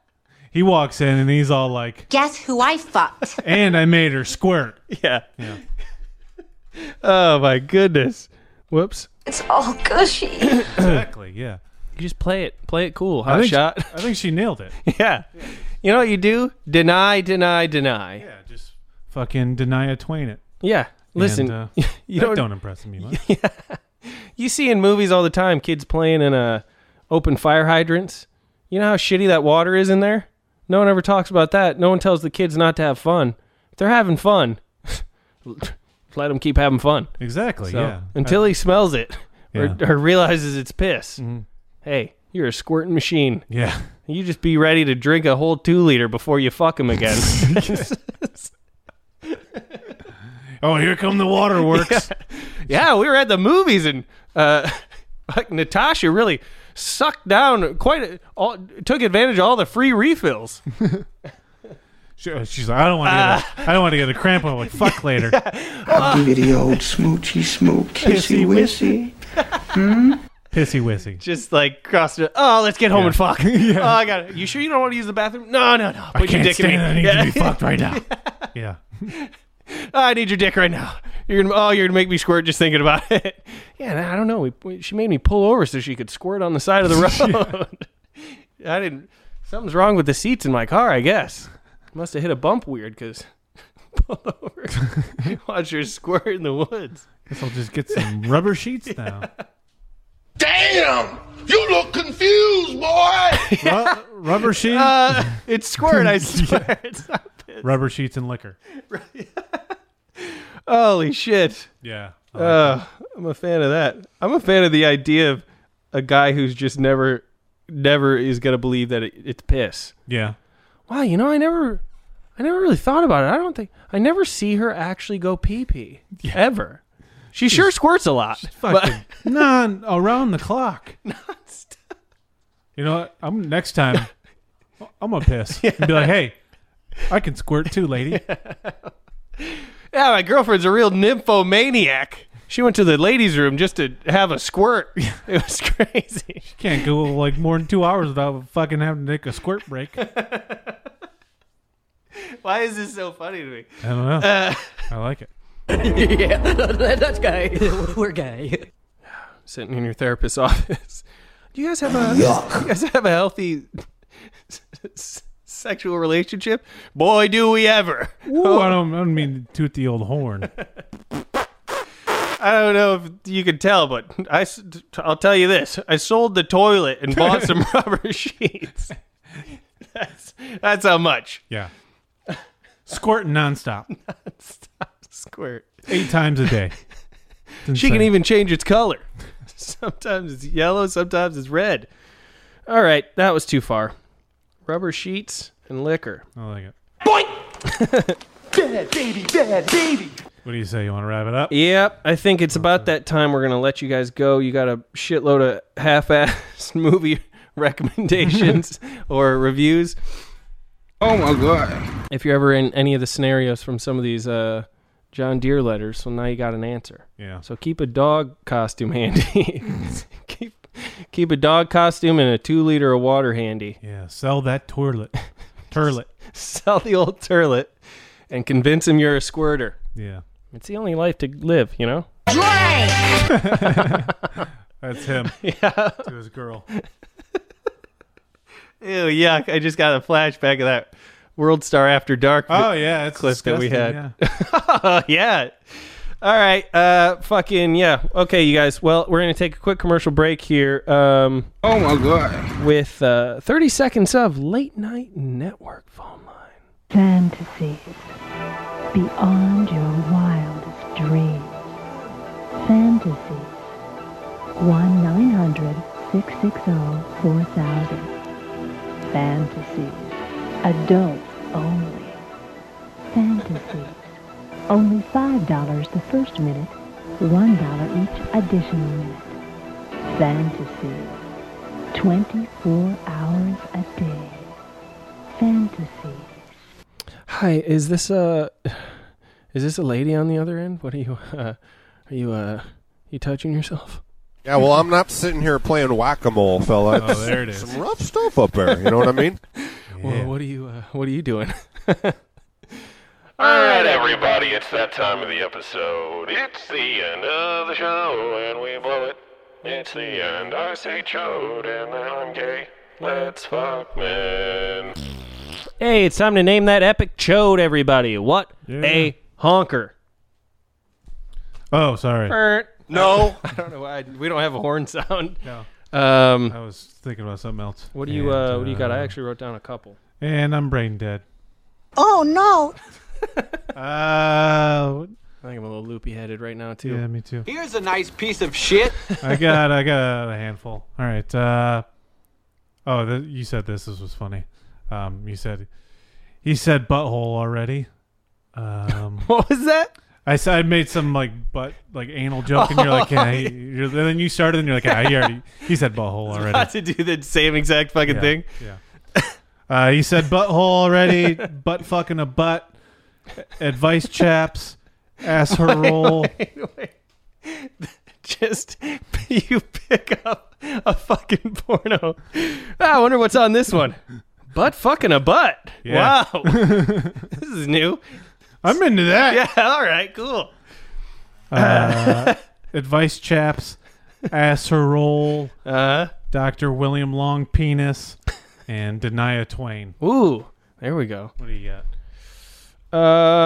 Speaker 2: He walks in and he's all like,
Speaker 19: Guess who I fucked?
Speaker 2: and I made her squirt.
Speaker 1: Yeah.
Speaker 2: Yeah.
Speaker 1: Oh my goodness. Whoops.
Speaker 19: It's all gushy.
Speaker 2: Exactly. Yeah.
Speaker 1: You just play it. Play it cool.
Speaker 2: I
Speaker 1: Hot
Speaker 2: think-
Speaker 1: shot.
Speaker 2: I think she nailed it.
Speaker 1: yeah. You know what you do? Deny, deny, deny. Yeah,
Speaker 2: just Fucking Denia Twain it.
Speaker 1: Listen,
Speaker 2: And, uh,
Speaker 1: you
Speaker 2: that
Speaker 1: don't,
Speaker 2: don't impress me much.
Speaker 1: you see in movies all the time kids playing in uh, open fire hydrants. You know how shitty that water is in there? No one ever talks about that. No one tells the kids not to have fun. If they're having fun, let them keep having fun.
Speaker 2: Exactly,
Speaker 1: So,
Speaker 2: yeah.
Speaker 1: Until he smells it or,
Speaker 2: Yeah. Mm-hmm.
Speaker 1: or realizes it's piss. Hey, you're a squirting machine.
Speaker 2: Yeah.
Speaker 1: You just be ready to drink a whole two liter before you fuck him again.
Speaker 2: Oh, here come the waterworks.
Speaker 1: yeah, we were at the movies and uh, like Natasha really sucked down quite a, all, took advantage of all the free refills.
Speaker 2: She- uh, she's like, I don't want to.
Speaker 1: Uh.
Speaker 2: get a, I don't want to get a cramp. I'm like, fuck later.
Speaker 16: I'll give you the old smoochy smook, kissy wissy. Hmm?
Speaker 2: Pissy wissy.
Speaker 1: Just like crossed it. Oh, let's get home
Speaker 2: Yeah.
Speaker 1: and fuck.
Speaker 2: Yeah.
Speaker 1: Oh, I got it. You sure you don't want to use the bathroom? No, no, no. Put
Speaker 2: I can't
Speaker 1: your dick
Speaker 2: stand
Speaker 1: in
Speaker 2: it. I
Speaker 1: me.
Speaker 2: need
Speaker 1: Yeah.
Speaker 2: to be fucked right now. Yeah.
Speaker 1: Oh, I need your dick right now. You're gonna. Oh, you're gonna make me squirt just thinking about it. Yeah, and I don't know. We, we- she made me pull over so she could squirt on the side of the road. I didn't. Something's wrong with the seats in my car. I guess must have hit a bump weird because pull over. Watch her squirt in the woods.
Speaker 2: Guess I'll just get some rubber sheets now.
Speaker 3: Damn! You look confused, boy!
Speaker 2: Ru- rubber sheet,
Speaker 1: Uh, it's squirt. I swear. It's not piss.
Speaker 2: rubber sheets, and liquor.
Speaker 1: Holy shit.
Speaker 2: Yeah,
Speaker 1: Uh, I'm a fan of that. I'm a fan of the idea of a guy who's just never, never is going to believe that it, it's piss.
Speaker 2: Yeah.
Speaker 1: Wow, Ah, you know, I never, I never really thought about it. I don't think, I never see her actually go pee pee. Ever. She sure squirts a lot. But,
Speaker 2: Fucking non around the clock. You know what? I'm next time. I'm gonna piss and be like, hey, I can squirt too, lady.
Speaker 1: Yeah, my girlfriend's a real nymphomaniac. She went to the ladies' room just to have a squirt. It was crazy.
Speaker 2: She can't go like more than two hours without fucking having to take a squirt break.
Speaker 1: Why is this so funny to me?
Speaker 2: I don't know.
Speaker 1: Uh,
Speaker 2: I like it.
Speaker 5: yeah, that's gay. We're gay.
Speaker 1: Sitting in your therapist's office. Do you guys have a you guys have a healthy s- sexual relationship? Boy, do we ever!
Speaker 2: Ooh, I don't. I don't mean to toot the old horn.
Speaker 1: I don't know if you can tell, but I, will tell you this: I sold the toilet and bought some rubber sheets. That's that's how much.
Speaker 2: Yeah. Squirting nonstop,
Speaker 1: Stop squirt.
Speaker 2: eight times a day.
Speaker 1: She can even change its color. Sometimes it's yellow, sometimes it's red. All right, that was too far. Rubber sheets and liquor.
Speaker 2: I like it.
Speaker 16: Bad baby, bad baby.
Speaker 2: What do you say? You want to wrap it up?
Speaker 1: Yep, I think it's about that time we're gonna let you guys go. You got a shitload of half-assed movie recommendations or reviews.
Speaker 6: Oh my god.
Speaker 1: If you're ever in any of the scenarios from some of these uh, John Deere letters, well, now you got an answer.
Speaker 2: Yeah.
Speaker 1: So keep a dog costume handy. keep keep a dog costume and a two liter of water handy.
Speaker 2: Yeah. Sell that toilet. Turlet.
Speaker 1: Sell the old turlet and convince him you're a squirter.
Speaker 2: Yeah.
Speaker 1: It's the only life to live, you know.
Speaker 2: That's him.
Speaker 1: Yeah.
Speaker 2: To his girl.
Speaker 1: Ew, yuck! I just got a flashback of that World Star After Dark. vi-
Speaker 2: Oh yeah, it's
Speaker 1: clip that we
Speaker 2: disgusting,
Speaker 1: had. yeah. All right. Uh, fucking yeah. Okay, you guys. Well, we're gonna take a quick commercial break here. Um,
Speaker 6: Oh my god.
Speaker 1: with uh, thirty seconds of late night network phone line.
Speaker 7: Fantasies beyond your wildest dreams. Fantasies. 1 900 660 4000. Fantasies. Adults only. Fantasies. Only $5 the first minute, $1 each additional minute. Fantasies. 24 hours a day. Fantasies.
Speaker 1: Hi, is this a is this a lady on the other end? What are you? Uh, are you uh you touching yourself?
Speaker 22: Yeah, well, I'm not sitting here playing whack a mole, fella.
Speaker 2: Oh, there it is.
Speaker 22: Some rough stuff up there. You know what I mean?
Speaker 1: Well, what are you? Uh, what are you doing?
Speaker 23: All right, everybody, it's that time of the episode. It's the end of the show, and we blow it. It's the end. I say chode, and then I'm gay. Let's fuck, man.
Speaker 1: Hey, it's time to name that epic chode, everybody. What a honker.
Speaker 2: Oh, sorry.
Speaker 1: No. I don't know why. We don't have a horn sound.
Speaker 2: No.
Speaker 1: Um,
Speaker 2: I was thinking about something else.
Speaker 1: What do you uh, what do you got? I actually wrote down a couple.
Speaker 2: And I'm brain dead.
Speaker 19: Oh no!
Speaker 2: Uh,
Speaker 1: I think I'm a little loopy headed right now too.
Speaker 2: yeah, me too.
Speaker 10: Here's a nice piece of shit.
Speaker 2: I got I got a handful. All right. Uh, oh, th- you said this. This was funny. Um, you said he said butthole already. Um,
Speaker 1: what was that?
Speaker 2: I said I made some like butt like anal joke, and you're like, yeah, he- you're, and then you started, and you're like, ah, he already he said butthole already.
Speaker 1: Not to do the same exact fucking
Speaker 2: Yeah,
Speaker 1: thing.
Speaker 2: Yeah. Uh, he said butthole already. butt fucking a butt. Advice chaps. Ass her roll.
Speaker 1: Just you pick up a fucking porno. Ah, I wonder what's on this one. Butt fucking a butt.
Speaker 2: Yeah.
Speaker 1: Wow. this is new.
Speaker 2: I'm into that.
Speaker 1: Yeah, all right, cool.
Speaker 2: Uh, advice chaps. Ass her roll.
Speaker 1: Uh
Speaker 2: Dr. William Long Penis. And Denia Twain.
Speaker 1: ooh. There we go.
Speaker 2: What do you got?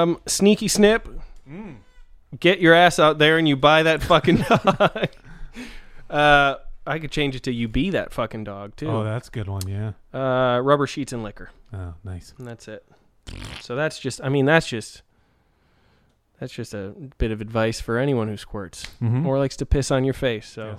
Speaker 1: Um, sneaky snip.
Speaker 2: Mm.
Speaker 1: Get your ass out there and you buy that fucking dog. uh, I could change it to you be that fucking dog too.
Speaker 2: Oh, that's a good one. Yeah.
Speaker 1: uh, rubber sheets and liquor.
Speaker 2: Oh, nice.
Speaker 1: And that's it. So that's just. I mean, that's just. That's just a bit of advice for anyone who squirts
Speaker 2: Mhm.
Speaker 1: Mm-hmm. or likes to piss on your face. So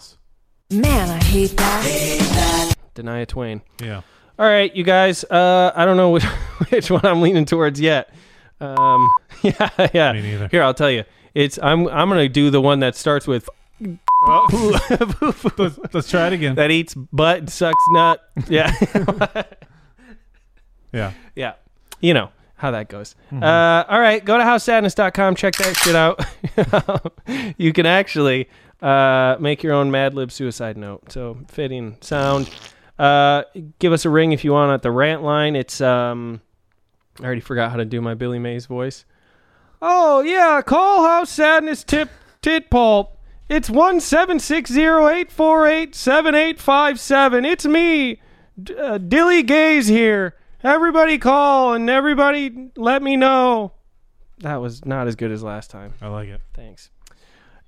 Speaker 7: Man, I hate that.
Speaker 1: Denia Twain.
Speaker 2: Yeah.
Speaker 1: All right, you guys. Uh, I don't know which, which one I'm leaning towards yet. Um, yeah, yeah.
Speaker 2: Me neither.
Speaker 1: Here, I'll tell you. It's I'm I'm gonna do the one that starts with
Speaker 2: let's, let's try it again.
Speaker 1: that eats butt and sucks nut. Yeah,
Speaker 2: Yeah.
Speaker 1: yeah. You know how that goes. Uh, all right, go to howsadness.com. Check that shit out. you can actually uh, make your own Mad Lib suicide note. So fitting sound. Uh, give us a ring if you want at the rant line. It's um, I already forgot how to do my Billy Mays voice. Oh yeah, call House Sadness Tip Tit Pulp. It's one seven six zero eight four eight seven eight five seven. It's me, D- uh, Dilly Gaze here. Everybody call and everybody let me know. That was not as good as last time.
Speaker 2: I like it.
Speaker 1: Thanks.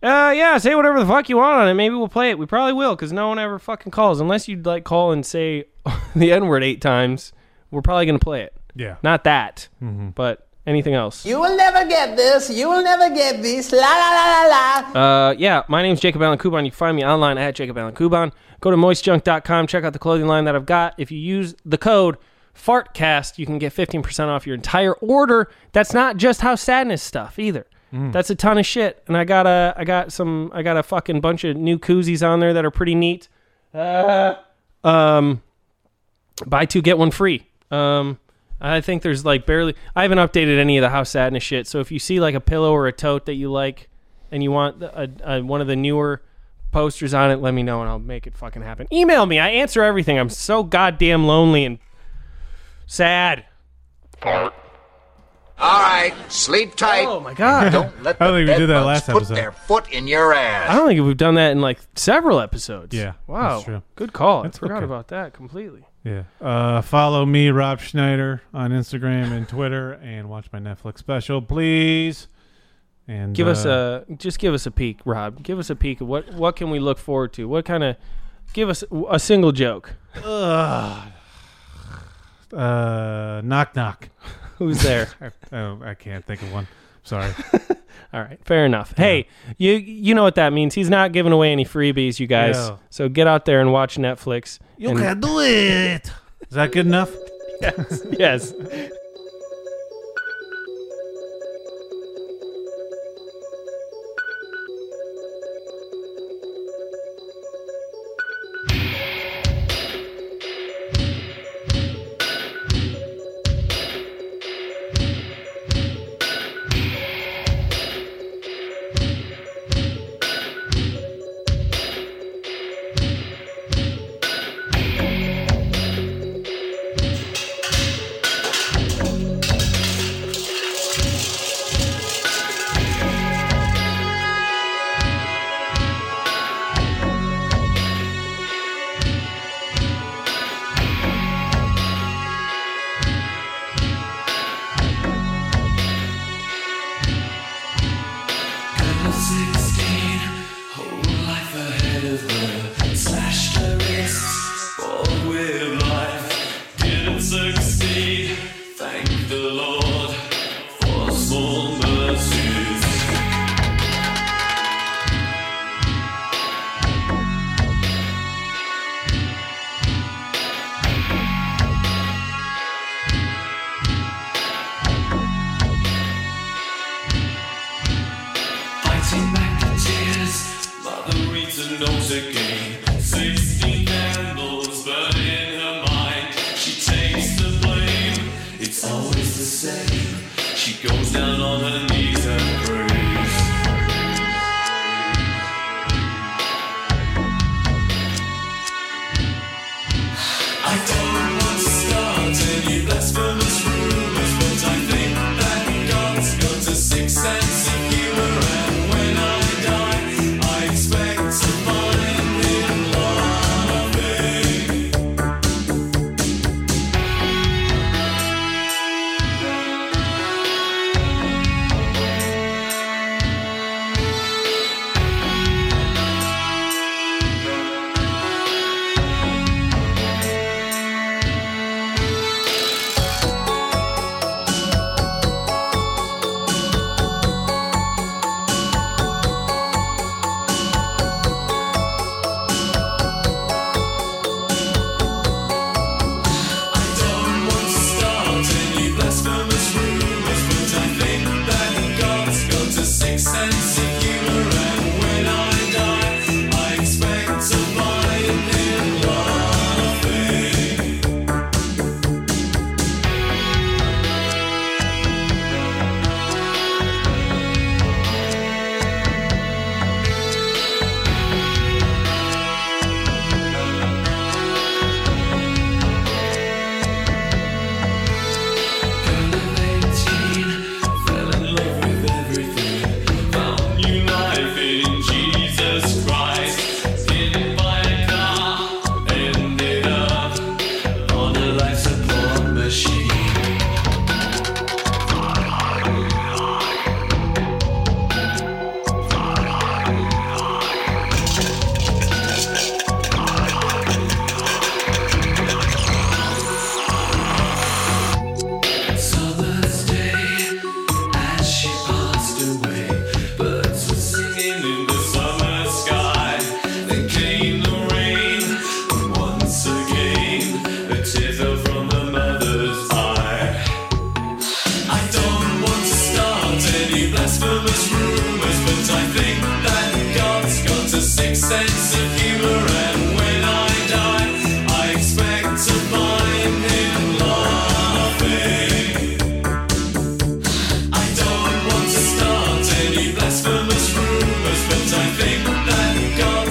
Speaker 1: Uh, yeah, say whatever the fuck you want on it. Maybe we'll play it. We probably will because no one ever fucking calls unless you like call and say the n word eight times. We're probably gonna play it.
Speaker 2: Yeah.
Speaker 1: Not that, but anything else.
Speaker 9: You will never get this. You will never get this. La la la la la.
Speaker 1: Uh, yeah, my name's Jacob Allen Kuban. You can find me online at Jacob Allen Kuban. Go to moistjunk.com, check out the clothing line that I've got. If you use the code FARTCAST, you can get 15% off your entire order. That's not just how sadness stuff either.
Speaker 3: Mm.
Speaker 1: That's a ton of shit. And I got a I got some I got a fucking bunch of new koozies on there that are pretty neat. Uh, um buy two get one free. Um I think there's like barely I haven't updated any of the house sadness shit. So if you see like a pillow or a tote that you like and you want a, a, one of the newer posters on it, let me know and I'll make it fucking happen. Email me. I answer everything. I'm so goddamn lonely and sad.
Speaker 11: All right, sleep tight. Oh
Speaker 1: my God!
Speaker 11: Don't let the
Speaker 1: I don't think we did that
Speaker 11: bedbugs
Speaker 1: last
Speaker 11: put
Speaker 1: episode.
Speaker 11: their foot in your ass.
Speaker 1: I don't think we've done that in like several episodes. Yeah. Wow.
Speaker 2: that's true.
Speaker 1: Good call.
Speaker 2: That's
Speaker 1: I forgot
Speaker 2: okay.
Speaker 1: about that completely.
Speaker 2: Yeah. Uh, follow me, Rob Schneider, on Instagram and Twitter, and watch my Netflix special, please. And
Speaker 1: Give us
Speaker 2: uh,
Speaker 1: a just give us a peek, Rob. Give us a peek. of What what can we look forward to? What kind of give us a single joke?
Speaker 2: Ugh. Uh, knock knock.
Speaker 1: Who's there?
Speaker 2: I, oh, I can't think of one. Sorry.
Speaker 1: All right, fair enough. Hey, you you know what that means? He's not giving away any freebies, you guys.
Speaker 2: No.
Speaker 1: So get out there and watch Netflix. and-
Speaker 2: do it. Is that good enough?
Speaker 1: Yes. yes.
Speaker 3: Girl 16, whole life ahead of her. Slashed her wrists, bored with life. Didn't succeed, thank the Lord for small mercies. Fighting back the tears, mother reads a note again. Sixteen candles burn in her mind. She takes the blame, it's always the same. She goes down on her knees and prays. I don't want to start any blasphemous rumors, but I think that God's got a sixth sense of humor, and when I die, I expect to find Him loving.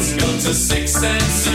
Speaker 3: sense